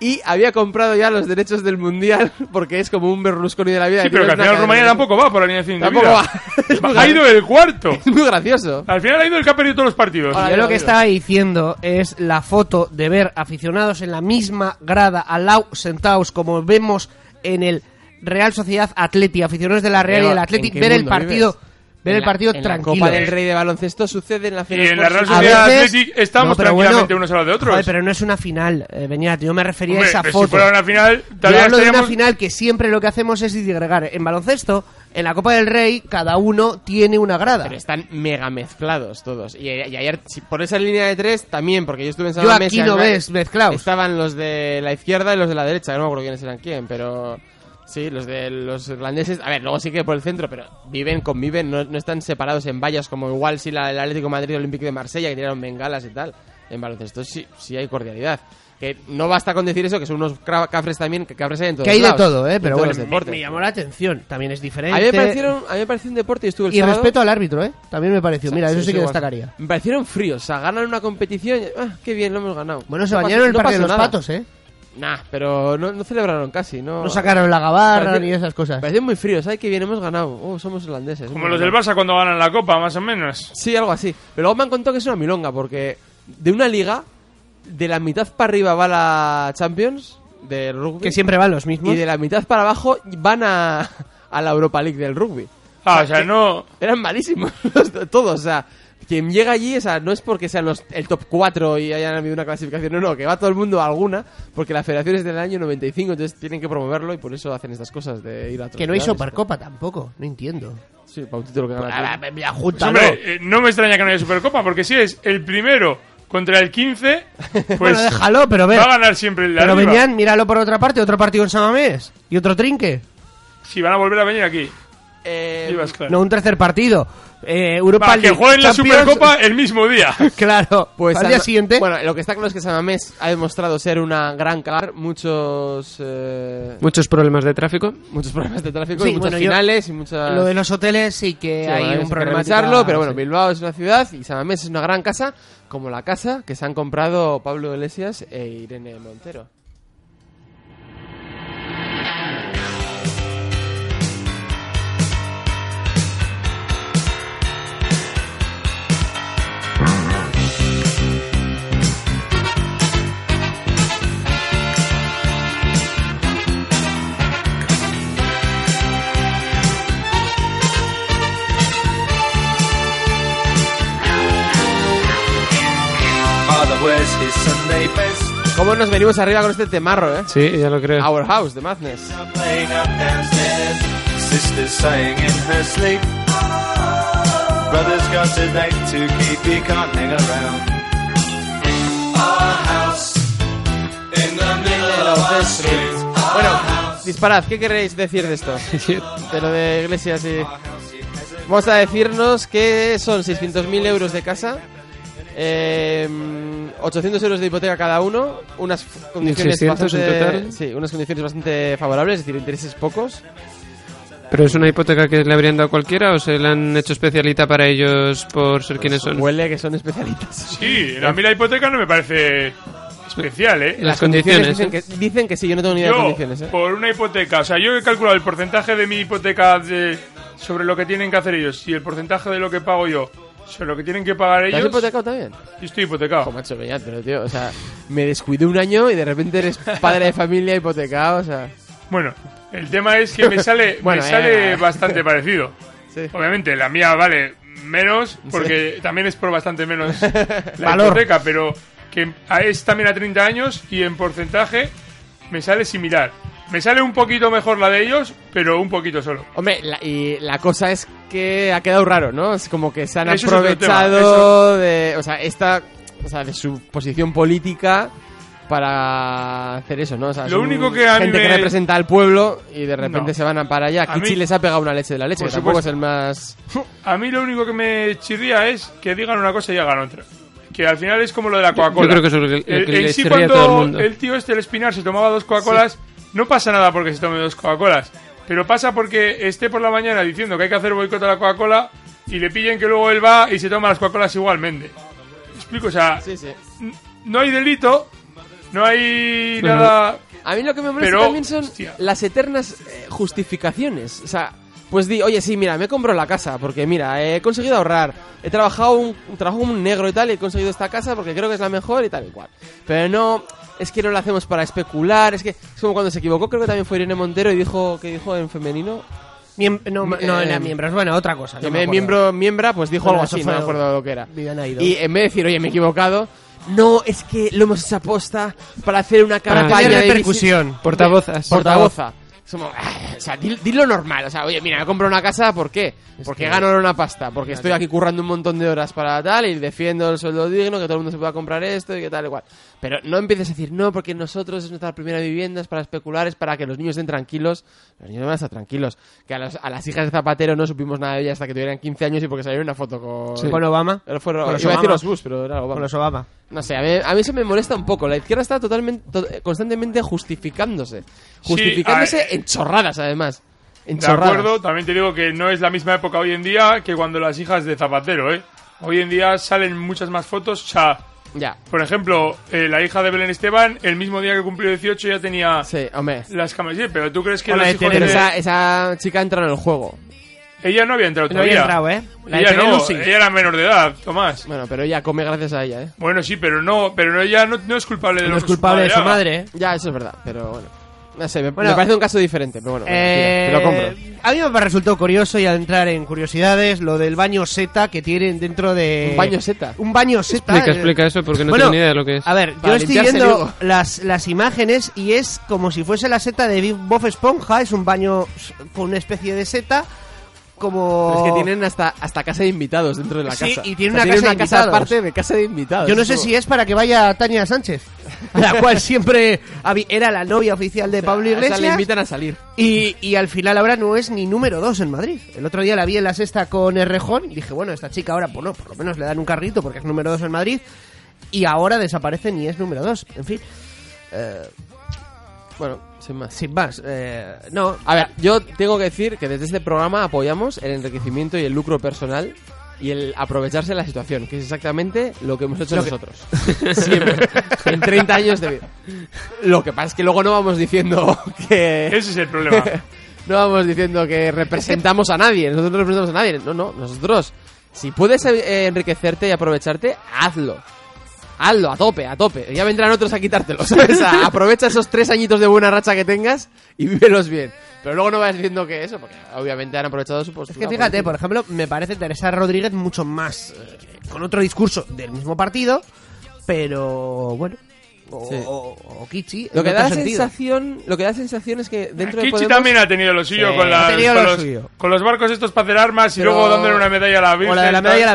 Speaker 3: Y había comprado ya los derechos del mundial *laughs* porque es como un Berlusconi de la vida.
Speaker 5: Sí, pero que al final Rumanía tampoco va por la línea de fin de
Speaker 3: Tampoco
Speaker 5: vida.
Speaker 3: va. *laughs* Es muy
Speaker 5: Ha
Speaker 3: gracioso.
Speaker 5: ido el cuarto.
Speaker 3: Es muy gracioso.
Speaker 5: Al final ha ido el que ha perdido todos los
Speaker 3: Pues
Speaker 5: partidos.
Speaker 2: Yo lo que estaba diciendo es la foto de ver aficionados en la misma grada al lado sentados como vemos en el Real Sociedad Atleti, aficionados de la Real y
Speaker 3: Pero,
Speaker 2: del
Speaker 3: ¿en
Speaker 2: Atleti,
Speaker 3: qué
Speaker 2: ver el
Speaker 3: mundo
Speaker 2: partido,
Speaker 3: vives?
Speaker 2: ver
Speaker 3: En
Speaker 2: el
Speaker 3: la-
Speaker 2: partido
Speaker 3: en la
Speaker 2: tranquilo. eh.
Speaker 3: Copa del Rey de baloncesto sucede en la final.
Speaker 5: Y en la Real
Speaker 3: Sports.
Speaker 5: Sociedad
Speaker 3: A veces-
Speaker 5: Athletic estamos
Speaker 2: pero
Speaker 5: tranquilamente unos a los de otros.
Speaker 2: joder, pero no es una final, eh, Beñat, yo me refería
Speaker 5: Hombre,
Speaker 2: a esa
Speaker 5: pero si
Speaker 2: foto.
Speaker 5: fuera una final,
Speaker 2: yo
Speaker 5: todavía
Speaker 2: hablo de una
Speaker 5: estaríamos-
Speaker 2: final que siempre lo que hacemos es disgregar. En baloncesto, en la Copa del Rey, cada uno tiene una grada.
Speaker 3: Pero están mega mezclados todos. Y, y ayer, si por esa línea de tres, también, porque yo estuve en
Speaker 2: Yo
Speaker 3: San
Speaker 2: aquí no ves mezclados.
Speaker 3: Estaban los de la izquierda y los de la derecha. No me acuerdo quiénes eran quién, pero... Sí, los de los irlandeses. A ver, luego sí que por el centro, pero viven, conviven, no, no están separados en vallas como igual si la, el Atlético de Madrid y el Olympique de Marsella que tiraron bengalas y tal. En baloncesto sí, sí hay cordialidad. Que no basta con decir eso, que son unos cra- cafres también, que cafres hay en todos
Speaker 2: que hay de
Speaker 3: lados,
Speaker 2: todo,
Speaker 3: y
Speaker 2: ¿eh?
Speaker 3: en
Speaker 2: Pero
Speaker 3: todos
Speaker 2: bueno,
Speaker 3: los
Speaker 2: me,
Speaker 3: deportes.
Speaker 2: me llamó la atención. También es diferente.
Speaker 3: A mí, me parecieron, a mí me pareció un deporte y estuve el
Speaker 2: Y
Speaker 3: sábado.
Speaker 2: respeto al árbitro, ¿eh? También me pareció. Mira,
Speaker 3: O sea,
Speaker 2: eso sí que
Speaker 3: igual.
Speaker 2: destacaría.
Speaker 3: Me parecieron fríos. O sea, ganan una competición. y, Ah, qué bien, lo hemos ganado.
Speaker 2: Bueno, se
Speaker 3: No
Speaker 2: bañaron
Speaker 3: pasó-
Speaker 2: en el
Speaker 3: no
Speaker 2: Parque de
Speaker 3: pasó
Speaker 2: los
Speaker 3: nada.
Speaker 2: Patos, ¿eh?
Speaker 3: Nah, pero no, no celebraron casi. No,
Speaker 2: No sacaron la gabarra ni
Speaker 3: Parecían-
Speaker 2: esas cosas.
Speaker 3: Parecían muy fríos. Ay, qué bien, hemos ganado. Oh, somos holandeses.
Speaker 5: Como
Speaker 3: hemos
Speaker 5: los del
Speaker 3: ganado.
Speaker 5: Barça cuando ganan la Copa, más o menos.
Speaker 3: Sí, algo así. Pero luego me han contado que es una milonga, porque de una liga, de la mitad para arriba va la Champions de rugby.
Speaker 2: Que siempre van los mismos.
Speaker 3: Y de la mitad para abajo van a, a la Europa League del rugby.
Speaker 5: Ah, o sea, no...
Speaker 3: *laughs* Eran malísimos los- todos, o sea, quien llega allí, o sea, no es porque sean los, el top 4 y hayan habido una clasificación, no, no, que va todo el mundo a alguna, porque la federación es del año 95, entonces tienen que promoverlo y por eso hacen estas cosas de ir a
Speaker 2: Que no hay
Speaker 3: tropezar,
Speaker 2: Supercopa tampoco, no entiendo.
Speaker 3: esto. Sí, para un título que gana.
Speaker 2: Ah, mira,
Speaker 5: Pues,
Speaker 2: júntalo.
Speaker 5: hombre, eh, no me extraña que no haya Supercopa, porque si es el primero contra
Speaker 3: *laughs*
Speaker 5: el 15, pues
Speaker 2: Bueno, déjalo, pero a ver.
Speaker 5: va a ganar siempre el de
Speaker 2: Pero
Speaker 5: arriba.
Speaker 2: venían, míralo por otra parte, otro partido en Samamés y otro trinque.
Speaker 5: Si van a volver a venir aquí.
Speaker 3: Eh,
Speaker 5: Ibas claro.
Speaker 2: No, un tercer
Speaker 3: *laughs*
Speaker 2: partido. Eh, Europa
Speaker 5: Para que
Speaker 2: League,
Speaker 5: jueguen la
Speaker 2: Champions-
Speaker 5: Supercopa el mismo día.
Speaker 2: Claro,
Speaker 3: Pues
Speaker 2: al día
Speaker 3: San-
Speaker 2: siguiente.
Speaker 3: Bueno, lo que está claro es que Samamés ha demostrado ser una gran calar, muchos eh,
Speaker 4: Muchos problemas de tráfico.
Speaker 3: muchos problemas de tráfico
Speaker 2: Sí,
Speaker 3: y muchas
Speaker 2: bueno, yo-
Speaker 3: finales y muchas
Speaker 2: Lo de los hoteles sí que
Speaker 3: Sí, bueno,
Speaker 2: hay
Speaker 3: eso
Speaker 2: un
Speaker 3: que
Speaker 2: problema.
Speaker 3: revisarlo, pero bueno, Bilbao es una ciudad y Samamés es una gran casa, como la casa que se han comprado Pablo Iglesias e Irene Montero.
Speaker 1: Otherwise, it's Sunday best.
Speaker 3: ¿Cómo nos venimos arriba con este temarro, eh?
Speaker 4: Sí, ya lo creo.
Speaker 3: Our House de Madness.
Speaker 1: Playing up downstairs. Sister's sighing in her sleep. Brother's got a date to keep. He can't hang around. Our house in the middle of the street.
Speaker 3: Bueno, disparad, ¿qué queréis decir
Speaker 4: *laughs*
Speaker 3: de esto? De lo de Iglesias y... Vamos a decirnos que son 600.000 euros de casa, eh, 800 euros de hipoteca cada uno, unas f- condiciones
Speaker 4: 1.600 en
Speaker 3: bastante-
Speaker 4: total.
Speaker 3: Sí, unas condiciones bastante favorables, es decir, intereses pocos.
Speaker 4: ¿Pero es una hipoteca que le habrían dado cualquiera o se la han hecho especialita para ellos por ser quienes son?
Speaker 3: Huele que son especialistas. *laughs*
Speaker 5: Sí, a mí la hipoteca no me parece especial, ¿eh?
Speaker 4: Las condiciones,
Speaker 3: dicen, que, dicen que sí, yo no tengo ni idea de
Speaker 5: Yo,
Speaker 3: condiciones. ¿eh?
Speaker 5: por una hipoteca, o sea, yo he calculado el porcentaje de mi hipoteca de- sobre lo que tienen que hacer ellos y el porcentaje de lo que pago yo sobre lo que tienen que pagar
Speaker 3: ¿Te has
Speaker 5: ellos.
Speaker 3: hipotecado también?
Speaker 5: Yo estoy hipotecado.
Speaker 3: Jo, macho, que ya, pero tío, o sea, me descuidé un año y de repente eres padre de familia hipotecado, o sea...
Speaker 5: Bueno, el tema es
Speaker 3: *laughs*
Speaker 5: que me sale,
Speaker 3: Bueno,
Speaker 5: me
Speaker 3: eh,
Speaker 5: sale
Speaker 3: eh. *laughs*
Speaker 5: bastante parecido.
Speaker 3: Sí.
Speaker 5: Obviamente, la mía vale menos, porque también es por
Speaker 3: *laughs*
Speaker 5: bastante menos la
Speaker 2: Valor.
Speaker 5: hipoteca, pero que a- es también a 30 años y en porcentaje me sale similar. Me sale un poquito mejor la de ellos, pero un poquito solo.
Speaker 3: Hombre, la, y la cosa es que ha quedado raro, ¿no? Es como que se han
Speaker 5: Eso es otro
Speaker 3: aprovechado
Speaker 5: tema,
Speaker 3: de, o sea, esta, o sea, de su posición política para hacer eso, ¿no? O sea,
Speaker 5: Lo
Speaker 3: son
Speaker 5: único que a mí
Speaker 3: gente
Speaker 5: me-
Speaker 3: que representa al pueblo y de repente
Speaker 5: No.
Speaker 3: se van a para allá.
Speaker 5: A
Speaker 3: Kichi
Speaker 5: mí-
Speaker 3: les ha pegado una leche de la leche,
Speaker 5: Por
Speaker 3: que tampoco es el
Speaker 5: supuesto.
Speaker 3: más.
Speaker 5: *laughs* A mí lo único que me chirría es que digan una cosa y hagan otra. Que al final es como lo de la Coca-Cola.
Speaker 4: yo creo que eso es lo que- lo que
Speaker 5: en
Speaker 4: le
Speaker 5: sí,
Speaker 4: chirría a
Speaker 5: cuando
Speaker 4: todo el mundo.
Speaker 5: tío este, el Espinar, se tomaba dos Coca-Colas, no pasa nada porque se tome dos Coca-Colas. Pero pasa porque esté por la mañana diciendo que hay que hacer boicot a la Coca-Cola y le pillen que luego él va y se toma las Coca-Colas igualmente. ¿Me explico? O sea,
Speaker 3: Sí, sí.
Speaker 5: n- no hay delito, no hay
Speaker 4: Pues No, no.
Speaker 5: nada...
Speaker 3: A mí lo que me molesta
Speaker 5: Pero,
Speaker 3: también son
Speaker 5: hostia.
Speaker 3: las eternas eh, justificaciones. O sea, pues di, oye, sí, mira, me compro la casa porque, mira, he conseguido ahorrar. He trabajado un, un trabajo como un negro y tal, y he conseguido esta casa porque creo que es la mejor y tal y cual. Pero no, es que no lo hacemos para especular. Es que es como cuando se equivocó, creo que también fue Irene Montero y dijo que dijo en femenino.
Speaker 2: Miem- no,
Speaker 3: Eh,
Speaker 2: no eran miembros, bueno, otra cosa.
Speaker 3: Que
Speaker 2: no me acuerdo.
Speaker 3: miembro, miembra, pues dijo
Speaker 2: Bueno,
Speaker 3: algo
Speaker 2: eso
Speaker 3: así, no
Speaker 2: fue
Speaker 3: me acuerdo lo que era.
Speaker 2: Viviana Aidó.
Speaker 3: Y en vez de decir, oye, me he equivocado, no, es que lo hemos hecho aposta para hacer una
Speaker 2: Para
Speaker 3: campaña
Speaker 2: tener
Speaker 3: de visi-
Speaker 2: repercusión.
Speaker 4: Portavozas.
Speaker 3: Portavoza. Es como, ah, o sea, di, di lo normal. O sea, oye, mira, me compro una casa, ¿por qué? Porque
Speaker 4: que-
Speaker 3: gano una pasta, porque estoy aquí currando un montón de horas para tal y defiendo el sueldo digno, que todo el mundo se pueda comprar esto y que tal, igual. Pero no empieces a decir, no, porque nosotros es nuestra primera vivienda, es para especular, es para que los niños estén tranquilos. Los niños van a estar tranquilos. Que a, las- a las hijas de Zapatero no supimos nada de ellas hasta que tuvieran 15 años y porque salieron una foto con...
Speaker 2: Con Obama.
Speaker 3: Pero fue-
Speaker 2: Con los
Speaker 3: iba a
Speaker 2: Obama.
Speaker 3: decir los Bush, pero era Obama.
Speaker 2: Con los Obama.
Speaker 3: No sé, a mí, a mí eso me molesta un poco. La izquierda está totalmente, to- eh, constantemente justificándose. Justificándose
Speaker 5: a-
Speaker 3: en chorradas, además. En
Speaker 5: De
Speaker 3: chorradas.
Speaker 5: acuerdo, también te digo que no es la misma época hoy en día que cuando las hijas de Zapatero, ¿eh? Hoy en día salen muchas más fotos. O sea,
Speaker 3: Ya.
Speaker 5: por ejemplo, eh, la hija de Belén Esteban, el mismo día que cumplió 18 ya tenía
Speaker 3: Sí, hombre.
Speaker 5: las camisetas. Pero tú crees que
Speaker 3: Pero
Speaker 2: eh,
Speaker 5: los hijos de...
Speaker 3: esa, esa chica entra en el juego.
Speaker 5: Ella no había entrado
Speaker 2: No había
Speaker 5: todavía.
Speaker 2: entrado, ¿eh? La de
Speaker 5: ella no,
Speaker 2: Penelusi.
Speaker 5: ella era menor de edad, Tomás.
Speaker 3: Bueno, pero ella come gracias a ella, ¿eh?
Speaker 5: Bueno, sí, pero no, pero ella no, no es culpable de
Speaker 2: No
Speaker 5: lo
Speaker 2: es
Speaker 5: que
Speaker 2: culpable de su
Speaker 5: haga.
Speaker 2: madre, ¿eh?
Speaker 3: Ya, eso es verdad, pero bueno. No sé, me,
Speaker 2: Bueno.
Speaker 3: me parece un caso diferente, pero bueno,
Speaker 2: Eh,
Speaker 3: mira, te lo compro.
Speaker 2: A mí me resultó curioso y al entrar en curiosidades lo del baño Z que tienen dentro de...
Speaker 3: ¿Un baño Z?
Speaker 2: Un baño Z.
Speaker 4: Explica,
Speaker 2: eh,
Speaker 4: explica eso porque no
Speaker 2: bueno,
Speaker 4: tengo ni idea de lo que es.
Speaker 2: A ver, yo estoy
Speaker 3: *laughs*
Speaker 2: viendo las, las imágenes y es como si fuese la seta de Big Bob Esponja, es un baño s- con una especie de seta como...
Speaker 3: Pero Es que tienen hasta, hasta casa de invitados dentro de la
Speaker 2: Sí,
Speaker 3: casa.
Speaker 2: y tiene
Speaker 3: O sea,
Speaker 2: una casa de invitados.
Speaker 3: aparte de casa de invitados.
Speaker 2: Yo no sé si es para que vaya Tania Sánchez, *laughs* a la cual siempre habi- era la novia oficial de Pablo
Speaker 3: O sea,
Speaker 2: Iglesias.
Speaker 3: le invitan a salir.
Speaker 2: Y, y al final ahora no es ni número 2 en Madrid. El otro día la vi en la sexta con Errejón y dije, bueno, esta chica ahora, pues no, por lo menos le dan un carrito porque es número 2 en Madrid. Y ahora desaparece ni es número 2. En fin.
Speaker 3: Eh, bueno, sin más.
Speaker 2: Sin más. eh, no.
Speaker 3: A ver, yo tengo que decir que desde este programa apoyamos el enriquecimiento y el lucro personal y el aprovecharse de la situación, que es exactamente lo que hemos hecho
Speaker 2: Lo que- *laughs*
Speaker 3: nosotros. Siempre. *laughs* En 30 años de vida. Lo que pasa es que luego no vamos diciendo *laughs* que...
Speaker 5: Ese es el problema.
Speaker 3: *laughs* no vamos diciendo que representamos a nadie, nosotros no representamos a nadie. No, no, nosotros. Si puedes eh, enriquecerte y aprovecharte, hazlo. Hazlo, a tope, a tope. Ya vendrán otros a quitártelo, *laughs* ¿sabes? A- aprovecha esos tres añitos de buena racha que tengas y vívelos bien. Pero luego no vas diciendo que eso, porque obviamente han aprovechado su
Speaker 2: Es
Speaker 3: postura.
Speaker 2: que fíjate,
Speaker 3: política.
Speaker 2: por ejemplo, me parece Teresa Rodríguez mucho más eh, con otro discurso del mismo partido, pero bueno. O,
Speaker 3: Sí.
Speaker 2: o- o Kichi.
Speaker 3: Lo
Speaker 2: en
Speaker 3: que,
Speaker 2: otro
Speaker 3: da la
Speaker 2: sentido.
Speaker 3: sensación, lo que da la sensación es que dentro de
Speaker 5: Kichi
Speaker 3: Podemos...
Speaker 5: también ha tenido lo suyo
Speaker 3: Sí,
Speaker 5: con, las-
Speaker 3: ha tenido
Speaker 5: con
Speaker 3: lo
Speaker 5: los,
Speaker 3: suyo.
Speaker 5: con los barcos estos para hacer armas y
Speaker 3: Pero-
Speaker 5: luego dándole una medalla a la Virgen.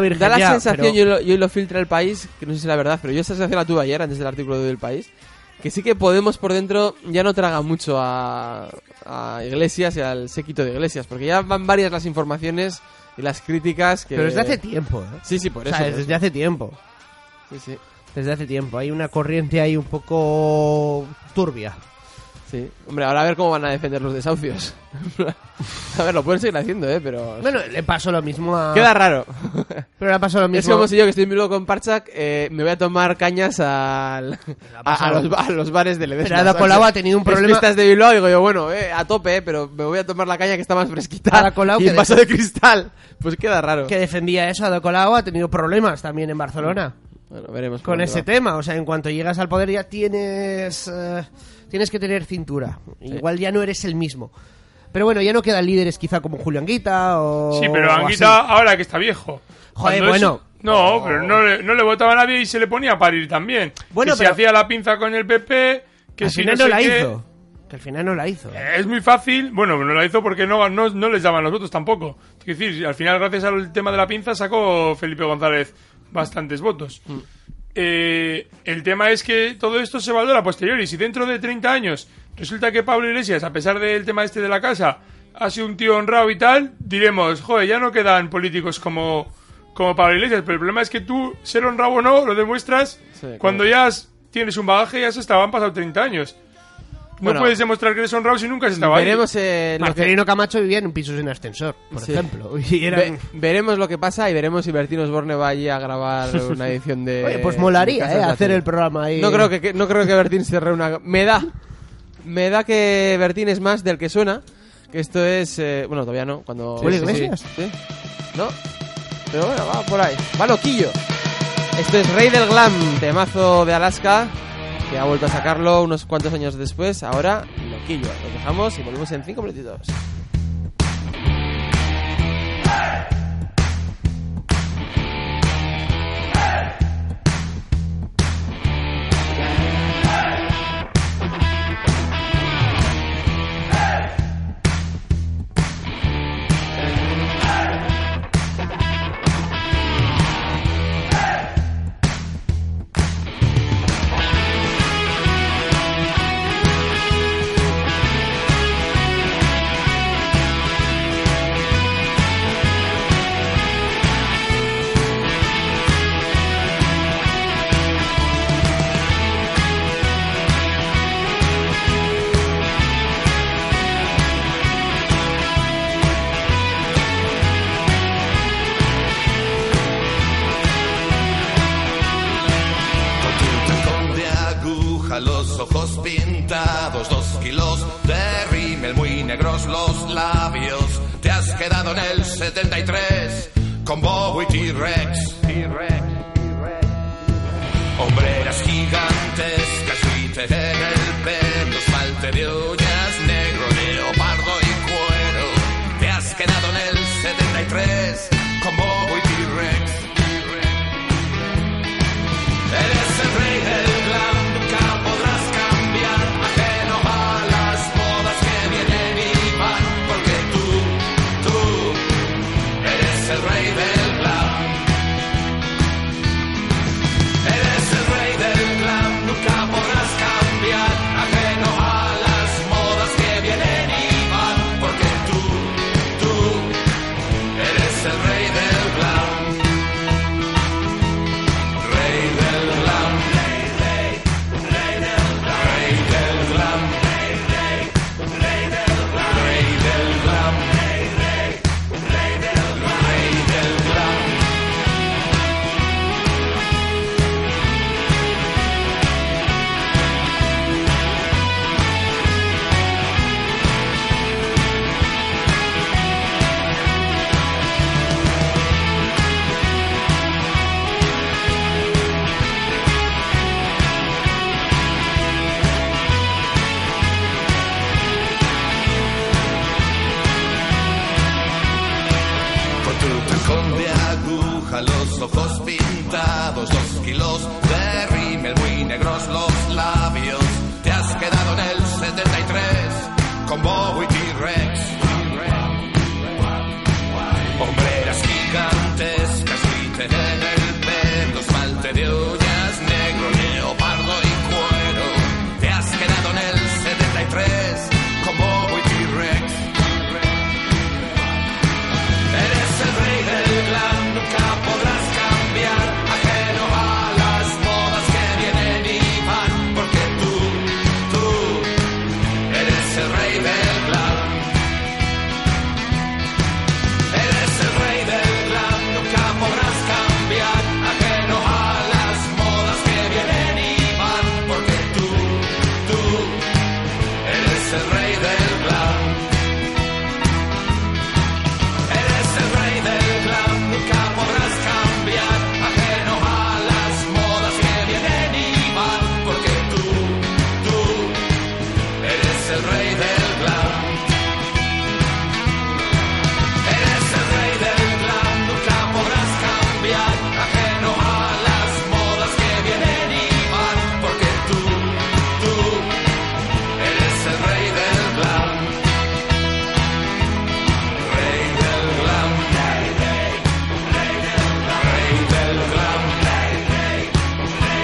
Speaker 5: tal.
Speaker 3: Da la sensación, yo, lo, yo lo filtra el país, que no sé si es la verdad, pero yo esa sensación la tuve ayer antes del artículo del país, que sí que Podemos por dentro ya no traga mucho a, a Iglesias y al séquito de Iglesias, porque ya van varias las informaciones y las críticas que...
Speaker 2: Pero desde hace tiempo, ¿eh?
Speaker 3: Sí, sí, por
Speaker 2: O sea,
Speaker 3: eso. por
Speaker 2: desde
Speaker 3: eso.
Speaker 2: hace tiempo.
Speaker 3: Sí, sí.
Speaker 2: Desde hace tiempo. Hay una corriente ahí un poco turbia.
Speaker 3: Sí. Hombre, ahora a ver cómo van a defender los desahucios. *laughs* a ver, lo pueden seguir haciendo, ¿eh? Pero...
Speaker 2: Bueno, le pasó lo mismo a.
Speaker 3: Queda raro.
Speaker 2: Pero
Speaker 3: *laughs*
Speaker 2: le pasó lo mismo.
Speaker 3: Es como si yo que estoy en Bilbao con Parchak eh, me voy a tomar cañas *laughs* al, a, a los, ba- a los bares de Ledesma.
Speaker 2: Pero Ada
Speaker 3: ¿sabes?
Speaker 2: Colau ha tenido un
Speaker 3: Mis
Speaker 2: problema-
Speaker 3: pistas de Bilbao digo yo, bueno, eh, a tope, eh, pero me voy a tomar la caña que está más fresquita.
Speaker 2: Ada Colau
Speaker 3: y
Speaker 2: que
Speaker 3: el vaso
Speaker 2: de-
Speaker 3: de cristal. Pues queda raro.
Speaker 2: Que defendía eso, Ada Colau ha tenido problemas también en Barcelona.
Speaker 3: Bueno, veremos.
Speaker 2: Con
Speaker 3: cómo
Speaker 2: ese
Speaker 3: va.
Speaker 2: tema. O sea, en cuanto llegas al poder ya tienes. eh, tienes que tener cintura. Igual ya no eres el mismo. Pero bueno, ya no quedan líderes quizá como Julio Anguita o.
Speaker 5: Sí, pero
Speaker 2: o
Speaker 5: Anguita
Speaker 2: así.
Speaker 5: ahora que está viejo.
Speaker 2: Joder,
Speaker 5: Cuando es-
Speaker 2: bueno.
Speaker 5: No, pero no le, no le votaba a nadie y se le ponía a parir también.
Speaker 2: Bueno,
Speaker 5: que si
Speaker 2: pero-
Speaker 5: hacía la pinza con el PP, que
Speaker 2: Al
Speaker 5: si
Speaker 2: final no,
Speaker 5: no, sé
Speaker 2: la
Speaker 5: qué.
Speaker 2: hizo. Que al final no la hizo.
Speaker 3: Eh,
Speaker 5: Es muy fácil, bueno, no la hizo porque no, no, no les daban los votos tampoco. Es decir, al final, gracias al tema de la pinza, sacó Felipe González bastantes votos. Eh, el tema es que todo esto se valora a posteriori. Si dentro de 30 años resulta que Pablo Iglesias, a pesar del tema este de la casa, ha sido un tío honrado y tal, diremos, joder, ya no quedan políticos como, como Pablo Iglesias. Pero el problema es que tú, ser honrado o no, lo demuestras
Speaker 3: Sí,
Speaker 5: cuando ya has- tienes un bagaje y has estado, han pasado 30 años. No
Speaker 3: Bueno.
Speaker 5: puedes demostrar que eres honrado si nunca has estado ahí.
Speaker 3: Veremos, eh, lo que-
Speaker 2: Marcelino Camacho vivía en un piso sin ascensor, por
Speaker 3: Sí.
Speaker 2: ejemplo. *laughs* Y eran-
Speaker 3: Ve- veremos lo que pasa y veremos si Bertino Osborne va allí a grabar *laughs* una edición de.
Speaker 2: Oye, pues
Speaker 3: de
Speaker 2: molaría,
Speaker 3: Casas
Speaker 2: ¿eh?
Speaker 3: de la
Speaker 2: Hacer
Speaker 3: Tele.
Speaker 2: el programa ahí.
Speaker 3: No creo que, que- no creo que Bertín se reúna. Me da. Me da que Bertín es más del que suena. Que esto es. eh, bueno, todavía no. Cuando.
Speaker 2: ¿Julio
Speaker 3: sí, sí,
Speaker 2: Iglesias?
Speaker 3: sí. No. Pero bueno, va por ahí. Va loquillo. Esto es Rey del Glam, temazo de Alaska. Que ha vuelto a sacarlo unos cuantos años después. Ahora, loquillo. Lo dejamos y volvemos en 5 minutitos.
Speaker 1: Con de aguja, los ojos pintados, dos kilos de rímel muy negros los labios. Te has quedado en el 73 con Bowie T-Rex. Hombreras gigantescas, suite en el pelo, esmalte de uñas bruja, los ojos pintados, dos kilos de rímel, muy negros los labios. Te has quedado en el 73 con Bowie T-Rex. Hombreras gigantescas visten en el pelo, esmalte de uñas negro, leopardo y cuero. Te has quedado en el 73 con Bowie T-Rex. Eres el rey del glam, nunca podrás cambiar, ajeno a las modas que vienen y van, porque tú, tú, eres el rey del glam. Eres el rey del glam, nunca podrás cambiar, ajeno a las modas que vienen y van, porque tú, tú, eres el rey del glam. Eres el rey del clan, nunca podrás cambiar, ajeno a las modas que vienen y van, porque tú, tú, eres el rey del clan. Eres el rey del clan, nunca podrás cambiar, ajeno a las modas que vienen y van, porque tú, tú, eres el rey del clan. Rey del glam, rey, rey, rey del glam, rey del glam, rey, rey,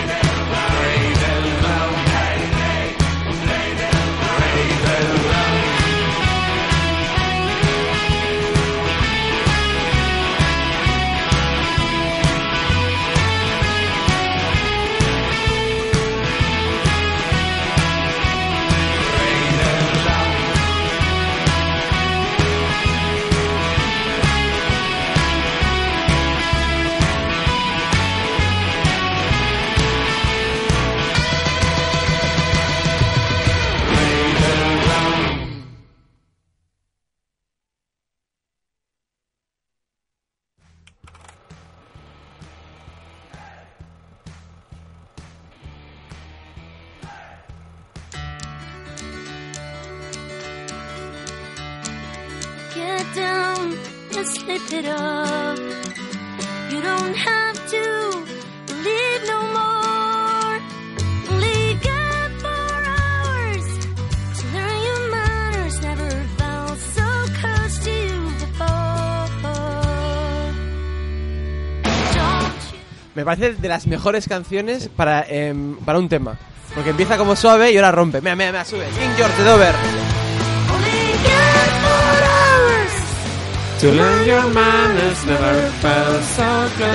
Speaker 1: rey del glam, rey del glam, rey, rey, rey del glam, rey del glam.
Speaker 13: Get down, just lift it up. You don't have to believe no more. Only got four hours to learn your manners. Never felt so close to you before. Don't
Speaker 3: Me parece de las mejores canciones para, em, para un tema. Porque empieza como suave y ahora rompe. Mira, mira, mira, sube. King George de Dover.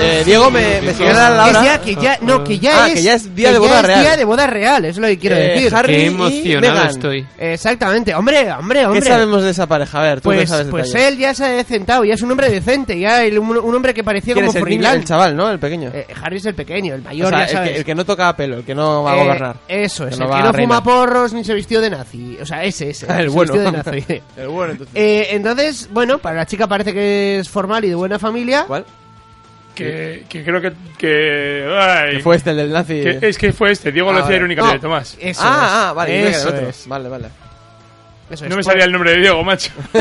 Speaker 3: Eh, Diego, me, me señala la hora.
Speaker 2: Que ya, que ya, no, que ya
Speaker 3: Ah,
Speaker 2: es,
Speaker 3: que ya es día de
Speaker 2: que ya
Speaker 3: boda
Speaker 2: es
Speaker 3: real.
Speaker 2: día de boda real, es lo que quiero
Speaker 3: Eh,
Speaker 2: decir.
Speaker 3: Harry Qué y emocionado Meghan. estoy.
Speaker 2: Exactamente, hombre, hombre, Eh, hombre.
Speaker 3: ¿Qué sabemos de esa pareja? A ver, tú que
Speaker 2: Pues,
Speaker 3: sabes
Speaker 2: pues
Speaker 3: detalles.
Speaker 2: él ya se ha centado, ya es un hombre decente, ya el- un, un hombre que parecía
Speaker 3: ¿Quién
Speaker 2: como
Speaker 3: es el, niño,
Speaker 2: Furriland.
Speaker 3: el chaval, ¿no? El pequeño.
Speaker 2: Harry es el pequeño, el
Speaker 3: O
Speaker 2: mayor,
Speaker 3: sea,
Speaker 2: ya sabes.
Speaker 3: el, que, el que no toca pelo, el que no va a
Speaker 2: Eh,
Speaker 3: gobernar.
Speaker 2: eso es,
Speaker 3: Que no
Speaker 2: el
Speaker 3: va
Speaker 2: que
Speaker 3: a
Speaker 2: no
Speaker 3: reinar.
Speaker 2: fuma porros ni se vistió de nazi. O sea, ese, ese.
Speaker 3: *laughs*
Speaker 2: se
Speaker 3: El bueno.
Speaker 2: vistió de nazi.
Speaker 3: *laughs* El bueno, entonces.
Speaker 2: *laughs* Eh, entonces, bueno, para la chica parece que es formal y de buena familia.
Speaker 3: ¿Cuál?
Speaker 5: Que, que creo que. Que, ay.
Speaker 3: Que fue este, el del nazi.
Speaker 5: Que- es que fue este, Diego lo
Speaker 3: Ah,
Speaker 5: hacía
Speaker 3: vale.
Speaker 5: irónicamente,
Speaker 3: No,
Speaker 5: Tomás.
Speaker 3: eso Ah, es. ah, vale, yo creía que era el otro. Vale, vale.
Speaker 2: Eso
Speaker 5: no
Speaker 2: es.
Speaker 5: me salía el nombre de Diego, macho.
Speaker 3: *laughs*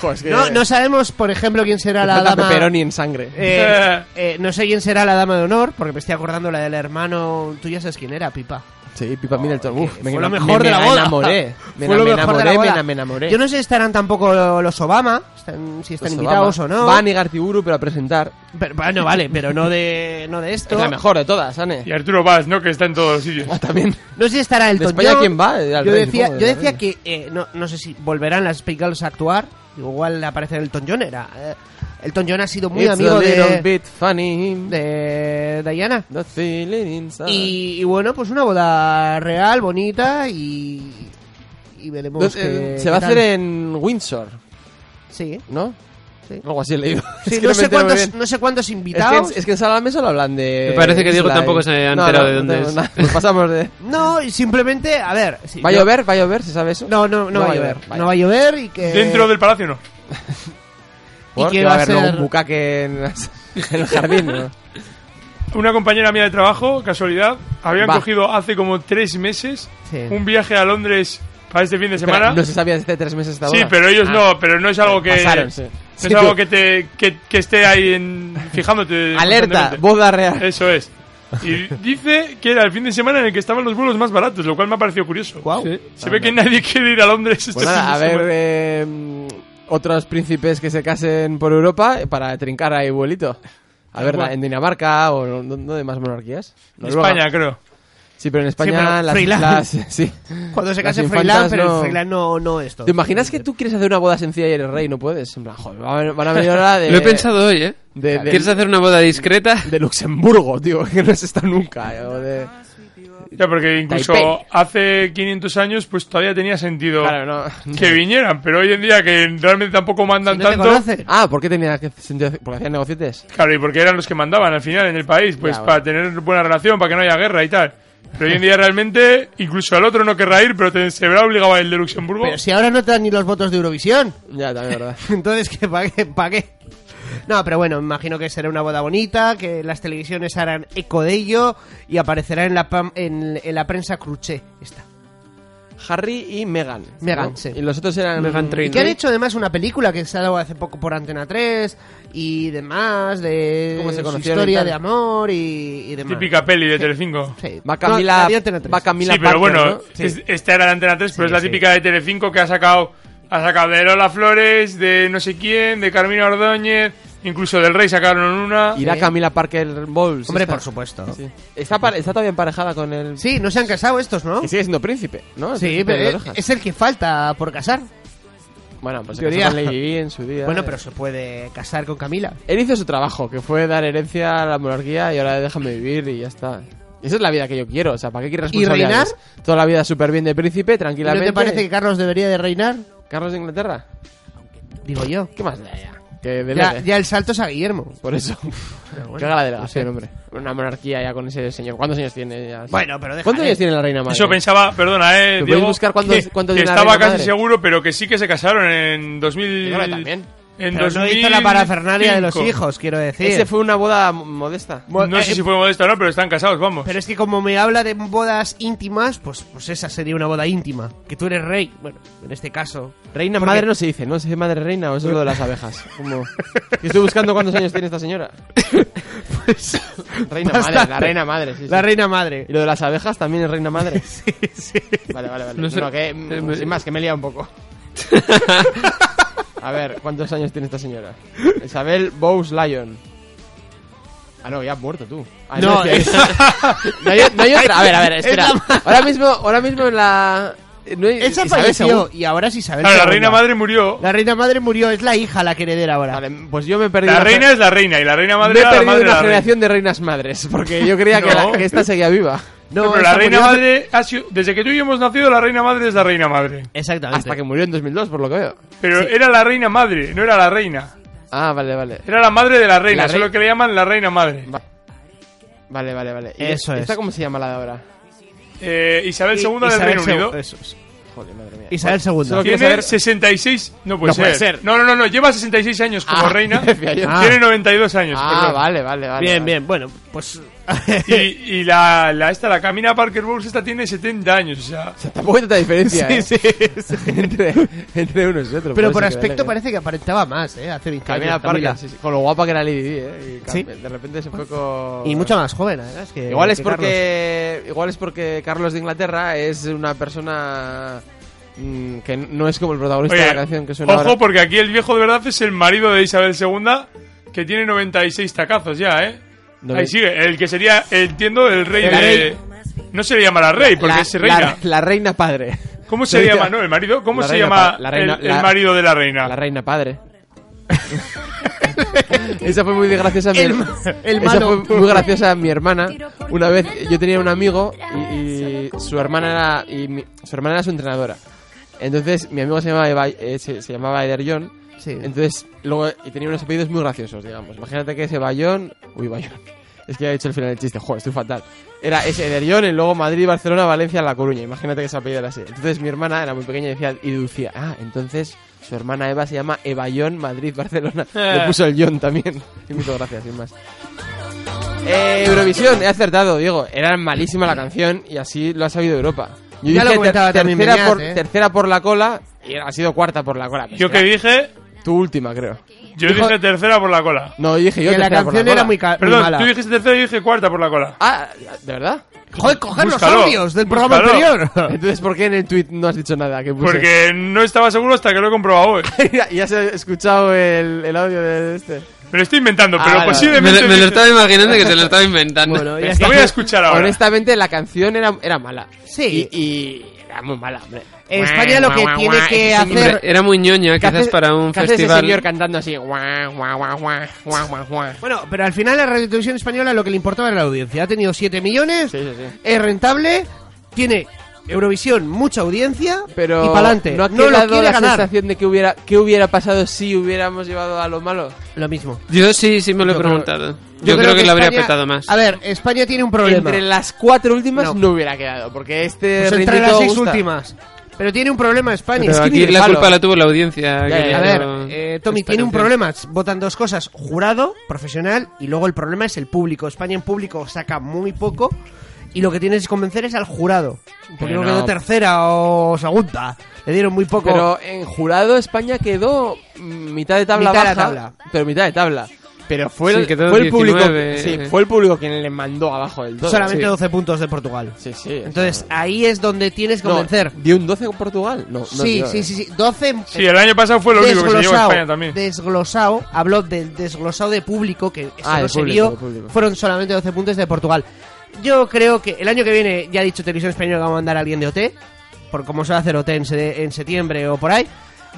Speaker 3: Joder, es que-
Speaker 2: No, no sabemos, por ejemplo, quién será
Speaker 3: Te
Speaker 2: la
Speaker 3: falta
Speaker 2: dama.
Speaker 3: pepperoni en sangre. *laughs*
Speaker 2: Eh, eh, no sé quién será la dama de honor, porque me estoy acordando la del hermano. Tú ya sabes quién era, Pipa.
Speaker 3: Sí, Pipa Middleton. Uf, me,
Speaker 2: Fue lo
Speaker 3: me-
Speaker 2: mejor
Speaker 3: me
Speaker 2: de la boda. *laughs*
Speaker 3: enamoré. Me,
Speaker 2: Fue lo
Speaker 3: me
Speaker 2: mejor de
Speaker 3: enamoré,
Speaker 2: la
Speaker 3: me
Speaker 2: boda.
Speaker 3: na- me enamoré.
Speaker 2: Yo no sé si estarán tampoco los Obama, están- si están
Speaker 3: Los
Speaker 2: invitados
Speaker 3: Obama.
Speaker 2: o no.
Speaker 3: Van y Gartiburu, pero a presentar.
Speaker 2: Pero, bueno, vale, pero no de, no de esto.
Speaker 3: Es la mejor de todas, Ane.
Speaker 5: Y Arturo Vaz, ¿no? Que está en todos los sitios.
Speaker 3: también. *laughs*
Speaker 2: No sé si estará el
Speaker 3: ¿De España quién va? Al
Speaker 2: Yo
Speaker 3: rey,
Speaker 2: decía,
Speaker 3: supongo,
Speaker 2: yo
Speaker 3: del
Speaker 2: decía
Speaker 3: rey.
Speaker 2: que eh, no, no sé si volverán las Spice Girls a actuar. Igual aparece Elton John. Era, eh, Elton John ha sido muy
Speaker 3: It's
Speaker 2: amigo
Speaker 3: a little
Speaker 2: de,
Speaker 3: bit funny.
Speaker 2: de Diana.
Speaker 3: The feeling inside.
Speaker 2: Y, y bueno, pues una boda real, bonita y. Y veremos.
Speaker 3: Entonces,
Speaker 2: qué-
Speaker 3: eh,
Speaker 2: qué
Speaker 3: se va a
Speaker 2: tal.
Speaker 3: hacer en Windsor,
Speaker 2: Sí.
Speaker 3: ¿no?
Speaker 2: Sí.
Speaker 3: Algo así he leído. *laughs*
Speaker 2: Sí,
Speaker 3: Es que
Speaker 2: no,
Speaker 3: me
Speaker 2: sé
Speaker 3: entero muy
Speaker 2: cuántos,
Speaker 3: bien.
Speaker 2: no sé cuántos
Speaker 3: Es que,
Speaker 2: invitados.
Speaker 3: en- es que en Sala Mesa lo hablan de.
Speaker 4: Me parece que Diego
Speaker 3: Isla
Speaker 4: tampoco
Speaker 3: y-
Speaker 4: se ha
Speaker 3: No,
Speaker 4: enterado
Speaker 3: no,
Speaker 4: de dónde
Speaker 3: no,
Speaker 4: es.
Speaker 3: no, pues
Speaker 2: *laughs*
Speaker 3: pasamos de.
Speaker 2: No, y simplemente, a ver. sí,
Speaker 3: ¿Va a
Speaker 2: yo-
Speaker 3: llover? ¿Va a llover? ¿Se sabe eso?
Speaker 2: No, no, no, va a llover.
Speaker 3: vale.
Speaker 2: No va a llover y que.
Speaker 5: Dentro del palacio no.
Speaker 3: ¿Por?
Speaker 2: que
Speaker 3: ¿Que
Speaker 2: va
Speaker 3: va a
Speaker 2: a
Speaker 3: haber luego
Speaker 2: ser-
Speaker 3: un bucaque en, en el jardín? ¿no?
Speaker 5: *laughs* Una compañera mía de trabajo, casualidad, habían
Speaker 3: Va.
Speaker 5: cogido hace como tres meses
Speaker 2: Sí.
Speaker 5: un viaje a Londres para este fin de
Speaker 3: Espera,
Speaker 5: semana.
Speaker 3: No se sabía desde tres meses esta
Speaker 5: sí,
Speaker 3: boda.
Speaker 5: pero ellos
Speaker 3: Ah.
Speaker 5: no, pero no es algo que...
Speaker 3: Pasaron, sí.
Speaker 5: No
Speaker 3: *laughs*
Speaker 5: es algo que, te, que, que esté ahí en, fijándote.
Speaker 3: Alerta,
Speaker 5: constantemente.
Speaker 3: boda real.
Speaker 5: Eso es. Y dice que era el fin de semana en el que estaban los vuelos más baratos, lo cual me ha parecido curioso. Se ve que nadie quiere ir a Londres este
Speaker 3: Pues nada,
Speaker 5: fin
Speaker 3: a
Speaker 5: de
Speaker 3: ver
Speaker 5: semana.
Speaker 3: eh, otros príncipes que se casen por Europa eh, para trincar ahí vuelito. A ver,
Speaker 5: Igual.
Speaker 3: en Dinamarca o ¿dó- ¿dónde más monarquías?
Speaker 5: En España, creo.
Speaker 3: Sí, pero
Speaker 2: Sí,
Speaker 3: en España
Speaker 2: pero
Speaker 3: las,
Speaker 2: Froilán.
Speaker 3: las- *laughs* sí.
Speaker 2: Cuando se
Speaker 3: Las
Speaker 2: case
Speaker 3: infantas
Speaker 2: Freiland, pero el Freiland no, no es todo.
Speaker 3: ¿Te imaginas que tú quieres hacer una boda sencilla y eres rey? No puedes. En plan, joder, van a- van a venir ahora
Speaker 4: *laughs*
Speaker 3: de...
Speaker 4: Lo he pensado hoy, ¿eh?
Speaker 3: de- de-
Speaker 4: ¿Quieres hacer una boda discreta?
Speaker 3: De Luxemburgo, tío, que no has estado nunca. eh, o de-
Speaker 5: Ya, porque incluso
Speaker 3: Taipei.
Speaker 5: hace 500 años, pues todavía tenía sentido
Speaker 3: Claro,
Speaker 5: que vinieran, pero hoy en día que realmente tampoco mandan tanto.
Speaker 3: Ah, ¿por qué tenía que sentido? Porque hacían negocietes.
Speaker 5: Claro, y porque eran los que mandaban al final en el país, pues
Speaker 3: Ya, bueno.
Speaker 5: para tener buena relación, para que no haya guerra y tal. Pero hoy en día realmente, incluso al otro no querrá ir, pero te, se verá obligado a el de Luxemburgo.
Speaker 2: Pero si ahora no te dan ni los votos de Eurovisión.
Speaker 3: Ya, también, verdad.
Speaker 2: *laughs* Entonces, ¿qué, ¿para qué? pa' qué? No, pero bueno, me imagino que será una boda bonita, que las televisiones harán eco de ello y aparecerá en la, pam- en, en la prensa cruché. Esta.
Speaker 3: Harry y Meghan.
Speaker 2: Meghan,
Speaker 3: ¿no?
Speaker 2: sí. Mm,
Speaker 3: Y los otros eran...
Speaker 4: Meghan
Speaker 2: Y que han hecho además una película que se ha dado hace poco por Antena 3 y demás, de
Speaker 3: Cómo se
Speaker 2: su
Speaker 3: conocieron y
Speaker 2: historia
Speaker 3: tal.
Speaker 2: de amor y, y demás.
Speaker 5: Típica peli de Telecinco.
Speaker 3: Va Camila, va Camila
Speaker 5: sí, pero
Speaker 3: Parker,
Speaker 5: bueno,
Speaker 3: ¿no? Sí.
Speaker 5: es- esta era la Antena 3, pero
Speaker 3: Sí,
Speaker 5: es la
Speaker 3: sí.
Speaker 5: típica de Telecinco que ha sacado ha sacado de Lola Flores, de no sé quién, de Carmina Ordóñez, incluso del Rey sacaron una.
Speaker 3: Irá Camila Parker Bowles.
Speaker 5: Hombre,
Speaker 3: esta.
Speaker 5: por supuesto.
Speaker 3: Sí. Está, pa- está todavía emparejada con el...
Speaker 2: Sí, no se han casado estos, ¿no?
Speaker 3: Que sigue siendo príncipe, ¿no? El
Speaker 2: Sí,
Speaker 3: príncipe de
Speaker 2: pero es,
Speaker 3: Orejas.
Speaker 2: es el que falta por casar.
Speaker 3: Bueno, pues se
Speaker 2: teoría.
Speaker 3: casó con Lady Di en su día. eh.
Speaker 2: Bueno, pero se puede casar con Camila.
Speaker 3: Él hizo su trabajo, que fue dar herencia a la monarquía y ahora déjame vivir y ya está. Esa es la vida que yo quiero, o sea, ¿para qué quieres
Speaker 2: ¿Y reinar?
Speaker 3: responsabilidades? Toda la vida súper bien de príncipe,
Speaker 2: ¿Y ¿No
Speaker 3: tranquilamente.
Speaker 2: te parece que Carlos debería de reinar?
Speaker 3: Carlos de Inglaterra?
Speaker 2: Digo yo.
Speaker 3: ¿Qué más da ya? Que de
Speaker 2: Ya, ya el salto es a Guillermo. *laughs*
Speaker 3: Por eso. que haga la delegación, hombre. Una monarquía ya con ese señor. ¿Cuántos años tiene? ya?
Speaker 5: Bueno, pero déjale.
Speaker 3: ¿Cuántos años tiene la reina madre?
Speaker 5: Eso pensaba, perdona, eh,
Speaker 3: ¿Lo
Speaker 5: Diego,
Speaker 3: podéis buscar cuántos-
Speaker 5: que-
Speaker 3: cuántos
Speaker 5: que
Speaker 3: de la
Speaker 5: estaba
Speaker 3: reina
Speaker 5: casi
Speaker 3: madre?
Speaker 5: seguro, pero que sí que se casaron en 2000
Speaker 3: Yo creo que también.
Speaker 5: En
Speaker 2: Pero no hizo la parafernalia de los hijos, quiero decir.
Speaker 3: Ese fue una boda m- modesta.
Speaker 5: No sé si fue modesto o no, pero están casados, vamos.
Speaker 2: Pero es que como me habla de bodas íntimas, pues, pues esa sería una boda íntima. Que tú eres rey. Bueno, en este caso.
Speaker 3: Reina
Speaker 2: Porque-
Speaker 3: madre no se dice, no se dice madre reina o eso es lo de las abejas.
Speaker 2: *laughs*
Speaker 3: Como... Yo estoy buscando cuántos años tiene esta señora. *laughs* reina madre, la
Speaker 2: Pues Bastante.
Speaker 3: reina madre. sí, sí.
Speaker 2: La reina madre.
Speaker 3: Y lo de las abejas también es reina madre. sí,
Speaker 2: *laughs* sí.
Speaker 3: Vale, vale, vale.
Speaker 4: No
Speaker 3: No
Speaker 4: sé.
Speaker 3: que, mm,
Speaker 4: Eh, me-
Speaker 3: sin más, que me he liado un
Speaker 5: *laughs*
Speaker 3: poco. A ver, ¿cuántos años tiene esta señora? Isabel Bowes Lyon. Ah, no, ya has muerto tú. Ah,
Speaker 2: No,
Speaker 3: es-
Speaker 2: es-
Speaker 3: *laughs* no, hay, no hay otra. A ver, a ver,
Speaker 2: Es
Speaker 3: espera.
Speaker 2: la-
Speaker 3: Ahora mismo, ahora mismo en la. No hay-
Speaker 2: Esa
Speaker 3: Isabel
Speaker 2: falleció
Speaker 3: Según.
Speaker 2: y ahora es Isabel.
Speaker 5: Claro, la
Speaker 2: II.
Speaker 5: reina madre murió.
Speaker 2: La reina madre murió, es la hija la que heredera ahora.
Speaker 3: Pues yo me he perdido.
Speaker 5: La
Speaker 3: una-
Speaker 5: reina es la reina y la reina madre
Speaker 3: me he
Speaker 5: era la
Speaker 3: perdido
Speaker 5: madre de
Speaker 3: una
Speaker 5: la reina.
Speaker 3: generación de reinas madres, porque yo creía que,
Speaker 5: No.
Speaker 3: la- que esta seguía viva.
Speaker 5: No, pero la
Speaker 3: esta
Speaker 5: reina
Speaker 3: murió hace-
Speaker 5: madre ha sido- Desde que tú y yo hemos nacido, la reina madre es la reina madre.
Speaker 2: Exactamente.
Speaker 3: Hasta que murió en 2002, por lo que veo.
Speaker 5: Pero era la reina madre, no era la reina.
Speaker 3: Ah, vale, vale.
Speaker 5: Era la madre de la reina,
Speaker 3: La rei-
Speaker 5: solo que le llaman la reina madre.
Speaker 3: Vale, vale, vale. ¿Y
Speaker 2: Eso
Speaker 3: ¿Esta
Speaker 2: es.
Speaker 3: cómo se llama la de ahora?
Speaker 5: Eh, Isabel
Speaker 2: I-
Speaker 5: II del
Speaker 2: Isabel
Speaker 5: Reino
Speaker 2: seg-
Speaker 5: Unido.
Speaker 2: eso es.
Speaker 3: Joder, madre mía.
Speaker 2: Isabel
Speaker 3: Bueno, solo
Speaker 2: II.
Speaker 3: quiero
Speaker 5: Tiene
Speaker 3: saber-
Speaker 5: 66. No puede,
Speaker 3: No puede
Speaker 5: ser.
Speaker 3: ser.
Speaker 5: No, no, no, no, Lleva 66 años como
Speaker 3: Ah, *laughs*
Speaker 5: reina.
Speaker 3: decía yo.
Speaker 5: Tiene 92 años.
Speaker 3: Ah,
Speaker 5: perdón.
Speaker 3: vale, vale, vale.
Speaker 2: Bien,
Speaker 3: vale.
Speaker 2: bien, bueno, pues.
Speaker 5: *laughs* Y, y la, la, esta, la Camina Parker Bowles, esta tiene 70 años. O sea,
Speaker 3: Tampoco hay tanta diferencia
Speaker 2: Sí,
Speaker 3: ¿eh?
Speaker 2: sí, sí.
Speaker 3: *laughs* entre, entre uno y otro.
Speaker 2: Pero por
Speaker 3: eso que
Speaker 2: aspecto
Speaker 3: vale,
Speaker 2: parece que aparentaba más, ¿eh? Hace 20
Speaker 3: Camila
Speaker 2: años.
Speaker 3: Parker,
Speaker 2: Camila.
Speaker 3: sí, sí, con lo guapa que era Lady Di, ¿eh? Y
Speaker 2: Sí.
Speaker 3: De repente se fue con...
Speaker 2: Y mucho más joven, además. Que,
Speaker 3: Igual es
Speaker 2: que
Speaker 3: porque igual es porque Carlos de Inglaterra es una persona mm, que no es como el protagonista
Speaker 5: oye,
Speaker 3: de la canción que suena
Speaker 5: ojo,
Speaker 3: ahora.
Speaker 5: porque aquí el viejo de verdad es el marido de Isabel II, que tiene 96 tacazos ya, ¿eh?
Speaker 3: No
Speaker 5: Ahí
Speaker 3: le-
Speaker 5: sigue, el que sería, entiendo, el rey
Speaker 3: El
Speaker 5: de.
Speaker 3: rey.
Speaker 5: No se le llama la rey, porque
Speaker 3: la,
Speaker 5: es reina.
Speaker 3: La, la reina padre. *laughs*
Speaker 5: ¿Cómo se
Speaker 3: La-
Speaker 5: llama, no? ¿El marido? ¿Cómo
Speaker 3: la
Speaker 5: se
Speaker 3: reina
Speaker 5: llama
Speaker 3: pa- la reina-
Speaker 5: el, el
Speaker 3: la-
Speaker 5: marido de la reina?
Speaker 3: La reina padre.
Speaker 2: *laughs*
Speaker 3: Esa fue muy graciosa. a mi-
Speaker 2: El ma- el
Speaker 3: Esa
Speaker 2: mano.
Speaker 3: fue muy graciosa a mi hermana. Una vez yo tenía un amigo y, y su hermana era y mi- su hermana era su entrenadora. Entonces mi amigo se llamaba Eva- eh, se, se llamaba Ederjon.
Speaker 2: Sí.
Speaker 3: Entonces luego y tenía unos apellidos muy graciosos, digamos. Imagínate que ese Bayón, uy Bayón. *laughs* Es que ya he hecho el final del chiste, joder, estoy fatal. Era ese Ederjon y luego Madrid, Barcelona, Valencia, La Coruña. Imagínate que ese apellido era ese. Entonces mi hermana era muy pequeña y decía y deducía, ah, entonces su hermana Eva se llama Evayón, Madrid,
Speaker 2: *laughs*
Speaker 3: Barcelona. Le puso el John *laughs* también. Y muchas gracias, sin más. Eh, Eurovisión, he acertado, Diego. Era malísima la canción y así lo ha sabido Europa. Yo
Speaker 2: Ya lo
Speaker 3: dije
Speaker 2: comentaba también
Speaker 3: tercera,
Speaker 2: Beñat,
Speaker 3: por,
Speaker 2: ¿eh?
Speaker 3: tercera por la cola y ha sido cuarta por la cola.
Speaker 5: Yo que dije,
Speaker 3: Tu última, creo.
Speaker 5: Yo
Speaker 2: Dijo-
Speaker 5: dije tercera por la cola.
Speaker 3: No, yo dije yo
Speaker 2: Que la
Speaker 3: tercera por
Speaker 2: canción
Speaker 3: cola.
Speaker 2: era muy ca- muy
Speaker 5: Perdón,
Speaker 2: mala.
Speaker 5: tú dijiste tercera y yo dije cuarta por la cola.
Speaker 3: Ah, ¿de verdad?
Speaker 2: Joder,
Speaker 5: coger los Búscalo, audios del programa búscalo. anterior.
Speaker 3: Entonces, ¿por qué en el tweet no has dicho nada? Que puse?
Speaker 5: Porque no estaba seguro hasta que lo he comprobado hoy.
Speaker 3: *laughs* ya, ya se ha escuchado el, el audio de este.
Speaker 5: Me lo estoy inventando,
Speaker 3: Ah,
Speaker 5: pero
Speaker 3: vale.
Speaker 5: posiblemente.
Speaker 4: Me lo- me lo estaba imaginando que se lo estaba inventando.
Speaker 5: Bueno, ya está. Lo voy a escuchar ahora.
Speaker 3: Honestamente, la canción era, era mala.
Speaker 2: Sí.
Speaker 3: Y, y era muy mala, hombre.
Speaker 2: España lo que tiene que
Speaker 3: ese señor-
Speaker 2: hacer-
Speaker 4: Era muy ñoña,
Speaker 3: ¿Qué hace-
Speaker 4: quizás para un
Speaker 3: qué hace ese
Speaker 4: festival.
Speaker 3: señor cantando así. guau, guau, guau, guau, guau, guau, guau.
Speaker 2: Bueno, pero al final la Radio Televisión Española lo que le importaba era la audiencia. Ha tenido 7 millones, es rentable, tiene Eurovisión mucha audiencia
Speaker 3: Pero
Speaker 2: y para adelante.
Speaker 3: ¿No
Speaker 2: No,
Speaker 3: ha quedado
Speaker 2: lo quiere
Speaker 3: la
Speaker 2: ganar.
Speaker 3: sensación de que hubiera, qué hubiera pasado si hubiéramos llevado a lo malo?
Speaker 2: Lo mismo.
Speaker 4: Yo sí, sí me lo he preguntado. Yo, creo, que, lo habría
Speaker 2: España-
Speaker 4: petado más.
Speaker 2: A ver, España tiene un problema.
Speaker 3: Entre las cuatro últimas no, hubiera quedado, porque este.
Speaker 2: Pues entre
Speaker 3: ritmito
Speaker 2: las seis
Speaker 3: gusta.
Speaker 2: últimas. Pero tiene un problema España.
Speaker 4: Pero aquí la culpa la tuvo la audiencia.
Speaker 2: Ya,
Speaker 4: que
Speaker 2: ya,
Speaker 4: le
Speaker 2: a ver,
Speaker 4: dio
Speaker 2: eh, Tommy,
Speaker 4: esta
Speaker 2: tiene un
Speaker 4: canción.
Speaker 2: problema. Votan dos cosas: jurado, profesional, y luego el problema es el público. España en público saca muy poco. Y lo que tienes que convencer es al jurado. Porque no
Speaker 3: Pero-
Speaker 2: quedó tercera o segunda. Le dieron muy poco.
Speaker 3: Pero en jurado España quedó mm, mitad de tabla
Speaker 2: Mitad de
Speaker 3: baja,
Speaker 2: tabla.
Speaker 3: pero mitad de tabla. Pero fue el,
Speaker 4: Sí, quedó
Speaker 3: fue el público,
Speaker 4: 19,
Speaker 3: sí,
Speaker 4: eh.
Speaker 3: fue el público quien le mandó abajo el 12.
Speaker 2: solamente
Speaker 3: sí.
Speaker 2: 12 puntos de Portugal.
Speaker 3: Sí, sí.
Speaker 2: Entonces ahí es donde tienes que
Speaker 3: No,
Speaker 2: convencer.
Speaker 3: ¿Dio un 12 con Portugal? No, no
Speaker 2: sí,
Speaker 3: dio,
Speaker 2: sí,
Speaker 3: eh.
Speaker 2: sí, sí. 12.
Speaker 5: Sí, el año pasado fue lo único que se llevó a España también.
Speaker 2: Desglosado, habló del desglosado de público, que eso
Speaker 3: Ah,
Speaker 2: no
Speaker 3: de
Speaker 2: se
Speaker 3: público,
Speaker 2: vio.
Speaker 3: de público.
Speaker 2: Fueron solamente 12 puntos de Portugal. Yo creo que el año que viene, ya ha dicho Televisión Española que va a mandar a alguien de OT, por cómo se va a hacer OT en, se- en septiembre o por ahí.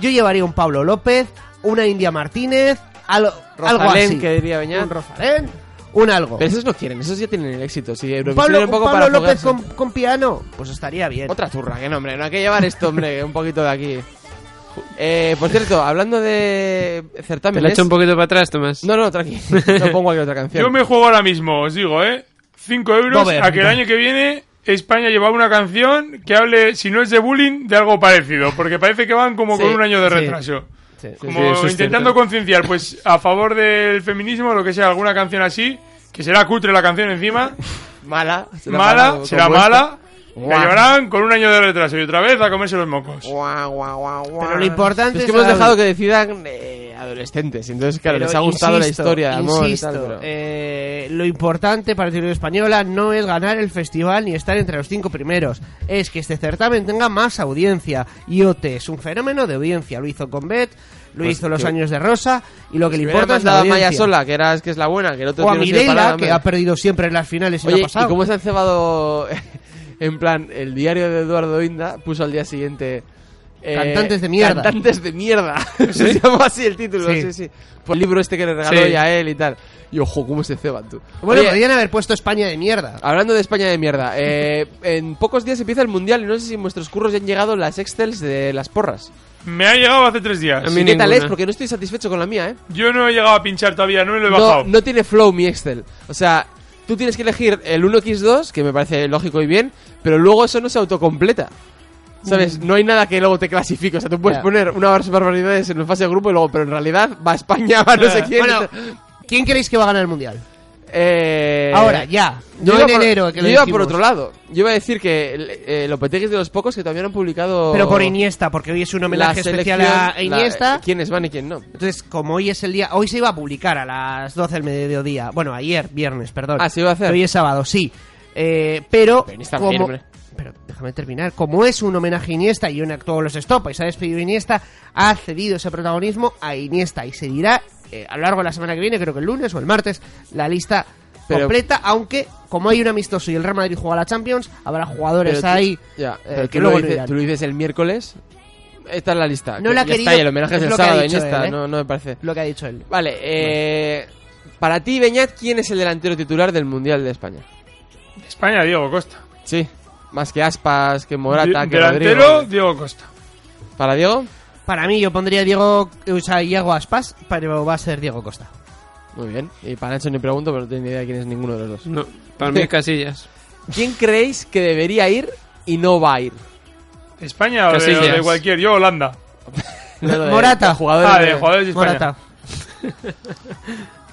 Speaker 2: Yo llevaría un Pablo López, una India Martínez, al- algo
Speaker 3: Rosalén,
Speaker 2: así.
Speaker 3: que diría Beñat.
Speaker 2: Un Rosalén, un algo.
Speaker 3: Pero esos no quieren, esos ya tienen el éxito. Sí,
Speaker 2: Un
Speaker 3: Eurovisión
Speaker 2: Pablo,
Speaker 3: era un poco
Speaker 2: un Pablo
Speaker 3: para
Speaker 2: López
Speaker 3: foguearse.
Speaker 2: con, con piano, pues estaría bien.
Speaker 3: Otra turra, que no, hombre, no hay que llevar esto, hombre, un poquito de aquí. Eh, por cierto, hablando de
Speaker 4: Te la he
Speaker 3: certámenes...
Speaker 4: hecho un poquito para atrás, Tomás.
Speaker 3: No, no, tranqui, no pongo aquí otra canción.
Speaker 5: Yo me juego ahora mismo, os digo, ¿eh? 5 euros
Speaker 2: Dover,
Speaker 5: a que el
Speaker 2: mira.
Speaker 5: año que viene España lleva una canción que hable, si no es de bullying, de algo parecido. Porque parece que van como
Speaker 3: Sí,
Speaker 5: con un año de
Speaker 2: sí.
Speaker 5: retraso.
Speaker 4: Sí, eso
Speaker 5: Como
Speaker 4: es cierto.
Speaker 5: intentando concienciar, pues, a favor del feminismo, lo que sea, alguna canción así, que será cutre la canción encima,
Speaker 3: *laughs* Mala. será
Speaker 5: mala, será
Speaker 3: compuesta.
Speaker 5: mala, la
Speaker 3: Guau.
Speaker 5: llevarán con un año de retraso y otra vez a comerse los mocos.
Speaker 3: Guau, guau, guau, guau.
Speaker 2: Pero lo importante
Speaker 3: es que
Speaker 2: es
Speaker 3: hemos
Speaker 2: la-
Speaker 3: dejado que decidan eh, adolescentes. Entonces, claro,
Speaker 2: Pero
Speaker 3: les ha gustado la
Speaker 2: insisto,
Speaker 3: historia de amor
Speaker 2: insisto,
Speaker 3: y tal. Pero...
Speaker 2: eh, lo importante para la televisión española no es ganar el festival ni estar entre los cinco primeros, es que este certamen tenga más audiencia. IOT es un fenómeno de audiencia, lo hizo con Bet, lo
Speaker 3: Pues
Speaker 2: hizo los
Speaker 3: que-
Speaker 2: años de Rosa y lo que le
Speaker 3: Hubiera
Speaker 2: importa es la
Speaker 3: mandado a Maya
Speaker 2: audiencia.
Speaker 3: sola, que, era, que es la buena, que el otro
Speaker 2: o a
Speaker 3: tío no sirve para
Speaker 2: Mireia
Speaker 3: nada,
Speaker 2: que
Speaker 3: hombre.
Speaker 2: ha perdido siempre en las finales y no
Speaker 3: Oye,
Speaker 2: ha pasado.
Speaker 3: ¿y cómo se han cebado? *laughs* en plan, el diario de Eduardo Inda puso al día siguiente. eh,
Speaker 2: Cantantes de mierda.
Speaker 3: Cantantes
Speaker 2: *laughs*
Speaker 3: de mierda. se llamó así el título, sí,
Speaker 2: Sí.
Speaker 3: sí. Por el libro este que le regaló
Speaker 4: Sí.
Speaker 3: ya a él y tal. Y ojo, ¿cómo se ceban tú?
Speaker 2: Bueno,
Speaker 3: Oye,
Speaker 2: podrían haber puesto España de mierda.
Speaker 3: Hablando de España de mierda,
Speaker 2: *laughs*
Speaker 3: eh, en pocos días empieza el mundial y no sé si en vuestros curros ya han llegado las Excels de las porras.
Speaker 5: Me ha llegado hace tres días.
Speaker 4: A mí
Speaker 3: ¿Y ¿Qué tal
Speaker 4: ninguna.
Speaker 3: es? Porque no estoy satisfecho con la mía, ¿eh?
Speaker 5: Yo no he llegado a pinchar todavía, no me lo he
Speaker 3: No,
Speaker 5: bajado.
Speaker 3: no tiene flow mi Excel. O sea, tú tienes que elegir el 1x2, que me parece lógico y bien, pero luego eso no se autocompleta. ¿Sabes? No hay nada que luego te clasifique. O sea, tú puedes
Speaker 2: Mm. Ya.
Speaker 3: poner unas barbaridades en el fase de grupo y luego, pero en realidad va a España, *laughs* va a no sé quién.
Speaker 2: Bueno, ¿quién creéis que va a ganar el mundial?
Speaker 3: Eh,
Speaker 2: Ahora, ya. No
Speaker 3: iba
Speaker 2: en
Speaker 3: por-
Speaker 2: enero, que lo
Speaker 3: yo iba por
Speaker 2: dijimos.
Speaker 3: otro lado. Yo iba a decir que el- eh, Lopetegui es de los pocos que todavía no han publicado.
Speaker 2: Pero por Iniesta, porque hoy es un homenaje
Speaker 3: Oh. la
Speaker 2: especial
Speaker 3: selección,
Speaker 2: a
Speaker 3: la- eh,
Speaker 2: Iniesta.
Speaker 3: quiénes van y quién no.
Speaker 2: Entonces, como hoy es el día, hoy se iba a publicar a las 12 del mediodía. Bueno, ayer, viernes, perdón.
Speaker 3: Ah, se iba a hacer.
Speaker 2: Hoy es sábado, sí. Eh, pero,
Speaker 3: Pero Iniesta
Speaker 2: como,
Speaker 3: firme.
Speaker 2: pero déjame terminar. Como es un homenaje a Iniesta y un acto los estopa y se ha despedido Iniesta, ha cedido ese protagonismo a Iniesta y se dirá eh, a lo largo de la semana que viene, creo que el lunes o el martes, la lista
Speaker 3: Pero-
Speaker 2: completa. Aunque, como hay un amistoso y el Real Madrid juega a la Champions, habrá jugadores
Speaker 3: Pero tú-
Speaker 2: ahí
Speaker 3: Ya,
Speaker 2: eh,
Speaker 3: pero tú,
Speaker 2: que
Speaker 3: lo
Speaker 2: luego no
Speaker 3: dices,
Speaker 2: irán.
Speaker 3: tú lo dices el miércoles. Esta es la lista.
Speaker 2: No
Speaker 3: que
Speaker 2: la ha
Speaker 3: ya
Speaker 2: querido-
Speaker 3: Está, y el homenaje
Speaker 2: es
Speaker 3: es el
Speaker 2: lo que ha
Speaker 3: sábado
Speaker 2: dicho
Speaker 3: Iniesta.
Speaker 2: él, ¿eh?
Speaker 3: no, no me parece.
Speaker 2: Lo que ha dicho él.
Speaker 3: Vale, eh, para ti, Beñat, ¿quién es el delantero titular del Mundial de España?
Speaker 5: España, Diego Costa.
Speaker 3: Sí, más que Aspas, que Morata,
Speaker 5: Di-
Speaker 3: que
Speaker 5: delantero,
Speaker 3: Rodrigo.
Speaker 5: Diego Costa.
Speaker 3: ¿Para Diego?
Speaker 2: Para mí, yo pondría Diego, o sea, Iago Aspas, pero va a ser Diego Costa.
Speaker 3: Muy bien. Y para Nacho ni pregunto, pero no tengo ni idea de quién es ninguno de los dos.
Speaker 4: No, para
Speaker 3: *laughs*
Speaker 4: mí es Casillas.
Speaker 3: ¿Quién creéis que debería ir y no va a ir?
Speaker 5: España o de,
Speaker 4: Casillas.
Speaker 5: o de cualquier, yo Holanda.
Speaker 3: *laughs* No, no, de-
Speaker 2: Morata.
Speaker 3: de Jugadores.
Speaker 5: Ah, de jugadores de España.
Speaker 2: Morata.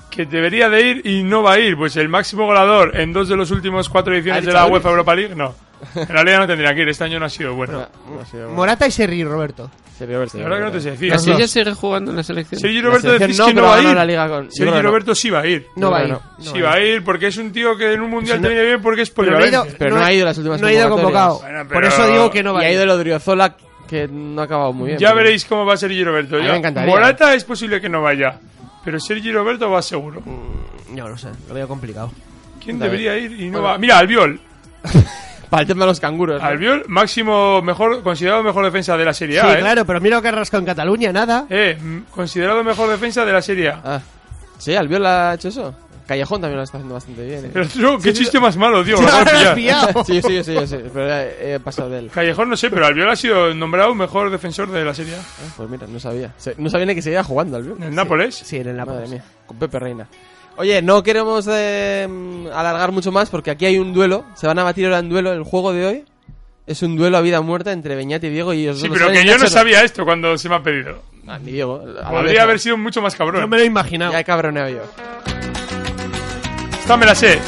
Speaker 5: Que debería de ir y no va a ir. Pues el máximo goleador en dos de los últimos cuatro ediciones
Speaker 3: ¿Ha
Speaker 5: de
Speaker 3: dicho
Speaker 5: la
Speaker 3: Adri?
Speaker 5: UEFA Europa League, no. En realidad no tendría que ir, este año no ha sido bueno.
Speaker 2: Morata y Serri, Roberto.
Speaker 3: Sergio Roberto.
Speaker 5: La verdad que no te sé decir.
Speaker 4: Así ya sigue jugando en la selección.
Speaker 5: Sergio Roberto decís que no va a ir. Sergi Roberto sí va a ir.
Speaker 4: No va a ir.
Speaker 5: Sí va a ir porque es un tío que en un mundial te viene bien porque es
Speaker 3: Pero, no ha ido,
Speaker 5: polivalente.
Speaker 3: no ha ido las últimas
Speaker 2: no ha ido
Speaker 3: convocatorias.
Speaker 2: convocado. Bueno, Por pero- eso digo que no va
Speaker 3: Y
Speaker 2: a
Speaker 3: ha
Speaker 2: ir.
Speaker 3: ido el Odriozola, que no ha acabado muy bien.
Speaker 5: Ya
Speaker 3: pero-
Speaker 5: veréis cómo va Sergi Roberto.
Speaker 3: A mí
Speaker 5: ya.
Speaker 3: me encantaría.
Speaker 5: Morata es posible que no vaya, pero Sergi Roberto va seguro.
Speaker 3: Mm,
Speaker 2: No lo sé, lo veo complicado.
Speaker 5: ¿Quién
Speaker 3: También.
Speaker 5: debería ir y no
Speaker 3: Bueno.
Speaker 5: va?
Speaker 3: *laughs*
Speaker 5: Mira, Albiol.
Speaker 3: Para el tema de los canguros. ¿no?
Speaker 5: Albiol, máximo, mejor, considerado mejor defensa de la Serie A.
Speaker 2: sí,
Speaker 5: ¿eh?
Speaker 2: claro, pero mira lo que ha rascado en Cataluña, nada.
Speaker 5: Eh, mm, considerado mejor defensa de la Serie A.
Speaker 3: Ah. Sí, Albiol ha hecho eso. Callejón también lo está haciendo bastante bien. ¿eh?
Speaker 5: Pero tú, qué
Speaker 3: Sí, sí,
Speaker 5: chiste más malo,
Speaker 3: *laughs*
Speaker 5: tío.
Speaker 3: Sí,
Speaker 5: me acabo de
Speaker 3: ahora lo
Speaker 5: pillar.
Speaker 3: has pillado. Sí, sí, sí, sí, pero he, he pasado de él.
Speaker 5: Callejón no sé, pero Albiol ha sido nombrado mejor defensor de la Serie A.
Speaker 3: Pues mira, no sabía. Se- No sabía ni que seguía jugando Albiol.
Speaker 5: ¿En el Nápoles?
Speaker 2: Sí, en el
Speaker 3: Madre mía, con Pepe Reina. Oye, no queremos eh, mm, alargar mucho más porque aquí hay un duelo. Se van a batir ahora en duelo. El juego de hoy es un duelo a vida o muerta entre Beñat y Diego. Y ellos dos
Speaker 5: Sí,
Speaker 3: lo
Speaker 5: pero
Speaker 3: saben,
Speaker 5: que yo no
Speaker 3: Nacho
Speaker 5: sabía esto cuando se me ha pedido.
Speaker 3: Ah, ni Diego. a la
Speaker 5: Podría
Speaker 3: vez.
Speaker 5: haber sido mucho más cabrón.
Speaker 2: No me lo he imaginado.
Speaker 3: Ya he cabroneado yo.
Speaker 5: Esta me
Speaker 3: *laughs*
Speaker 5: la sé.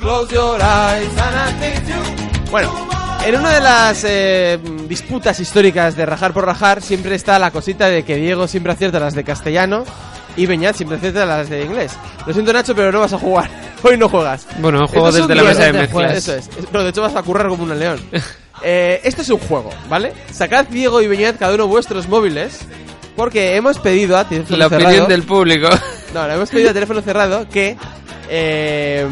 Speaker 3: Close your eyes and I think you- Bueno, en una de las eh, disputas históricas de rajar por rajar siempre está la cosita de que Diego siempre acierta las de castellano y Beñat siempre acierta las de inglés. Lo siento Nacho, pero no vas a jugar. *laughs* Hoy no juegas.
Speaker 4: Bueno, juego
Speaker 3: Estos son
Speaker 4: desde la mesa de
Speaker 3: duelos.
Speaker 4: mezclas.
Speaker 3: Eso es. Es- No, de hecho vas a currar como
Speaker 4: *laughs*
Speaker 3: un león. Eh, esto es un juego, ¿vale? Sacad Diego y Beñat cada uno vuestros móviles porque hemos pedido a Círculo
Speaker 4: La
Speaker 3: Cerrado-
Speaker 4: opinión del público.
Speaker 3: no, le hemos pedido a teléfono cerrado que. eh,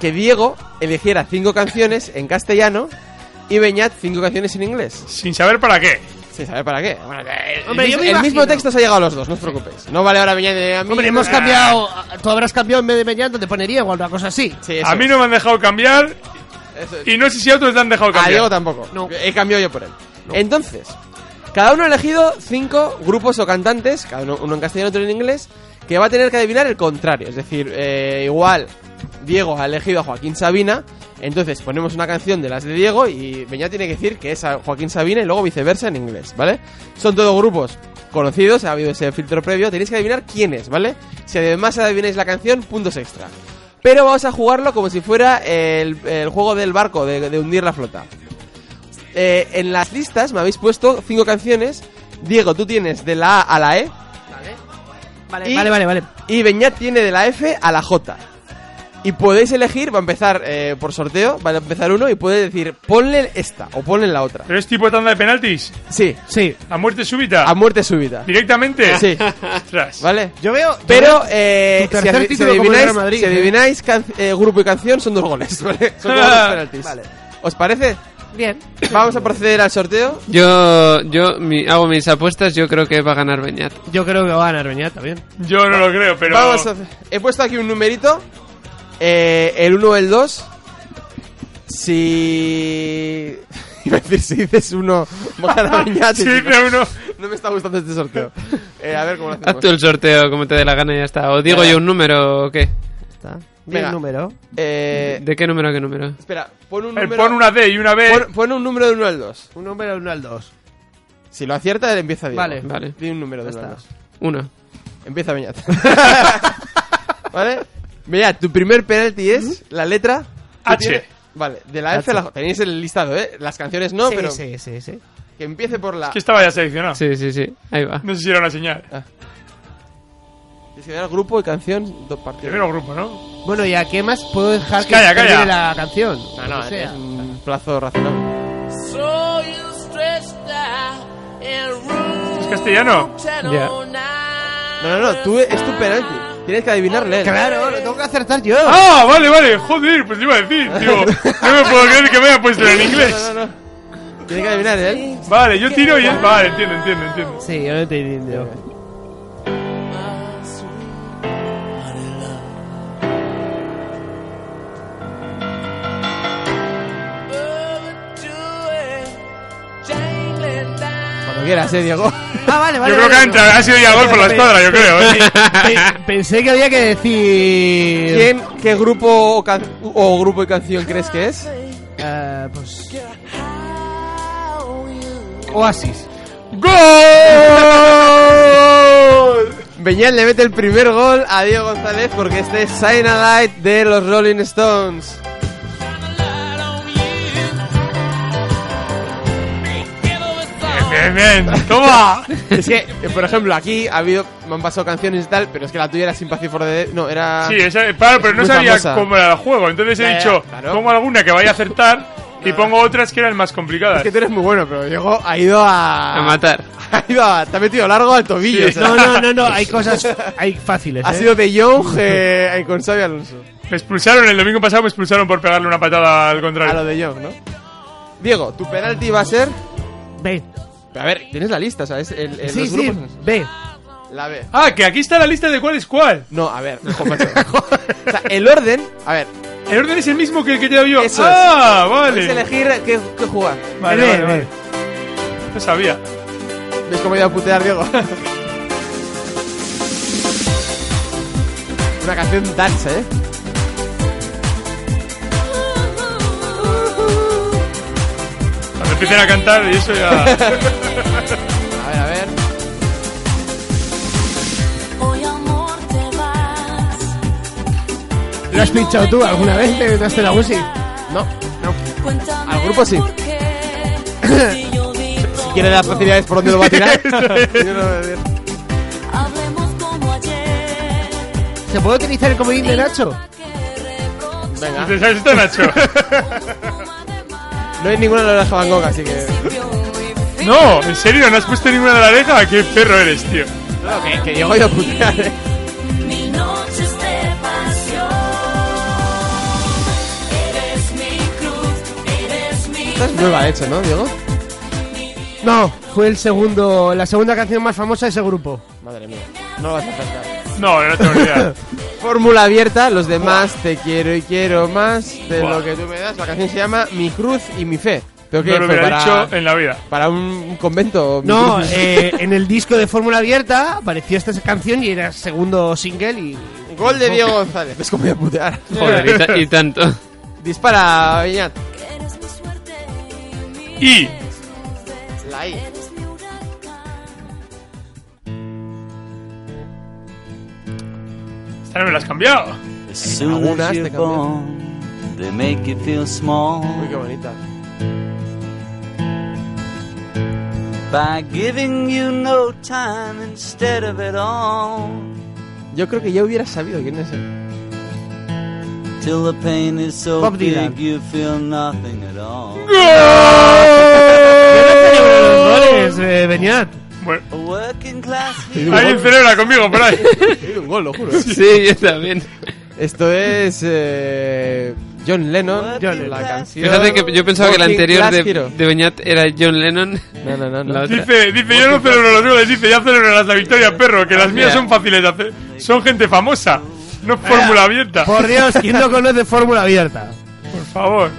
Speaker 3: que Diego eligiera cinco canciones en castellano y Beñat cinco canciones en inglés.
Speaker 5: Sin saber para qué.
Speaker 3: Sin saber para qué. Bueno, el
Speaker 2: Hombre, yo
Speaker 3: mismo-
Speaker 2: me
Speaker 3: el mismo
Speaker 2: imagino.
Speaker 3: texto se ha llegado a los dos, no os preocupéis. No vale ahora Beñat de a mí-
Speaker 2: Hombre, hemos
Speaker 3: Ah,
Speaker 2: cambiado. Tú habrás cambiado en vez de Beñat, te ponería o alguna cosa así.
Speaker 3: sí, eso
Speaker 5: A mí
Speaker 3: es.
Speaker 5: no me han dejado cambiar
Speaker 3: Eso es.
Speaker 5: y no sé si a otros te han dejado
Speaker 3: A Diego
Speaker 5: cambiar.
Speaker 3: tampoco. He cambiado yo por él. Entonces, cada uno ha elegido cinco grupos o cantantes, cada uno, uno en castellano, otro en inglés, que va a tener que adivinar el contrario. Es decir, eh, igual Diego ha elegido a Joaquín Sabina, entonces ponemos una canción de las de Diego y Beñat tiene que decir que es a Joaquín Sabina y luego viceversa en inglés, ¿vale? Son todos grupos conocidos, ha habido ese filtro previo, tenéis que adivinar quién es, ¿vale? Si además adivináis la canción, puntos extra. Pero vamos a jugarlo como si fuera el, el juego del barco, de- de hundir la flota. Eh, en las listas me habéis puesto cinco canciones. Diego, tú tienes de la A a la E
Speaker 2: Vale,
Speaker 3: Y-
Speaker 2: vale, vale, vale.
Speaker 3: y Beñat tiene de la F a la J. Y podéis elegir, va a empezar eh, por sorteo, va a empezar uno y puede decir ponle esta o ponle la otra.
Speaker 5: ¿Pero es tipo tanda de penaltis?
Speaker 3: Sí,
Speaker 2: Sí.
Speaker 5: ¿A muerte súbita?
Speaker 3: a muerte súbita.
Speaker 5: ¿Directamente?
Speaker 3: Sí,
Speaker 5: Ostras.
Speaker 3: ¿vale?
Speaker 2: Yo veo.
Speaker 3: Pero eh,
Speaker 2: Tu
Speaker 3: si,
Speaker 2: tercer
Speaker 3: adi- si
Speaker 2: título como el
Speaker 3: adivináis,
Speaker 2: Real Madrid,
Speaker 3: si
Speaker 2: ¿eh?
Speaker 3: adivináis can- eh, grupo y canción son dos goles, *laughs* ¿vale? Son
Speaker 5: *laughs*
Speaker 3: dos goles penaltis.
Speaker 2: Vale.
Speaker 3: ¿Os parece?
Speaker 2: Bien.
Speaker 3: Vamos a proceder al sorteo.
Speaker 4: Yo, yo mi- hago mis apuestas, yo creo que va a ganar Beñat.
Speaker 2: Yo creo que va a ganar Beñat también.
Speaker 5: Yo no lo creo, pero.
Speaker 3: Vamos a hacer- He puesto aquí un numerito. eh, el 1 o el 2. Si. *laughs* Iba a decir, si dices uno, *laughs* va a ganar
Speaker 5: *laughs*
Speaker 3: Beñat.
Speaker 5: Sí, pero uno.
Speaker 3: No me está gustando este sorteo. Eh, a ver cómo lo
Speaker 4: Haz tú
Speaker 3: hacemos.
Speaker 4: el sorteo como te dé la gana y ya está. ¿O digo
Speaker 3: Venga.
Speaker 4: yo un número o qué?
Speaker 2: Está. Bien
Speaker 3: Venga.
Speaker 2: número.
Speaker 3: Eh,
Speaker 4: ¿De qué número a qué número?
Speaker 3: espera, pon un
Speaker 5: Eh,
Speaker 3: número.
Speaker 5: pon una D y una B.
Speaker 3: pon- pon un número de 1 al 2.
Speaker 2: Un número uno al dos.
Speaker 3: Si lo acierta, él empieza Diego.
Speaker 2: Vale.
Speaker 4: Vale.
Speaker 3: Di un número de
Speaker 2: Ya
Speaker 3: 1 al
Speaker 2: está.
Speaker 3: 2.
Speaker 4: Uno.
Speaker 3: Empieza Beñat. *laughs* ¿Vale? Beñat, tu primer penalti es la letra. que
Speaker 5: H.
Speaker 3: tiene- Vale, de la F a la J. Tenéis el listado, ¿eh? Las canciones no,
Speaker 2: sí,
Speaker 3: pero.
Speaker 2: sí, sí, sí.
Speaker 3: Que empiece por la.
Speaker 5: Que estaba ya seleccionado.
Speaker 4: Sí, sí, sí. Ahí va.
Speaker 5: No sé si era una señal.
Speaker 3: Decidirá grupo y canción, dos partidos.
Speaker 5: Primero grupo, ¿no?
Speaker 2: Bueno, ¿y a qué más puedo dejar que
Speaker 5: Calla,
Speaker 2: termine
Speaker 5: calla.
Speaker 2: la canción?
Speaker 3: No, no,
Speaker 2: O sea,
Speaker 3: es un plazo razonable.
Speaker 5: ¿Es castellano?
Speaker 4: Ya.
Speaker 3: oh No, no, no, tú es tu penalti. Tienes que adivinarle.
Speaker 2: Claro, lo tengo que acertar yo.
Speaker 5: ¡Ah! Vale, vale. Joder, pues iba a decir. Digo, no me puedo creer que me haya puesto en
Speaker 3: No,
Speaker 5: inglés.
Speaker 3: no, no. Tienes que adivinar ¿eh? él.
Speaker 5: Vale, yo tiro y él. Vale, entiendo, entiendo, entiendo.
Speaker 2: Sí, yo no te entiendo.
Speaker 3: Cuando quieras, eh, Diego.
Speaker 2: *laughs* Ah, vale, vale.
Speaker 5: Yo creo que ha,
Speaker 2: vale,
Speaker 5: entrado- ha sido ya gol por la escuadra, yo creo. ¿eh?
Speaker 3: *laughs*
Speaker 2: Pe- Pensé que había que decir.
Speaker 3: ¿Quién, qué grupo o, can- o grupo y canción crees que es?
Speaker 2: Eh, eh, pues... Oasis.
Speaker 3: ¡Gol! Beñal le mete el primer gol a Diego González porque este es Cyanide de los Rolling Stones.
Speaker 5: Bien, bien, bien. ¡Toma!
Speaker 3: *laughs* es que, eh, por ejemplo, aquí ha habido, me han pasado canciones y tal, pero es que la tuya era Sympathy for the Dead. No, era.
Speaker 5: Sí, esa- claro, pero no
Speaker 3: Muy
Speaker 5: sabía
Speaker 3: famosa.
Speaker 5: cómo era el juego. Entonces
Speaker 3: Ya,
Speaker 5: he
Speaker 3: ya,
Speaker 5: dicho,
Speaker 3: claro.
Speaker 5: pongo alguna que vaya a acertar y pongo otras que eran más complicadas.
Speaker 3: Es que tú eres muy bueno, pero Diego ha ido a.
Speaker 5: A
Speaker 4: matar.
Speaker 3: *laughs* Ha ido a. Te ha metido largo al tobillo.
Speaker 5: Sí.
Speaker 3: o sea.
Speaker 5: No, no, no, no, hay
Speaker 2: cosas. Hay fáciles.
Speaker 3: Ha
Speaker 5: ¿eh?
Speaker 3: sido de Young eh, con Xavi Alonso.
Speaker 5: Me expulsaron el domingo pasado, me expulsaron por pegarle una patada al contrario.
Speaker 3: A lo de Young, ¿no? Diego, tu penalti va a ser.
Speaker 2: B.
Speaker 3: A ver, tienes la lista, ¿sabes? El, el-
Speaker 5: Sí,
Speaker 3: los
Speaker 5: sí,
Speaker 3: grupos-
Speaker 2: B.
Speaker 3: La B.
Speaker 5: Ah, que aquí está la lista de cuál es cuál.
Speaker 3: No, a ver, hijo macho.
Speaker 5: *laughs*
Speaker 3: o sea, el orden. A ver.
Speaker 5: El orden es el mismo que el que te doy yo.
Speaker 3: Eso
Speaker 5: ah,
Speaker 3: es.
Speaker 5: vale.
Speaker 3: Puedes elegir qué, qué jugar.
Speaker 5: Vale, vale, vale. No sabía.
Speaker 3: ¿Ves cómo he ido a putear,
Speaker 5: *laughs*
Speaker 3: Diego? Una canción dance, ¿eh?
Speaker 5: Cuando empiecen a cantar y
Speaker 3: *laughs*
Speaker 5: eso ya.
Speaker 3: A ver, a ver.
Speaker 13: Hoy amor te vas.
Speaker 2: ¿Lo has pinchado tú alguna vez? ¿Te metiste la UCI?
Speaker 3: No, no.
Speaker 13: Cuéntame
Speaker 3: Al grupo sí.
Speaker 13: por qué. Si yo digo
Speaker 3: Si quiere las facilidades por donde lo va a
Speaker 6: *laughs*
Speaker 3: tirar. Yo no voy a decir.
Speaker 13: Hablemos como ayer.
Speaker 2: *laughs* ¿Se puede utilizar el comodín de Nacho?
Speaker 3: Venga.
Speaker 5: ¿Te sabes esta, *laughs* Nacho?
Speaker 3: No hay ninguna de las Van Gogh, así que.
Speaker 5: No, en serio, no has puesto ninguna de la oreja. Qué perro eres, tío.
Speaker 3: No, que, que Diego ha ido a putear, ¿eh?
Speaker 13: Mil noches de pasión. Eres mi cruz, eres mi
Speaker 3: Esta es nueva, hecho, ¿no, Diego?
Speaker 2: No, fue el segundo, la segunda canción más famosa de ese grupo.
Speaker 3: Madre mía. No lo vas a faltar.
Speaker 5: No, no tengo ni idea.
Speaker 3: *laughs* Fórmula abierta, los demás te quiero y quiero más de
Speaker 5: Buah.
Speaker 3: lo que tú me das. La canción se llama Mi cruz y mi fe. Pero que
Speaker 5: No lo
Speaker 3: fue
Speaker 5: hubiera
Speaker 3: para,
Speaker 5: dicho en la vida.
Speaker 3: para un convento. Mi
Speaker 2: No,
Speaker 3: cruz, mi
Speaker 2: eh,
Speaker 3: fe. *laughs*
Speaker 2: en el disco de Fórmula Abierta apareció esta canción y era segundo single y...
Speaker 3: Gol de Diego González. ¿Ves cómo voy a putear?
Speaker 4: Joder, y, ta- y
Speaker 3: *laughs*
Speaker 4: tanto.
Speaker 3: Dispara, Beñat.
Speaker 5: Y
Speaker 3: La I.
Speaker 5: esta no me la has cambiado.
Speaker 6: As soon
Speaker 3: algunas
Speaker 6: as
Speaker 3: te
Speaker 6: you're
Speaker 3: cambian.
Speaker 6: gone, they make you feel small
Speaker 3: Uy, qué bonita.
Speaker 6: by giving you no time instead of it all.
Speaker 3: Yo creo que ya hubiera sabido quién es él.
Speaker 6: Till the pain is so
Speaker 3: Bob
Speaker 6: big
Speaker 3: Dylan.
Speaker 6: you feel nothing
Speaker 3: *laughs*
Speaker 6: at all.
Speaker 2: Goles, eh, Beñat.
Speaker 6: A working class
Speaker 5: Alguien celebra conmigo por ahí.
Speaker 3: He oído un gol, lo juro. ¿eh?
Speaker 4: Sí, yo también.
Speaker 3: Esto es eh, John Lennon, la canción.
Speaker 4: Fíjate que yo pensaba que la
Speaker 3: Working
Speaker 4: anterior
Speaker 3: Class
Speaker 4: de,
Speaker 3: Hero.
Speaker 4: de Beñat era John Lennon.
Speaker 3: No, no, no.
Speaker 4: La otra.
Speaker 5: Dice, dice, yo no celebro los goles, dice, ya celebrarás la victoria, perro, que las mías son fáciles de hacer. Son gente famosa, no es fórmula abierta.
Speaker 2: Eh, Por Dios, ¿quién no conoce Fórmula Abierta?
Speaker 5: *laughs* Por favor.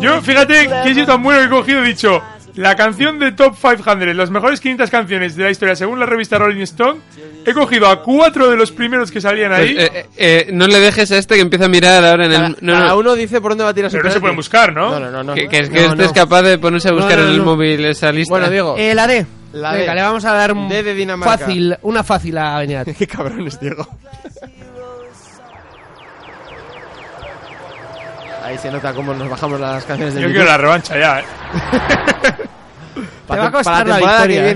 Speaker 5: Yo, fíjate que he sido tan bueno que he cogido y dicho, la canción de Top 500, las mejores 500 canciones de la historia según la revista Rolling Stone, he cogido a cuatro de los primeros que salían
Speaker 4: Pues,
Speaker 5: ahí,
Speaker 4: eh, eh, eh, no le dejes a este que empieza a mirar ahora en el.
Speaker 3: Cada,
Speaker 4: no,
Speaker 3: cada
Speaker 4: no.
Speaker 3: uno dice por dónde va a tirar su
Speaker 5: pero no
Speaker 3: penalti.
Speaker 5: se pueden buscar, ¿no?
Speaker 3: No, no, no. no.
Speaker 4: Que, que es que
Speaker 3: No,
Speaker 4: este
Speaker 3: no.
Speaker 4: es capaz de ponerse a buscar
Speaker 3: No, no,
Speaker 4: en el
Speaker 3: no.
Speaker 4: móvil esa lista.
Speaker 3: Bueno, Diego.
Speaker 2: Eh, la D.
Speaker 3: Oh. La D.
Speaker 2: Venga, le vamos a dar un
Speaker 3: D de Dinamarca.
Speaker 2: fácil, una fácil a Beñat.
Speaker 3: *laughs* Qué cabrón es Diego. Ahí se nota cómo nos bajamos las canciones de
Speaker 5: Yo quiero la revancha ya, eh.
Speaker 2: Te va a costar
Speaker 3: para
Speaker 2: la
Speaker 3: temporada
Speaker 2: victoria,
Speaker 3: que
Speaker 2: eh.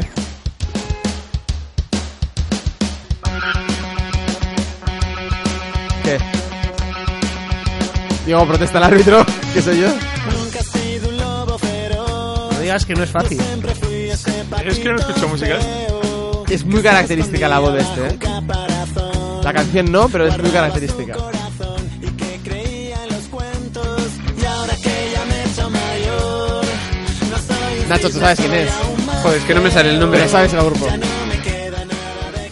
Speaker 3: viene. ¿Qué? Diego, protesta el árbitro, *laughs* que soy yo.
Speaker 2: No digas que no es fácil.
Speaker 5: Es que no escucho música. ¿eh?
Speaker 3: Es muy característica la voz de este, ¿eh? La canción no, pero es muy característica. Nacho, tú sabes quién es.
Speaker 4: Joder, es que no me sale el nombre.
Speaker 3: Pero sabes el grupo.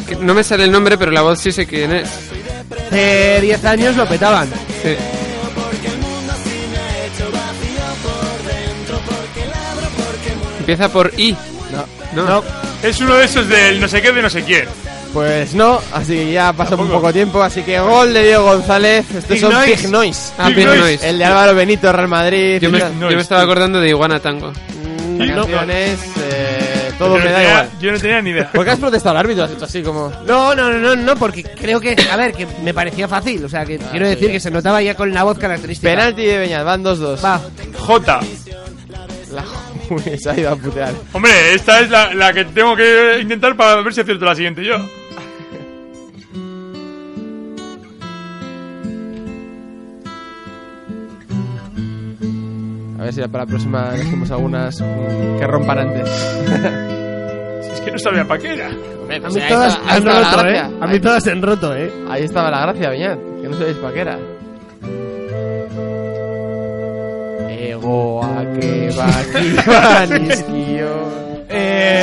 Speaker 4: Que No me sale el nombre, pero la voz sí sé quién es.
Speaker 2: Hace 10 años lo petaban.
Speaker 4: Sí. Empieza por I.
Speaker 3: No.
Speaker 4: No.
Speaker 5: Es uno de esos del no sé qué de no sé quién.
Speaker 3: Pues no, así que ya pasó un poco tiempo, así que gol de Diego González. Estos
Speaker 4: Big
Speaker 3: son
Speaker 4: Noise.
Speaker 3: Big Noise.
Speaker 4: Ah, Big Big Noise. Noise.
Speaker 3: El de Álvaro Benito, Real Madrid.
Speaker 4: Yo me,
Speaker 3: Big
Speaker 4: yo
Speaker 3: Noise.
Speaker 4: me estaba acordando de Iguana Tango.
Speaker 3: Las canciones, eh, todo
Speaker 4: Yo no
Speaker 3: me da
Speaker 4: tenía-
Speaker 3: igual.
Speaker 5: Yo no tenía ni idea.
Speaker 3: ¿Por qué has protestado al árbitro? Has hecho así como... *laughs*
Speaker 2: No, no, no, no, no, porque creo que, a ver, que me parecía fácil. O sea, que quiero
Speaker 3: Ah, sí.
Speaker 2: decir que se notaba ya con la voz característica.
Speaker 3: Penalti de Beñat, van 2-2.
Speaker 2: Va.
Speaker 5: J.
Speaker 3: La Uy, se ha ido a putear.
Speaker 5: Hombre, esta es la, la que tengo que intentar para ver si acierto la siguiente yo.
Speaker 3: A ver si para la próxima hacemos algunas mm, que rompan antes. *laughs*
Speaker 5: Es que no sabía para qué era.
Speaker 3: pues
Speaker 2: A mí todas se han roto, ¿eh? A mí todas se han roto, ¿eh?
Speaker 3: Ahí estaba la gracia, Beñat, que no sabéis para qué era. Egoa que va aquí,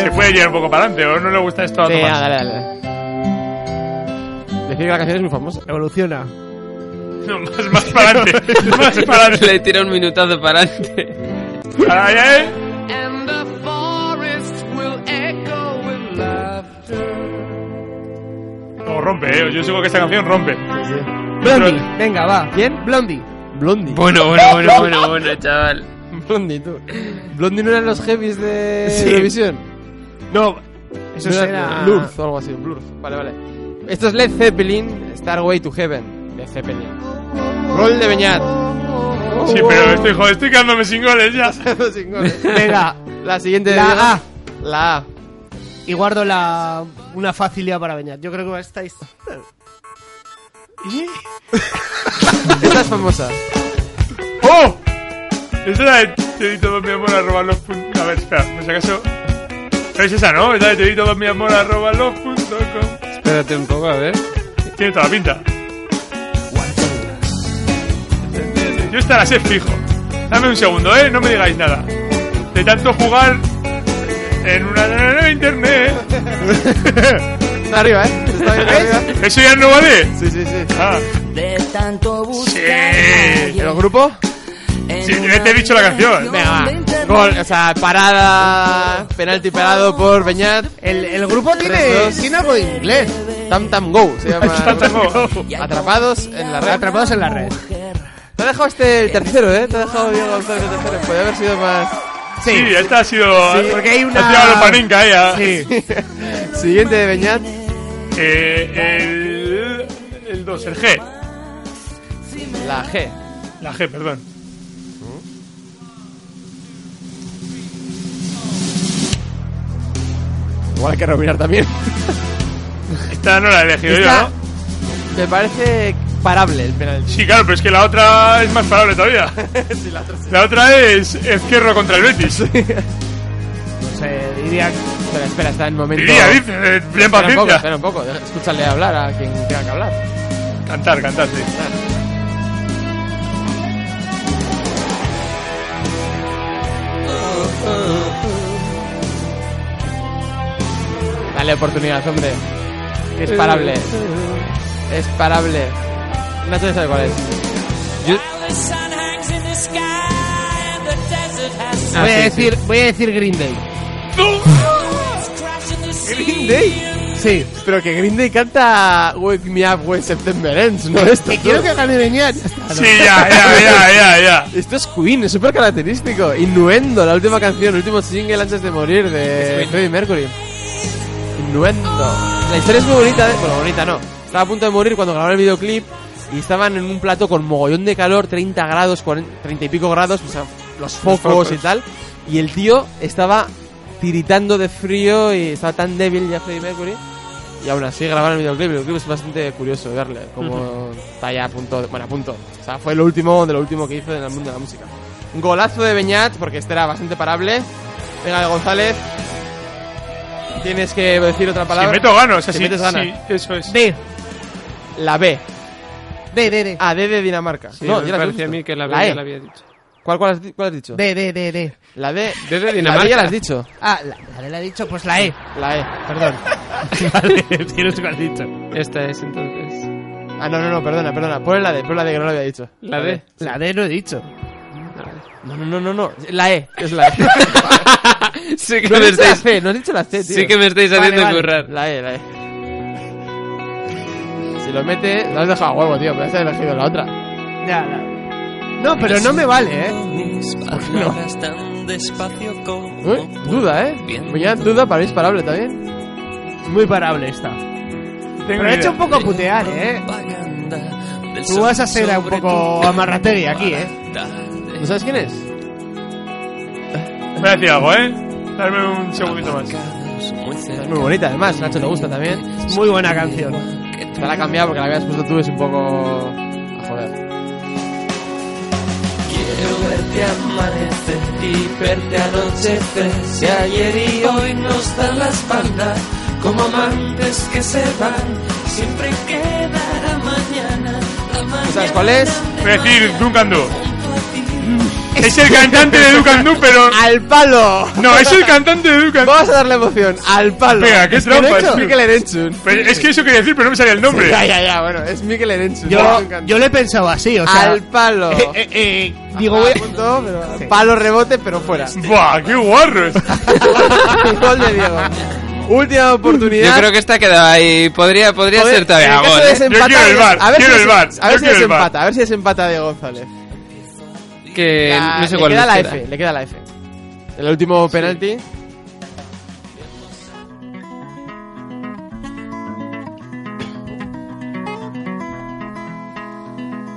Speaker 5: Se puede ir un poco para adelante, o no le gusta esto a
Speaker 3: Sí,
Speaker 5: Tomás.
Speaker 3: dale, dale, Decir que la canción es muy famosa.
Speaker 2: Evoluciona.
Speaker 5: No, más, más
Speaker 4: *laughs*
Speaker 5: para adelante. *laughs* más para adelante.
Speaker 4: Le tira un minutazo para adelante.
Speaker 5: Ahora ya, ¿eh?
Speaker 13: And the forest will echo with laughter.
Speaker 5: No, rompe, eh. Yo sigo que esta canción rompe.
Speaker 2: Blondie, venga, va. ¿Quién? Blondie.
Speaker 3: Blondie.
Speaker 4: Bueno, bueno, bueno, bueno, bueno, chaval.
Speaker 3: Blondie, tú. Blondie no eran los heavies de
Speaker 4: Sí.
Speaker 3: televisión.
Speaker 5: No,
Speaker 2: eso
Speaker 3: era
Speaker 2: será-
Speaker 3: Blurz o algo así, Blurz. Vale, vale. Esto es Led Zeppelin, Starway to Heaven, de Zeppelin. Gol de Beñat.
Speaker 5: Sí, pero eh. estoy, joder, estoy quedándome sin goles ya.
Speaker 3: sin goles.
Speaker 2: Venga.
Speaker 3: La siguiente de Diego.
Speaker 2: La A.
Speaker 3: La A.
Speaker 2: Y guardo la una facilidad para Beñat. Yo creo que estáis.
Speaker 3: Esta es famosa.
Speaker 5: ¡Oh! Esa era de Tedito dos mi amor arroba los puntos. A ver, espera, me sacaso. Es esa, ¿no? Es la de Tedito dos mi amor arroba los punto com.
Speaker 4: Espérate un poco, a ver.
Speaker 5: Tiene toda la pinta. Yo esta la sé fijo. Dame un segundo, ¿eh? No me digáis nada. De tanto jugar en una internet.
Speaker 3: Está arriba, ¿eh? *laughs* Está bien arriba.
Speaker 5: ¿Eso ya no vale?
Speaker 3: Sí, sí, sí.
Speaker 5: Ah.
Speaker 13: De tanto
Speaker 5: Sí.
Speaker 3: ¿El grupo?
Speaker 5: Sí, ya te he dicho la canción.
Speaker 3: Venga, va. Gol, o sea, parada, penalti parado por Beñat.
Speaker 2: El, el grupo tiene,
Speaker 3: 3-2.
Speaker 2: tiene algo de inglés.
Speaker 3: Tam Tam Go se llama.
Speaker 5: *laughs* Tam Tam Go.
Speaker 3: Atrapados en la red.
Speaker 2: Atrapados en la red.
Speaker 3: Te ha dejado este el tercero, ¿eh? Te ha dejado Diego González el tercero. Podría haber sido más.
Speaker 5: Sí, esta ha sido.
Speaker 2: Sí, porque hay una-
Speaker 5: Ha tirado la paninca ¿eh? ella.
Speaker 2: Sí.
Speaker 3: *laughs*
Speaker 5: *laughs*
Speaker 3: Siguiente de Beñat.
Speaker 5: Eh, el. El 2, el G.
Speaker 3: La G.
Speaker 5: La G, perdón.
Speaker 3: Igual hay que rebobinar *laughs* también.
Speaker 5: Esta no la he elegido
Speaker 3: Esta-
Speaker 5: yo, ¿no?
Speaker 3: Me parece parable el penalti.
Speaker 5: Sí, claro, pero es que la otra es más
Speaker 3: *laughs*
Speaker 5: parable todavía. La otra es Ezquerro contra el Betis.
Speaker 3: No sé, diría. Espera, espera, está en momento.
Speaker 5: Diría, dice, eh, ten
Speaker 3: Espera un poco,
Speaker 5: paciencia.
Speaker 3: espera un poco. Escúchale hablar a quien tenga que hablar.
Speaker 5: Cantar, cantar, sí.
Speaker 3: Dale oportunidad, hombre. Es parable. Es parable. Nacho ya sabe cuál es. Ah,
Speaker 2: Voy a decir, voy a decir Green Day.
Speaker 3: ¿Green Day? Sí. Pero que Green Day canta Wake Me Up When September Ends, no esto.
Speaker 2: Que
Speaker 3: tú.
Speaker 2: quiero que gane Beñat.
Speaker 5: Sí, ya, ya, ya, ya, ya.
Speaker 3: Esto es Queen, es súper característico. Innuendo, la última canción, el último single antes de morir de Freddie Mercury. Innuendo. La historia es muy bonita, de- bueno, bonita no. Estaba a punto de morir cuando grabaron el videoclip y estaban en un plato con mogollón de calor, 30 grados, 40, 30 y pico grados, o sea, los focos,
Speaker 4: focos.
Speaker 3: y tal. Y el tío estaba tiritando de frío y estaba tan débil ya Freddie Mercury. Y aún así grabaron el videoclip. El videoclip es bastante curioso de verle, como está ya a punto. de- bueno, a punto. O sea, fue lo último de lo último que hizo en el mundo de la música. Golazo de Beñat, porque este era bastante parable. Venga, de González. Tienes que decir otra
Speaker 5: Si
Speaker 3: palabra.
Speaker 5: meto gano, o sea,
Speaker 3: Si
Speaker 5: sí,
Speaker 3: metes, ganas.
Speaker 5: sí, eso es.
Speaker 2: D.
Speaker 3: La B.
Speaker 2: D, D, D.
Speaker 3: A D de Dinamarca.
Speaker 4: Sí,
Speaker 3: no,
Speaker 4: me
Speaker 3: ya la has
Speaker 4: parecía a
Speaker 3: dicho.
Speaker 4: mí que la,
Speaker 3: la
Speaker 4: B ya
Speaker 3: E.
Speaker 4: la había dicho.
Speaker 3: ¿Cuál, cuál, has, di- cuál has dicho?
Speaker 2: D, D, D, D.
Speaker 3: La D.
Speaker 4: D de
Speaker 3: La B ya la
Speaker 4: Dinamarca.
Speaker 3: has dicho.
Speaker 2: Ah, la, la D la he dicho, pues la E.
Speaker 3: La E.
Speaker 4: *laughs*
Speaker 2: Perdón.
Speaker 5: *laughs*
Speaker 11: Vale, tienes que has dicho.
Speaker 4: Esta es entonces.
Speaker 3: Ah, no, no, no, perdona, perdona. Pon la D, pon la D que no la había dicho.
Speaker 4: La D.
Speaker 2: La D no he dicho.
Speaker 3: No, no, no, no, no. La E. Es *laughs* la E.
Speaker 4: sí que
Speaker 3: no
Speaker 4: me
Speaker 3: has dicho la
Speaker 4: estáis,
Speaker 3: C, no has dicho la C, tío.
Speaker 4: sí que me estáis haciendo
Speaker 2: vale.
Speaker 4: currar.
Speaker 3: La E, la E. Si lo mete, lo has dejado a huevo, tío. Pero has elegido la otra.
Speaker 20: Ya,
Speaker 3: No, pero no me vale, ¿eh? no?
Speaker 1: Palabras tan despacio como
Speaker 3: Uy, duda, ¿eh? Muñoz, duda para disparable también.
Speaker 2: Muy parable esta.
Speaker 3: Tengo
Speaker 2: Pero he
Speaker 3: idea.
Speaker 2: hecho un poco a putear, ¿eh? Tú vas a ser un poco amarrategui aquí, ¿eh?
Speaker 3: ¿No sabes quién es?
Speaker 5: Voy a decir algo, ¿eh? Dame un segundito más.
Speaker 3: Es muy bonita, además. Nacho te gusta también. Muy buena canción. Te la he cambiado porque la habías puesto tú, es un poco. A joder.
Speaker 1: Quiero verte amanecer y verte anochecer. Si ayer y hoy nos dan la espalda, como amantes que se van, siempre quedará mañana. La mañana
Speaker 3: ¿Sabes cuál es?
Speaker 5: Voy a decir Ducandú. Es el cantante de Ducandú, pero.
Speaker 3: ¡Al palo!
Speaker 5: No, es el cantante de Ducandú.
Speaker 3: Vamos a darle emoción. Al palo.
Speaker 5: Venga, qué
Speaker 3: Es que no he
Speaker 5: trampa.
Speaker 3: hecho
Speaker 5: tío.
Speaker 3: Mikel Erentzun.
Speaker 5: Pero Es que eso quería decir, pero no me salía el nombre.
Speaker 3: Ya, ya, ya, bueno, es Mikel Erentzun.
Speaker 2: Yo, yo le he pensado así, o sea.
Speaker 3: Al palo. Ah,
Speaker 2: Eh, eh, digo, voy-
Speaker 3: Punto, pero- Palo rebote, pero fuera.
Speaker 5: ¡Buah, qué guarro es!
Speaker 3: *laughs* Gol de Diego. Última oportunidad.
Speaker 4: Yo creo que esta quedaba ahí. Podría, podría
Speaker 3: Joder,
Speaker 4: ser todavía
Speaker 3: en caso
Speaker 4: gol,
Speaker 3: de
Speaker 4: ¿eh?
Speaker 3: desempate, A ver si,
Speaker 4: bar,
Speaker 3: A ver si desempata, a ver si desempata Diego González.
Speaker 4: Que
Speaker 3: La-
Speaker 4: no sé
Speaker 3: le
Speaker 4: cuál
Speaker 3: queda
Speaker 4: nos
Speaker 3: la
Speaker 4: queda.
Speaker 2: eh.
Speaker 3: F, le queda la F. El último penalti.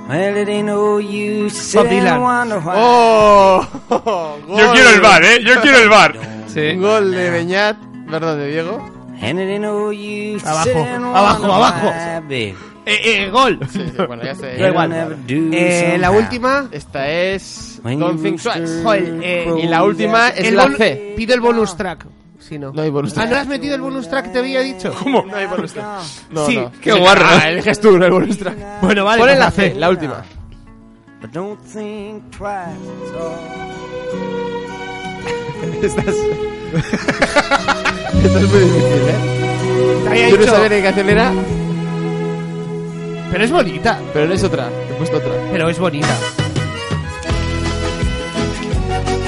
Speaker 1: Well, it ain't no use
Speaker 2: Bob
Speaker 1: sitting
Speaker 2: Dylan.
Speaker 1: and wonder why.
Speaker 3: ¡Oh!
Speaker 1: *laughs* Yo quiero el VAR, ¿eh? Yo quiero el VAR.
Speaker 4: Sí.
Speaker 3: Gol de Beñat, perdón, de Diego.
Speaker 1: And it ain't no use
Speaker 2: Abajo,
Speaker 1: sitting and
Speaker 2: abajo,
Speaker 1: wonder
Speaker 2: abajo.
Speaker 1: why, babe.
Speaker 2: Eh, eh, gol.
Speaker 3: Bueno, ya
Speaker 1: *laughs*
Speaker 3: sé.
Speaker 2: Da igual. Eh, la última.
Speaker 3: Esta es Don't Think Twice.
Speaker 2: Joder, eh,
Speaker 3: y la última es
Speaker 2: el
Speaker 3: la
Speaker 2: bonu-
Speaker 3: C.
Speaker 2: Pido el bonus track. Si no.
Speaker 3: No hay bonus
Speaker 2: Ah,
Speaker 3: track.
Speaker 2: ¿no has metido el bonus track que te había
Speaker 3: *laughs*
Speaker 2: dicho?
Speaker 5: ¿Cómo?
Speaker 3: No hay bonus track. No,
Speaker 2: Sí.
Speaker 3: no.
Speaker 4: Qué guarro.
Speaker 3: Ah, eliges tú, no el bonus track.
Speaker 2: Bueno, vale.
Speaker 3: Ponle
Speaker 2: pues
Speaker 3: la C, la última.
Speaker 1: But don't think twice.
Speaker 3: Estás.
Speaker 2: *laughs*
Speaker 3: Esto es muy difícil, ¿eh?
Speaker 2: Te había
Speaker 3: Yo no
Speaker 2: dicho-
Speaker 3: sabía ni qué canción era,
Speaker 2: Pero es bonita.
Speaker 3: pero no es otra. He puesto otra.
Speaker 2: Pero es bonita.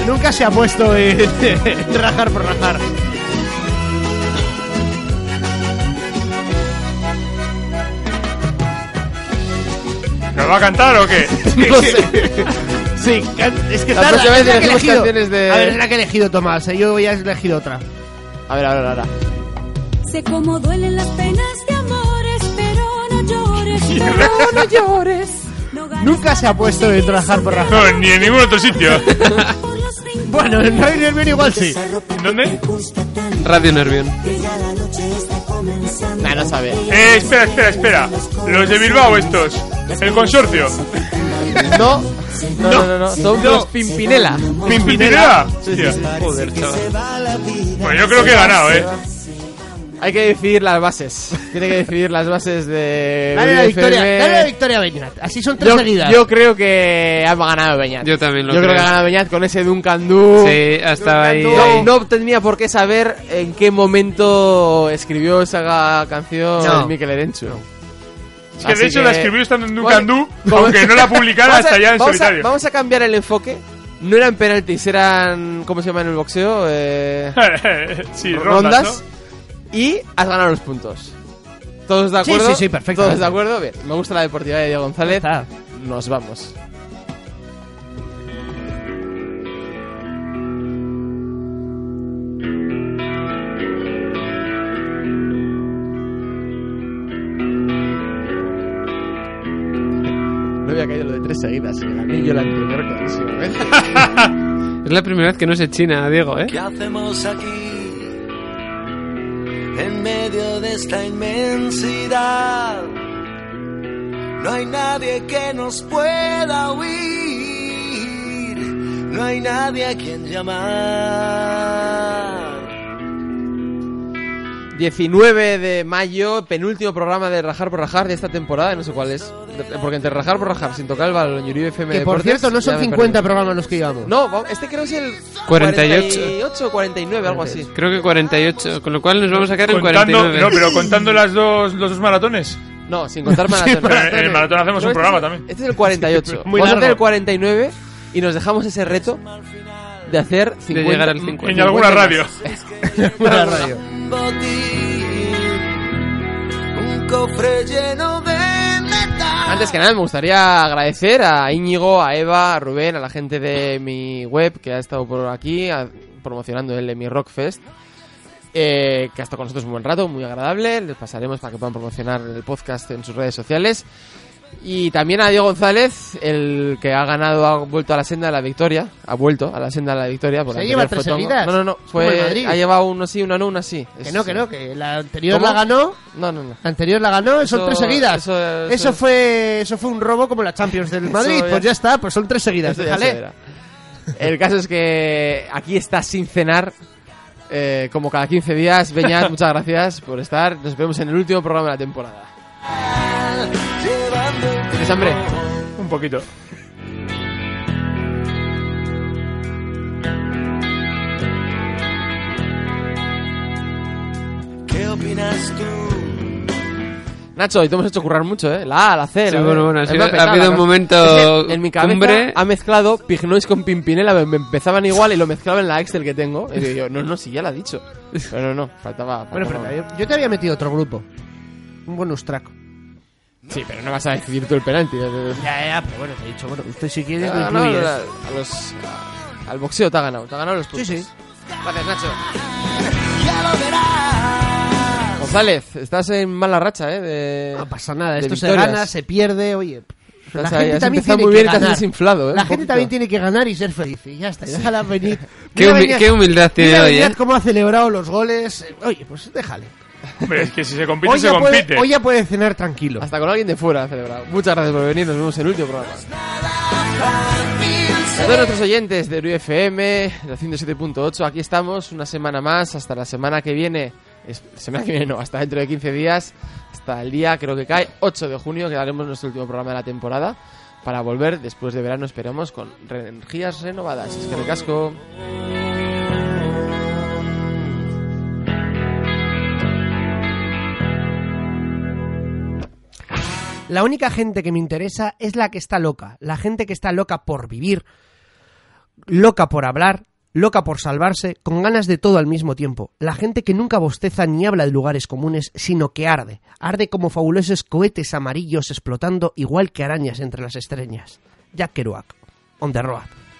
Speaker 2: Nunca se ha puesto en, *laughs* en rajar por rajar.
Speaker 5: ¿Nos va a cantar
Speaker 3: *laughs*
Speaker 5: o qué?
Speaker 2: No sé. Sí, can- es *laughs* que
Speaker 3: La
Speaker 2: tarda-
Speaker 3: próxima vez
Speaker 2: es la que he
Speaker 3: elegimos
Speaker 2: elegido.
Speaker 3: canciones de-
Speaker 2: A ver, es la que he elegido, Tomás. eh, Yo ya he elegido otra.
Speaker 3: A ver, ahora, ahora.
Speaker 17: Sé cómo duelen las penas de amores, pero no llores, pero no llores. No ganas
Speaker 2: Nunca se ha puesto en rajar por rajar.
Speaker 5: No, ni en ningún otro sitio. *laughs*
Speaker 17: por los rincones.
Speaker 2: *laughs* Bueno, en Radio Nervión igual sí.
Speaker 5: ¿Dónde?
Speaker 4: Radio Nervión.
Speaker 3: Nah, no sabe.
Speaker 5: Eh, espera, espera, espera. Los de Bilbao estos. El consorcio.
Speaker 3: *laughs* No, no, no, no, no. Son los Pimpinela.
Speaker 5: ¿Pimpinela?
Speaker 3: Sí, sí, sí.
Speaker 4: Joder, chaval.
Speaker 5: Bueno, yo creo que he ganado, ¿eh?
Speaker 3: Hay que decidir las bases. Tiene que decidir las bases de.
Speaker 2: Dale la
Speaker 3: UFM.
Speaker 2: victoria, dale la victoria a Beñat. Así son tres
Speaker 3: Eh, Yo,
Speaker 2: seguidas.
Speaker 3: yo creo que ha ganado Beñat.
Speaker 4: Yo también lo
Speaker 3: Yo creo que ha ganado Beñat con ese Duncan Du.
Speaker 4: Sí, hasta ahí.
Speaker 3: No, no tendría por qué saber en qué momento escribió esa canción
Speaker 2: No.
Speaker 3: Mikel Erenchu.
Speaker 5: Es que de hecho la escribió estando en Ducandú,
Speaker 3: Vamos- *laughs*
Speaker 5: aunque no la publicara
Speaker 3: Vamos a-
Speaker 5: hasta ya en
Speaker 3: vamos a-
Speaker 5: solitario.
Speaker 3: vamos a cambiar el enfoque. No eran penaltis, eran. ¿Cómo se llama en el boxeo? Eh,
Speaker 5: *laughs* *laughs* sí,
Speaker 3: rondas.
Speaker 5: rondas, ¿no?
Speaker 3: Y has ganado los puntos. ¿Todos de
Speaker 2: Sí,
Speaker 3: acuerdo?
Speaker 2: sí, sí, perfecto.
Speaker 3: ¿Todos de acuerdo? Bien, me gusta la deportiva de Diego González.
Speaker 2: Está.
Speaker 3: Nos vamos. No había caído lo de tres seguidas. el anillo, la anterior ¿eh? conexión. *laughs*
Speaker 4: Es la primera vez que no se china, Diego, ¿eh?
Speaker 1: ¿Qué hacemos aquí? En medio de esta inmensidad. No hay nadie que nos pueda huir. No hay nadie a quien llamar.
Speaker 3: 19 de mayo, penúltimo programa de Rajar por Rajar de esta temporada, no sé cuál es. De- Porque entre Rajar por Rajar, sin tocar el balón, Yuri FM.
Speaker 2: Que por
Speaker 3: Deportes,
Speaker 2: cierto, no
Speaker 3: ya
Speaker 2: son
Speaker 3: me he
Speaker 2: 50
Speaker 3: perdido.
Speaker 2: programas los que llevamos.
Speaker 3: No, va- este creo que es el
Speaker 4: 48.
Speaker 3: 48 49, algo
Speaker 5: *laughs*
Speaker 3: así.
Speaker 4: Creo que 48, con lo cual nos vamos a sacar en
Speaker 5: Contando,
Speaker 4: 49.
Speaker 5: no, pero contando las dos, los dos maratones.
Speaker 3: No, sin
Speaker 5: *laughs*
Speaker 3: contar maratón.
Speaker 5: Pero en el maratón hacemos
Speaker 3: No,
Speaker 5: un
Speaker 3: este
Speaker 5: programa
Speaker 3: es-
Speaker 5: también.
Speaker 3: Este es el
Speaker 5: *laughs*
Speaker 3: 48.
Speaker 2: *laughs* Muy
Speaker 3: Vamos a
Speaker 2: largo.
Speaker 3: hacer el 49 y nos dejamos ese reto de hacer 50.
Speaker 4: llegar al 50.
Speaker 5: En alguna
Speaker 3: más. *laughs*
Speaker 5: radio.
Speaker 3: En alguna radio.
Speaker 1: Un botín, un
Speaker 21: cofre lleno de metal.
Speaker 3: Antes que nada, me gustaría agradecer a Íñigo, a Eva, a Rubén, a la gente de mi web que ha estado por aquí a- promocionando el de mi Rockfest. eh, que ha estado con nosotros un buen rato, muy agradable. Les pasaremos para que puedan promocionar el podcast en sus redes sociales. Y también a Diego González, el que ha ganado, ha vuelto a la senda de la victoria. Ha vuelto a la senda de la victoria. porque
Speaker 2: Se
Speaker 3: anterior
Speaker 2: lleva
Speaker 3: fue
Speaker 2: tres
Speaker 3: Tongo.
Speaker 2: seguidas.
Speaker 3: No, no, no.
Speaker 2: Como el
Speaker 3: Fue,
Speaker 2: Madrid.
Speaker 3: ha llevado uno sí, uno no, una sí.
Speaker 2: Que
Speaker 3: Es-
Speaker 2: no, que no, que la anterior
Speaker 3: ¿Cómo?
Speaker 2: la ganó.
Speaker 3: No, no, no.
Speaker 2: La anterior la ganó, son
Speaker 3: Eso-
Speaker 2: tres seguidas.
Speaker 3: eso-
Speaker 2: Eso,
Speaker 3: eso-
Speaker 2: fue eso fue un robo como la Champions del
Speaker 3: Eso
Speaker 2: Madrid.
Speaker 3: ya-
Speaker 2: Pues ya está, pues son tres seguidas.
Speaker 3: Eso ya se
Speaker 2: déjale.
Speaker 3: verá. El caso es que aquí está sin cenar. eh, como cada 15 días, Beñat, muchas gracias por estar. Nos vemos en el último programa de la temporada. ¿Tienes hambre?
Speaker 5: Un poquito.
Speaker 21: ¿Qué opinas tú?
Speaker 3: Nacho, hoy te hemos hecho currar mucho, ¿eh? La A, la C,
Speaker 4: Sí,
Speaker 3: la B.
Speaker 4: bueno, bueno, ha
Speaker 3: Es
Speaker 4: sido-
Speaker 3: una pena,
Speaker 4: ha habido
Speaker 3: la
Speaker 4: un
Speaker 3: verdad.
Speaker 4: momento
Speaker 3: Es que en mi cabeza
Speaker 4: cumbre.
Speaker 3: ha mezclado Pig Noise con Pimpinela. Me me empezaban igual y lo mezclaba en la Excel que tengo. Y digo yo, no, no, sí, ya la ha dicho. Pero no, no, faltaba...
Speaker 2: Bueno,
Speaker 3: faltaba-
Speaker 2: pero yo te había metido otro grupo. Un bonus track.
Speaker 3: Sí, pero no vas a decidir tú el penalti.
Speaker 2: Ya, ya, pero bueno, te he dicho, bueno, usted si quiere lo
Speaker 3: Ah, no,
Speaker 2: incluyes.
Speaker 3: la- a los- a- al boxeo te ha ganado, te ha ganado los puntos.
Speaker 2: Sí, sí.
Speaker 3: Gracias, Nacho. González, estás en mala racha, ¿eh? De, no
Speaker 2: pasa nada, Esto se gana, se pierde, oye. La
Speaker 3: Estás ahí,
Speaker 2: gente
Speaker 3: has
Speaker 2: también
Speaker 3: empezado
Speaker 2: tiene
Speaker 3: muy
Speaker 2: que
Speaker 3: bien y te has
Speaker 2: ganar.
Speaker 3: desinflado, ¿eh?
Speaker 2: La gente
Speaker 3: Un poquito.
Speaker 2: también tiene que ganar y ser feliz. Y ya está, y déjala venir.
Speaker 4: Qué
Speaker 2: Mira,
Speaker 4: humi-
Speaker 2: Beñat-
Speaker 4: qué humildad tiene
Speaker 2: mira,
Speaker 4: hoy,
Speaker 2: Beñat
Speaker 4: ¿eh?
Speaker 2: cómo ha celebrado los goles. Oye, pues déjale.
Speaker 5: Hombre, es que si se compite,
Speaker 2: Hoy
Speaker 5: se
Speaker 2: ya,
Speaker 5: compite.
Speaker 2: puede, hoy ya puede cenar tranquilo.
Speaker 3: Hasta con alguien de fuera ha celebrado. Muchas gracias por venir, nos vemos en el último programa. A todos nuestros oyentes de UFM, la 107.8, aquí estamos una semana más, hasta la semana que viene, es- semana que viene no, hasta dentro de 15 días, hasta el día creo que cae 8 de junio, que haremos nuestro último programa de la temporada, para volver después de verano, esperamos, con re- energías renovadas. Es que el casco...
Speaker 2: La única gente que me interesa es la que está loca. La gente que está loca por vivir, loca por hablar, loca por salvarse, con ganas de todo al mismo tiempo. La gente que nunca bosteza ni habla de lugares comunes, sino que arde. Arde como fabulosos cohetes amarillos explotando igual que arañas entre las estrellas. Jack Kerouac, on the road.